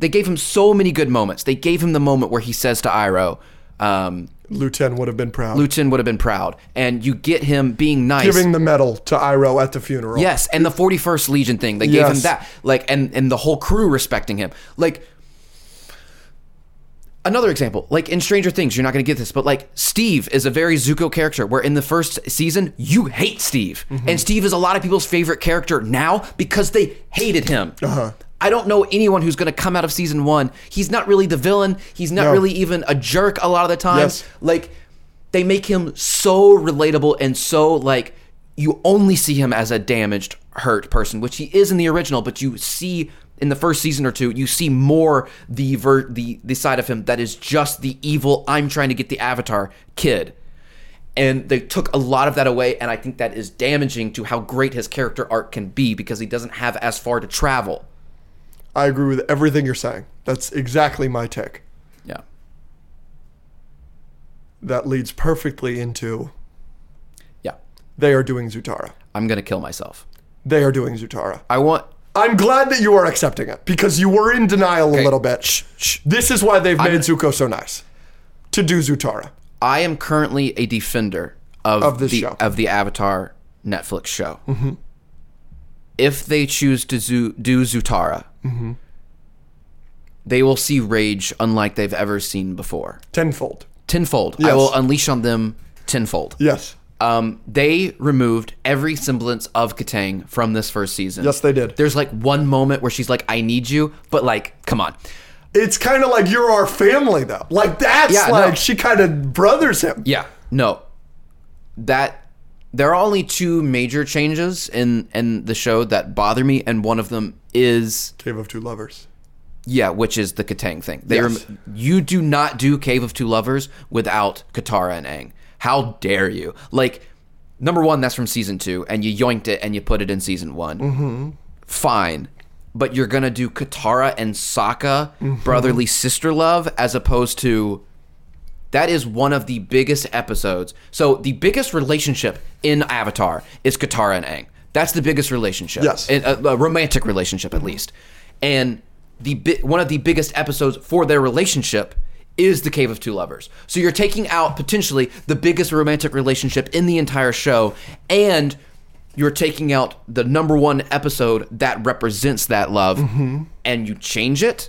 [SPEAKER 1] They gave him so many good moments. They gave him the moment where he says to Iroh, um,
[SPEAKER 2] Luten would have been proud.
[SPEAKER 1] Lutin would have been proud. And you get him being nice.
[SPEAKER 2] Giving the medal to Iroh at the funeral.
[SPEAKER 1] yes, and the 41st Legion thing. They gave
[SPEAKER 2] Yes.
[SPEAKER 1] him that. Like and and the whole crew respecting him. Like Another example, like in Stranger Things, you're not going to get this, but like Steve is a very Zuko character where in the first season, you hate Steve.
[SPEAKER 2] Mm-hmm.
[SPEAKER 1] And Steve is a lot of people's favorite character now because they hated him.
[SPEAKER 2] Uh-huh.
[SPEAKER 1] I don't know anyone who's going to come out of season one. He's not really the villain. He's not
[SPEAKER 2] No.
[SPEAKER 1] really even a jerk a lot of the time.
[SPEAKER 2] Yes.
[SPEAKER 1] Like, they make him so relatable and so, like, you only see him as a damaged, hurt person, which he is in the original, but you see in the first season or two, you see more the ver- the the side of him that is just the evil. I'm trying to get the Avatar kid, and they took a lot of that away, and I think that is damaging to how great his character arc can be because he doesn't have as far to travel.
[SPEAKER 2] I agree with everything you're saying. That's exactly my take.
[SPEAKER 1] Yeah.
[SPEAKER 2] That leads perfectly into
[SPEAKER 1] Yeah.
[SPEAKER 2] they are doing Zutara.
[SPEAKER 1] I'm going to kill myself.
[SPEAKER 2] They are doing Zutara.
[SPEAKER 1] I want.
[SPEAKER 2] I'm glad that you are accepting it because you were in denial a little bit. This is why they've made Zuko so nice to do Zutara.
[SPEAKER 1] I am currently a defender of,
[SPEAKER 2] Of this
[SPEAKER 1] the
[SPEAKER 2] show. Mm-hmm.
[SPEAKER 1] of the Avatar Netflix show. If they choose to zoo, do Zutara,
[SPEAKER 2] Mm-hmm.
[SPEAKER 1] they will see rage unlike they've ever seen before.
[SPEAKER 2] Tenfold.
[SPEAKER 1] Tenfold. I
[SPEAKER 2] Yes.
[SPEAKER 1] will unleash on them tenfold.
[SPEAKER 2] Yes.
[SPEAKER 1] Um, they removed every semblance of Katang from this first season.
[SPEAKER 2] Yes, they did.
[SPEAKER 1] There's like one moment where she's like, "I need you," but like, come on.
[SPEAKER 2] It's kind of like you're our family, though. Like, that's
[SPEAKER 1] Yeah, no.
[SPEAKER 2] like she kind of brothers him.
[SPEAKER 1] Yeah. No. That there are only two major changes in in the show that bother me, and one of them is
[SPEAKER 2] Cave of Two Lovers.
[SPEAKER 1] yeah, which is the Katang thing. They
[SPEAKER 2] Yes.
[SPEAKER 1] rem- you do not do Cave of Two Lovers without Katara and Aang. How dare you? Like number one, that's from season two, and you yoinked it and you put it in season one. Mm-hmm. Fine. But you're gonna do Katara and Sokka
[SPEAKER 2] Mm-hmm.
[SPEAKER 1] brotherly sister love as opposed to that is one of the biggest episodes. So the biggest relationship in Avatar is Katara and Aang. That's the biggest relationship.
[SPEAKER 2] Yes.
[SPEAKER 1] A, a- a romantic relationship at least. And the bi- one of the biggest episodes for their relationship is the Cave of Two Lovers. So you're taking out potentially the biggest romantic relationship in the entire show and you're taking out the number one episode that represents that love and you change it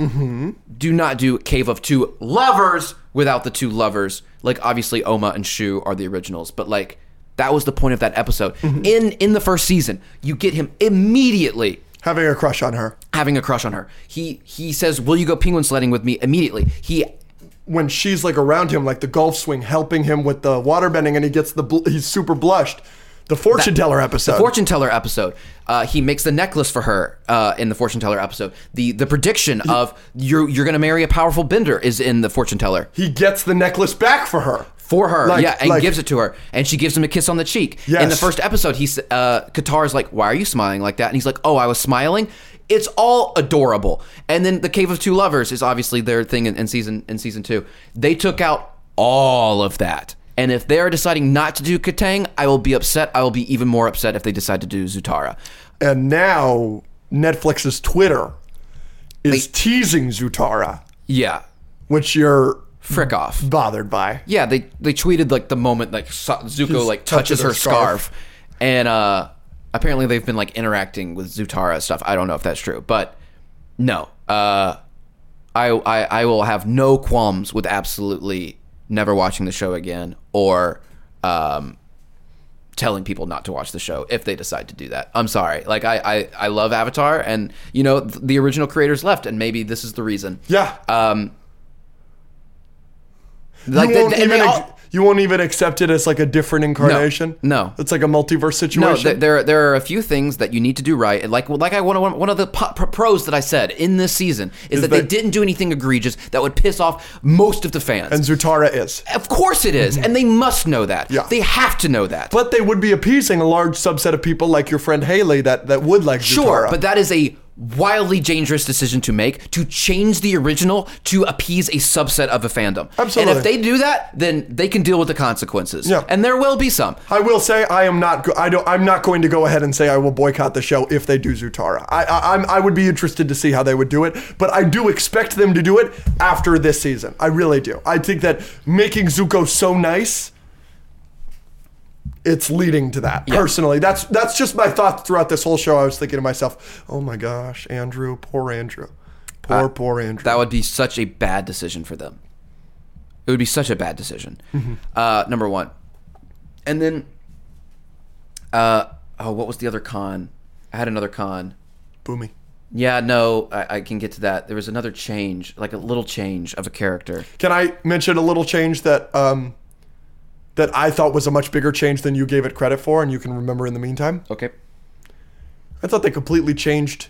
[SPEAKER 1] do not do Cave of Two Lovers without the two lovers. Like obviously Oma and Shu are the originals, but like that was the point of that episode. In in the first season, you get him immediately
[SPEAKER 2] Having a crush on her.
[SPEAKER 1] having a crush on her. He he says, "Will you go penguin sledding with me?" Immediately. He
[SPEAKER 2] when she's like around him, like the golf swing, helping him with the water bending, and he gets the bl- he's super blushed. The fortune teller episode.
[SPEAKER 1] The fortune teller episode. Uh, he makes the necklace for her uh, in the fortune teller episode. The the prediction of you're you're gonna marry a powerful bender is in the fortune teller
[SPEAKER 2] he gets the necklace back for her.
[SPEAKER 1] for her.
[SPEAKER 2] Like-
[SPEAKER 1] yeah, and
[SPEAKER 2] like-
[SPEAKER 1] gives it to her, and she gives him a kiss on the cheek. In the
[SPEAKER 2] Yes.
[SPEAKER 1] first episode, he's uh, Qatar's like, "Why are you smiling like that?" And he's like, "Oh, I was smiling." It's all adorable. And then the Cave of Two Lovers is obviously their thing in, in season in season two. They took out all of that. And if they are deciding not to do Katang, I will be upset. I will be even more upset if they decide to do Zutara.
[SPEAKER 2] And now Netflix's Twitter is
[SPEAKER 1] They-
[SPEAKER 2] teasing Zutara,
[SPEAKER 1] Yeah,
[SPEAKER 2] which you're
[SPEAKER 1] frick
[SPEAKER 2] Mm-hmm.
[SPEAKER 1] off.
[SPEAKER 2] bothered by.
[SPEAKER 1] Yeah, they they tweeted like the moment like Su- Zuko
[SPEAKER 2] Just
[SPEAKER 1] like
[SPEAKER 2] touches
[SPEAKER 1] touches
[SPEAKER 2] her
[SPEAKER 1] her scarf, and uh apparently they've been like interacting with Zutara stuff. I don't know if that's true, but no, uh, I I, I will have no qualms with absolutely never watching the show again or um telling people not to watch the show if they decide to do that. I'm sorry. Like I I, I love Avatar and you know th- the original creators left and maybe this is the reason.
[SPEAKER 2] Yeah.
[SPEAKER 1] Um
[SPEAKER 2] you,
[SPEAKER 1] they-
[SPEAKER 2] won't
[SPEAKER 1] and they
[SPEAKER 2] even
[SPEAKER 1] all-
[SPEAKER 2] ex- you won't even accept it as like a different incarnation.
[SPEAKER 1] no.
[SPEAKER 2] It's like a multiverse
[SPEAKER 1] No,
[SPEAKER 2] situation.
[SPEAKER 1] there, there there are a few things that you need to do right. And Like like I one of one of the po- pro- pros that I said in this season is, that they
[SPEAKER 2] that-
[SPEAKER 1] didn't do anything egregious that would piss off most of the fans.
[SPEAKER 2] and Zutara is.
[SPEAKER 1] of course it is, and they must know that.
[SPEAKER 2] Yeah.
[SPEAKER 1] They have to know that.
[SPEAKER 2] But they would be appeasing a large subset of people like your friend Haley that, that would like
[SPEAKER 1] sure,
[SPEAKER 2] Zutara.
[SPEAKER 1] but that is a wildly dangerous decision to make to change the original to appease a subset of a fandom.
[SPEAKER 2] Absolutely.
[SPEAKER 1] And if they do that, then they can deal with the consequences.
[SPEAKER 2] Yeah.
[SPEAKER 1] And there will be some.
[SPEAKER 2] I will say I am not. Go- I don't. I'm not going to go ahead and say I will boycott the show if they do Zutara. I, I I'm, I would be interested to see how they would do it, but I do expect them to do it after this season. I really do. I think that making Zuko so nice, it's leading to that. Personally, that's that's just my thought throughout this whole show. I was thinking to myself, oh my gosh, Andrew, poor Andrew, poor poor Andrew.
[SPEAKER 1] That would be such a bad decision for them. It would be such a bad decision. Uh, number one, and then, uh, oh, what was the other con? I had another con.
[SPEAKER 2] boomy.
[SPEAKER 1] Yeah, no, I, I can get to that. There was another change, like a little change of a character.
[SPEAKER 2] Can I mention a little change that um, that I thought was a much bigger change than you gave it credit for, and you can remember in the meantime?
[SPEAKER 1] Okay.
[SPEAKER 2] I thought they completely changed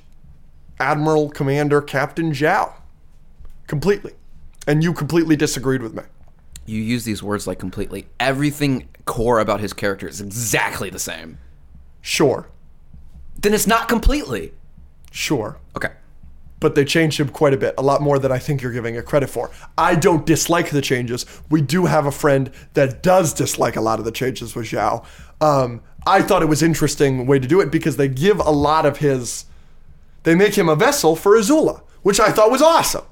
[SPEAKER 2] Admiral, Commander, Captain Zhao, completely, and you completely disagreed with me.
[SPEAKER 1] You use these words like completely. Everything core about his character is exactly the same.
[SPEAKER 2] Sure,
[SPEAKER 1] Then it's not completely.
[SPEAKER 2] sure,
[SPEAKER 1] Okay.
[SPEAKER 2] but they changed him quite a bit, a lot more than I think you're giving it credit for. I don't dislike the changes. We do have a friend that does dislike a lot of the changes with Zhao. Um, I thought it was interesting way to do it because they give a lot of his. They make him a vessel for Azula, which I thought was awesome.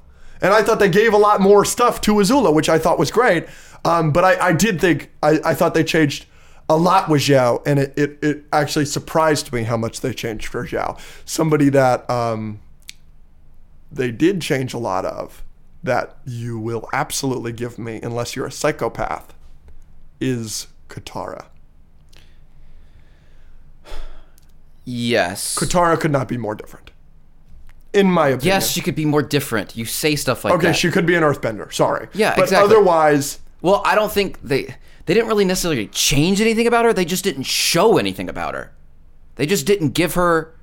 [SPEAKER 2] And I thought they gave a lot more stuff to Azula, which I thought was great. Um, but I, I did think, I, I thought they changed a lot with Zhao, and it, it, it actually surprised me how much they changed for Zhao. Somebody that um, they did change a lot of that you will absolutely give me unless you're a psychopath is Katara.
[SPEAKER 1] Yes.
[SPEAKER 2] Katara could not be more different. In my opinion.
[SPEAKER 1] yes, she could be more different. You say stuff like
[SPEAKER 2] Okay,
[SPEAKER 1] that.
[SPEAKER 2] she could be an earthbender. Sorry.
[SPEAKER 1] Yeah,
[SPEAKER 2] but
[SPEAKER 1] exactly.
[SPEAKER 2] otherwise,
[SPEAKER 1] Well, I don't think they they didn't really necessarily change anything about her. They just didn't show anything about her. They just didn't give her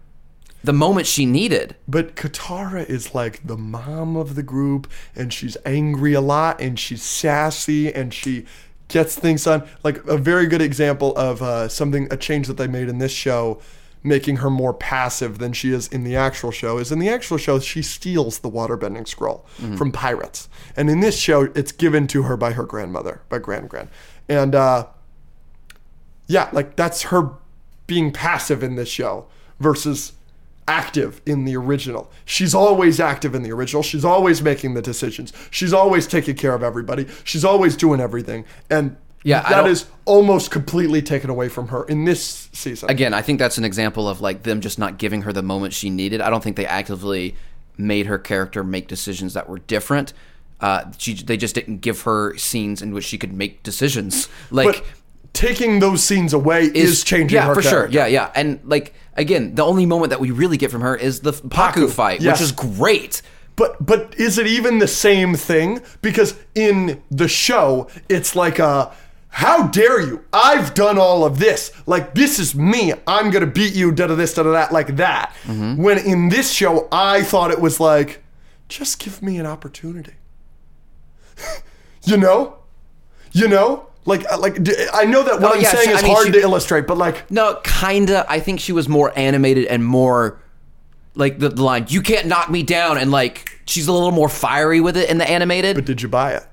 [SPEAKER 1] the moment she needed.
[SPEAKER 2] but Katara is like the mom of the group, and she's angry a lot, and she's sassy, and she gets things done. Like a very good example of uh, something a change that they made in this show, making her more passive than she is in the actual show. Is in the actual show she steals the waterbending scroll from pirates, and in this show it's given to her by her grandmother, by grand grand, and. Uh, yeah, like that's her being passive in this show versus active in the original. She's always active in the original. She's always making the decisions. She's always taking care of everybody. She's always doing everything. And
[SPEAKER 1] Yeah, I
[SPEAKER 2] that
[SPEAKER 1] don't-
[SPEAKER 2] is almost completely taken away from her in this season.
[SPEAKER 1] Again, I think that's an example of like them just not giving her the moment she needed. I don't think they actively made her character make decisions that were different. Uh, she, they just didn't give her scenes in which she could make decisions. Like
[SPEAKER 2] but taking those scenes away is, changing
[SPEAKER 1] yeah
[SPEAKER 2] her
[SPEAKER 1] for sure
[SPEAKER 2] character.
[SPEAKER 1] yeah yeah and like again the only moment that we really get from her is the f- Paku, fight
[SPEAKER 2] yes.
[SPEAKER 1] which is great
[SPEAKER 2] But but is it even the same thing? Because in the show, it's like a how dare you? I've done all of this. Like this is me. I'm gonna beat you. Da da this. Da da that. Like that.
[SPEAKER 1] Mm-hmm.
[SPEAKER 2] When in this show, I thought it was like, just give me an opportunity. you know, you know, like uh, like d- I know that what
[SPEAKER 1] Oh,
[SPEAKER 2] I'm
[SPEAKER 1] yeah,
[SPEAKER 2] saying
[SPEAKER 1] she- I
[SPEAKER 2] is
[SPEAKER 1] mean,
[SPEAKER 2] hard
[SPEAKER 1] she-
[SPEAKER 2] to illustrate, but like
[SPEAKER 1] No, kinda. I think she was more animated and more like the, the line "You can't knock me down" and like she's a little more fiery with it in the animated.
[SPEAKER 2] But did you buy it?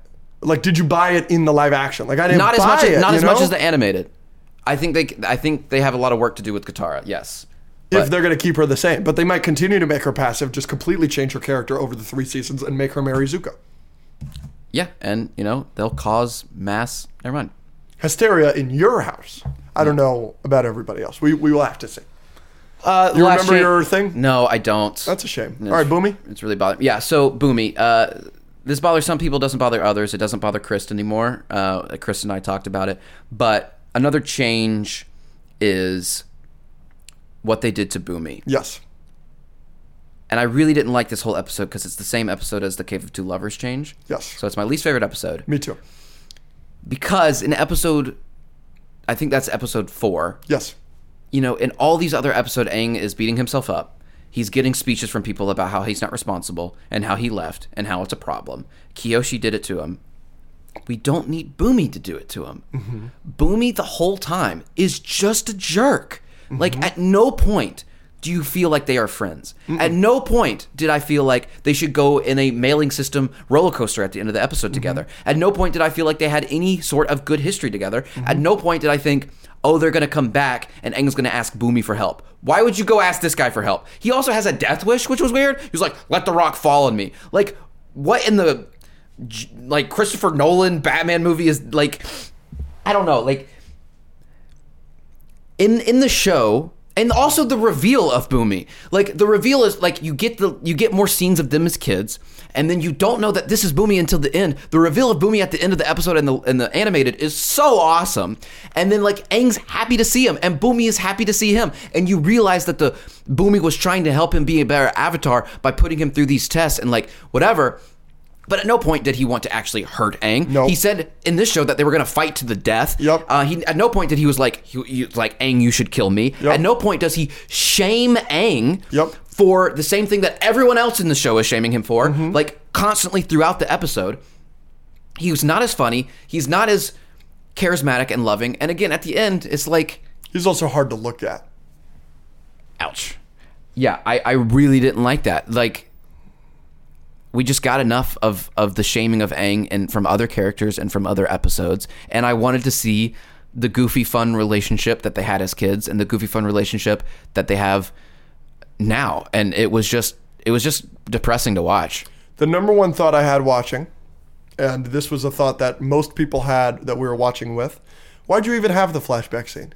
[SPEAKER 2] Like, did you buy it in the live action? Like, I didn't
[SPEAKER 1] not as
[SPEAKER 2] buy
[SPEAKER 1] much.
[SPEAKER 2] it.
[SPEAKER 1] not
[SPEAKER 2] you
[SPEAKER 1] as much
[SPEAKER 2] know?
[SPEAKER 1] as the animated. I think they. I think they have a lot of work to do with Katara. Yes.
[SPEAKER 2] If they're gonna keep her the same, but they might continue to make her passive, just completely change her character over the three seasons and make her marry Zuko.
[SPEAKER 1] Yeah, and you know they'll cause mass. Never mind.
[SPEAKER 2] Hysteria in your house. I don't know about everybody else. We we will have to see.
[SPEAKER 1] Uh,
[SPEAKER 2] You remember your thing?
[SPEAKER 1] No, I don't.
[SPEAKER 2] That's a shame. All right, Boomy.
[SPEAKER 1] It's really bothering. Yeah. So Boomy, uh, this bothers some people, doesn't bother others. It doesn't bother Chris anymore. Uh, Chris and I talked about it, but another change is what they did to Boomy,
[SPEAKER 2] Yes.
[SPEAKER 1] and I really didn't like this whole episode because it's the same episode as the Cave of Two Lovers change.
[SPEAKER 2] Yes.
[SPEAKER 1] So it's my least favorite episode.
[SPEAKER 2] Me too.
[SPEAKER 1] because in episode I think that's episode 4.
[SPEAKER 2] Yes.
[SPEAKER 1] You know, in all these other episodes Aang is beating himself up. He's getting speeches from people about how he's not responsible and how he left and how it's a problem. Kiyoshi did it to him. We don't need Boomy to do it to him. Boomy the whole time is just a jerk. Like at no point do you feel like they are friends. At no point did I feel like they should go in a mailing system roller coaster at the end of the episode together. At no point did I feel like they had any sort of good history together. At no point did I think, oh, they're gonna come back and Aang's gonna ask Boomy for help. Why would you go ask this guy for help? He also has a death wish, which was weird. He was like, let the rock fall on me. Like, what in the j- like Christopher Nolan Batman movie is like I don't know, like in in the show and also the reveal of Boomy. Like the reveal is like you get the you get more scenes of them as kids and then you don't know that this is Boomy until the end. The reveal of Boomy at the end of the episode and the and the animated is so awesome. And then like Aang's happy to see him and Boomy is happy to see him and you realize that the Boomy was trying to help him be a better avatar by putting him through these tests and like whatever. But at no point did he want to actually hurt Aang.
[SPEAKER 2] No.
[SPEAKER 1] He said in this show that they were going to fight to the death.
[SPEAKER 2] Yep.
[SPEAKER 1] Uh, he at no point did he was like he, he was like Aang, you should kill me.
[SPEAKER 2] Yep.
[SPEAKER 1] At no point does he shame Aang
[SPEAKER 2] Yep.
[SPEAKER 1] for the same thing that everyone else in the show is shaming him for, like constantly throughout the episode. He was not as funny. He's not as charismatic and loving. And again, at the end, it's like,
[SPEAKER 2] He's also hard to look at.
[SPEAKER 1] ouch. Yeah, I, I really didn't like that. Like, we just got enough of of the shaming of Aang and from other characters and from other episodes. And I wanted to see the goofy fun relationship that they had as kids and the goofy fun relationship that they have now. And it was just it was just depressing to watch.
[SPEAKER 2] The number one thought I had watching, and this was a thought that most people had that we were watching with, why'd you even have the flashback scene?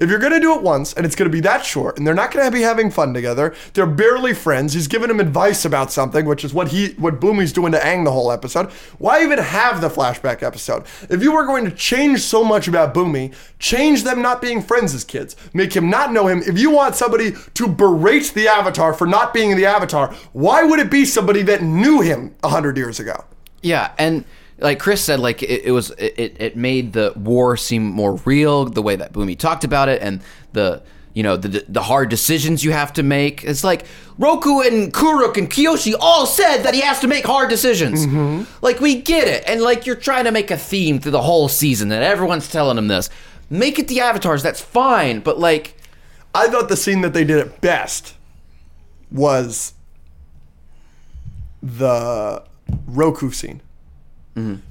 [SPEAKER 2] If you're gonna do it once and it's gonna be that short and they're not gonna be having fun together, they're barely friends, he's giving him advice about something, which is what he what Boomy's doing to Aang the whole episode, why even have the flashback episode? If you were going to change so much about Boomy, change them not being friends as kids. Make him not know him. If you want somebody to berate the avatar for not being the avatar, why would it be somebody that knew him hundred years ago?
[SPEAKER 1] Yeah, and like Chris said, like it, it was it, it made the war seem more real, the way that Boomy talked about it, and the you know the the hard decisions you have to make. It's like Roku and Kuruk and Kiyoshi all said that he has to make hard decisions.
[SPEAKER 2] Mm-hmm.
[SPEAKER 1] Like we get it, and like you're trying to make a theme through the whole season, and everyone's telling him this. Make it the avatars. That's fine, but like
[SPEAKER 2] I thought the scene that they did it best was the Roku scene.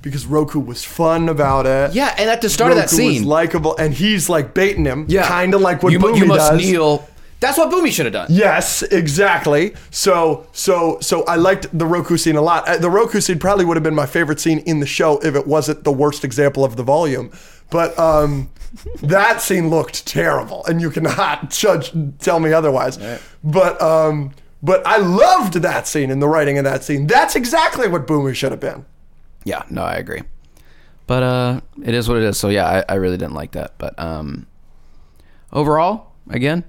[SPEAKER 2] Because Roku was fun about it.
[SPEAKER 1] Mm-hmm. yeah, and at the start of that
[SPEAKER 2] Roku
[SPEAKER 1] scene,
[SPEAKER 2] was likable, and he's like baiting him, kind of like what
[SPEAKER 1] you, mu-
[SPEAKER 2] Boomy
[SPEAKER 1] you must
[SPEAKER 2] does.
[SPEAKER 1] kneel. That's what Boomy should have done.
[SPEAKER 2] Yes, exactly. So, so, so I liked the Roku scene a lot. Uh, The Roku scene probably would have been my favorite scene in the show if it wasn't the worst example of the volume. But um, that scene looked terrible, and you cannot judge tell me otherwise. But um, but I loved that scene and the writing of that scene. That's exactly what Boomer should have been.
[SPEAKER 1] Yeah, no, I agree. But uh it is what it is. So yeah, I, I really didn't like that. But um overall, again,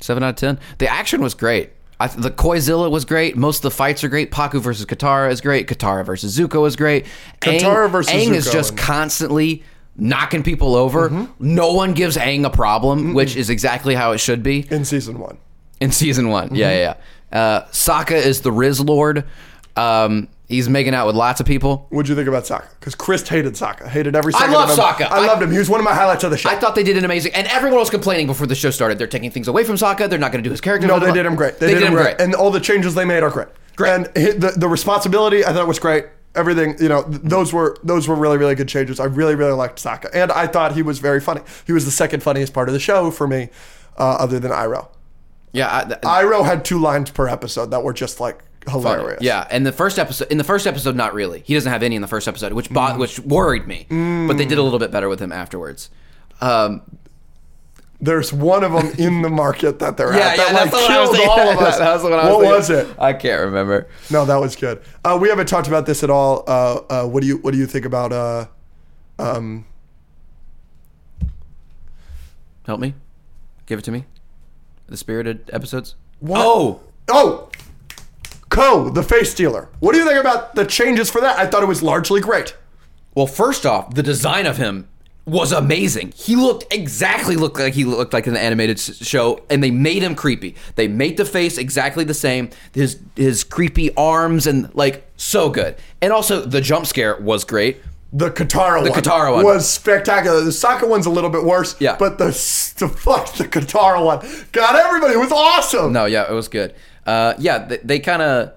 [SPEAKER 1] seven out of ten. The action was great. I I, the Koizilla was great. Most of the fights are great. Paku versus Katara is great. Katara versus Zuko is great. Aang-
[SPEAKER 2] Katara versus
[SPEAKER 1] Aang is
[SPEAKER 2] Zuko
[SPEAKER 1] just
[SPEAKER 2] and- Mm-hmm.
[SPEAKER 1] constantly knocking people over. No one gives Aang a problem, which is exactly how it should be
[SPEAKER 2] in season one.
[SPEAKER 1] in season one.
[SPEAKER 2] Mm-hmm.
[SPEAKER 1] Yeah, yeah. yeah. Uh, Sokka is the Riz Lord. Um, he's making out with lots of people.
[SPEAKER 2] What'd you think about Sokka? Because Chris hated Sokka, hated every second.
[SPEAKER 1] love
[SPEAKER 2] of him.
[SPEAKER 1] Sokka.
[SPEAKER 2] I,
[SPEAKER 1] I-
[SPEAKER 2] loved him. He was one of my highlights of the show.
[SPEAKER 1] I thought they did an amazing, and everyone was complaining before the show started. They're taking things away from Sokka. They're not going to do his character.
[SPEAKER 2] no,
[SPEAKER 1] blah,
[SPEAKER 2] they
[SPEAKER 1] blah,
[SPEAKER 2] did him great. They,
[SPEAKER 1] did, him great.
[SPEAKER 2] and all the changes they made are great. Great. And hi- the the responsibility, I thought was great. Everything, you know, th- those were those were really really good changes. I really really liked Sokka, and I thought he was very funny. He was the second funniest part of the show for me, uh, other than Iroh.
[SPEAKER 1] yeah, I, th-
[SPEAKER 2] Iroh had two lines per episode that were just like hilarious.
[SPEAKER 1] Yeah, and the first episode in the first episode not really. He doesn't have any in the first episode, which
[SPEAKER 2] Mm.
[SPEAKER 1] bought, which worried me. But they did a little bit better with him afterwards. Um,
[SPEAKER 2] There's one of them in the market that they're
[SPEAKER 1] yeah,
[SPEAKER 2] at
[SPEAKER 1] yeah,
[SPEAKER 2] that
[SPEAKER 1] that's
[SPEAKER 2] like
[SPEAKER 1] the one I uh, was
[SPEAKER 2] killed
[SPEAKER 1] thinking.
[SPEAKER 2] all of us.
[SPEAKER 1] That was the one I was
[SPEAKER 2] what
[SPEAKER 1] thinking.
[SPEAKER 2] was it?
[SPEAKER 1] I can't remember.
[SPEAKER 2] No, that was good. Uh, we haven't talked about this at all. Uh, uh, what do you What do you think about? Uh, um,
[SPEAKER 1] Help me. Give it to me. The spirited episodes.
[SPEAKER 2] What?
[SPEAKER 1] Oh,
[SPEAKER 2] oh, Co, the face stealer. What do you think about the changes for that? I thought it was largely great.
[SPEAKER 1] Well, first off, the design of him was amazing. He looked exactly looked like he looked like in the animated s- show, and they made him creepy. They made the face exactly the same. His his creepy arms and like so good. And also the jump scare was great.
[SPEAKER 2] The Katara the one,
[SPEAKER 1] Katara one.
[SPEAKER 2] was spectacular. The Sokka one's a little bit worse.
[SPEAKER 1] Yeah.
[SPEAKER 2] But the s- the fuck the Katara one got everybody. It was awesome.
[SPEAKER 1] No, yeah, it was good. Uh, yeah, they, they kind of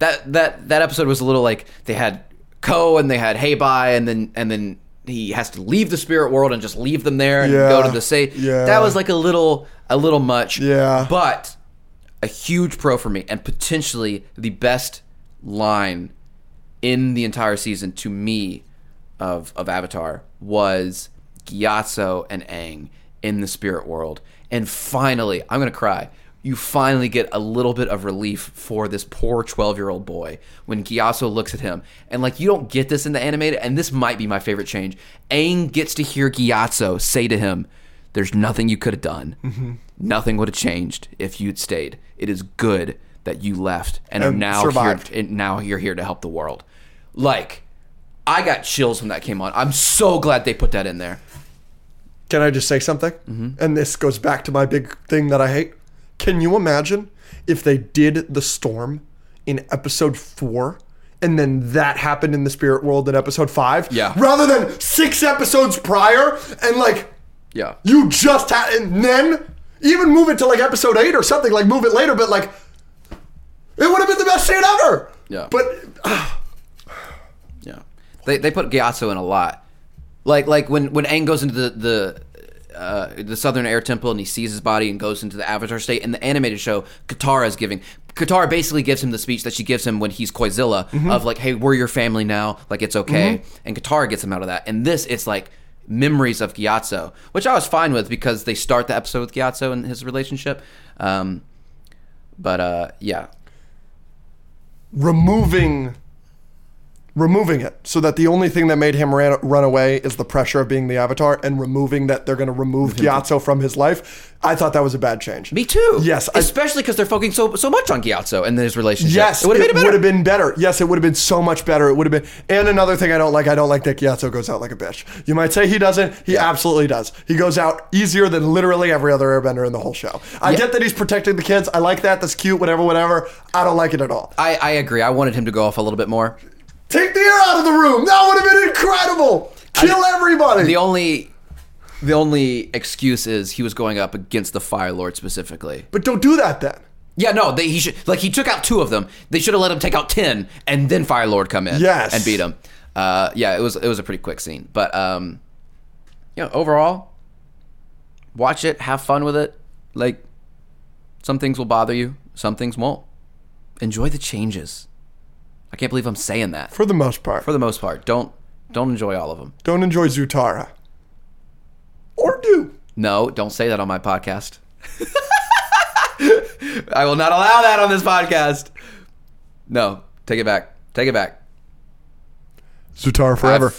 [SPEAKER 1] that that that episode was a little like they had Ko and they had Haybai, and then and then he has to leave the spirit world and just leave them there and
[SPEAKER 2] Yeah,
[SPEAKER 1] go to the safe.
[SPEAKER 2] yeah.
[SPEAKER 1] That was like a little a little much.
[SPEAKER 2] Yeah.
[SPEAKER 1] but a huge pro for me and potentially the best line in the entire season to me of of Avatar was Gyatso and Aang in the spirit world. And finally, I'm gonna cry. You finally get a little bit of relief for this poor 12 year old boy when Gyatso looks at him. And, like, you don't get this in the animated, and this might be my favorite change. Aang gets to hear Gyatso say to him, There's nothing you could have done.
[SPEAKER 2] Mm-hmm.
[SPEAKER 1] Nothing would have changed if you'd stayed. It is good that you left and, are
[SPEAKER 2] And
[SPEAKER 1] now
[SPEAKER 2] survived.
[SPEAKER 1] here. And now you're here to help the world. Like, I got chills when that came on. I'm so glad they put that in there.
[SPEAKER 2] Can I just say something?
[SPEAKER 1] Mm-hmm.
[SPEAKER 2] And this goes back to my big thing that I hate. Can you imagine if they did the storm in episode four and then that happened in the spirit world in episode five?
[SPEAKER 1] Yeah.
[SPEAKER 2] Rather than six episodes prior and like
[SPEAKER 1] Yeah.
[SPEAKER 2] you just had, and then even move it to like episode eight or something, like move it later, but like it would have been the best scene ever.
[SPEAKER 1] Yeah.
[SPEAKER 2] But
[SPEAKER 1] Yeah, they they put Gyatso in a lot. Like like when when Aang goes into the the uh, the Southern Air Temple and he sees his body and goes into the Avatar state. In the animated show, Katara is giving. Katara basically gives him the speech that she gives him when he's Koizilla of like, "Hey, we're your family now. Like it's okay." And Katara gets him out of that. And this, it's like memories of Gyatso, which I was fine with because they start the episode with Gyatso and his relationship. Um, but uh, yeah,
[SPEAKER 2] removing removing it so that the only thing that made him ran, run away is the pressure of being the avatar and removing that they're going to remove Gyatso from his life i thought that was a bad change
[SPEAKER 1] me too.
[SPEAKER 2] Yes, I-
[SPEAKER 1] especially because they're focusing so so much on Gyatso and his relationship.
[SPEAKER 2] yes
[SPEAKER 1] it would have been better.
[SPEAKER 2] been better yes it would have been so much better it would have been and another thing i don't like i don't like that Gyatso goes out like a bitch you might say he doesn't he absolutely does he goes out easier than literally every other airbender in the whole show i get that he's protecting the kids i like that that's cute whatever whatever i don't like it at all
[SPEAKER 1] I, I agree. I wanted him to go off a little bit more.
[SPEAKER 2] Take the air out of the room. That would have been incredible. Kill everybody.
[SPEAKER 1] The only the only excuse is he was going up against the Fire Lord specifically.
[SPEAKER 2] but don't do that then.
[SPEAKER 1] Yeah, no, they he should like he took out two of them. They should have let him take out ten and then Fire Lord come in
[SPEAKER 2] Yes.
[SPEAKER 1] and beat him. Uh, yeah, it was it was a pretty quick scene. But um yeah, overall, watch it, have fun with it. Like some things will bother you, some things won't. Enjoy the changes. I can't believe I'm saying that.
[SPEAKER 2] For the most part.
[SPEAKER 1] For the most part, don't don't enjoy all of them.
[SPEAKER 2] Don't enjoy Zutara. Or do.
[SPEAKER 1] No, don't say that on my podcast. I will not allow that on this podcast. No, take it back. Take it back.
[SPEAKER 2] Zutara forever.
[SPEAKER 1] I've-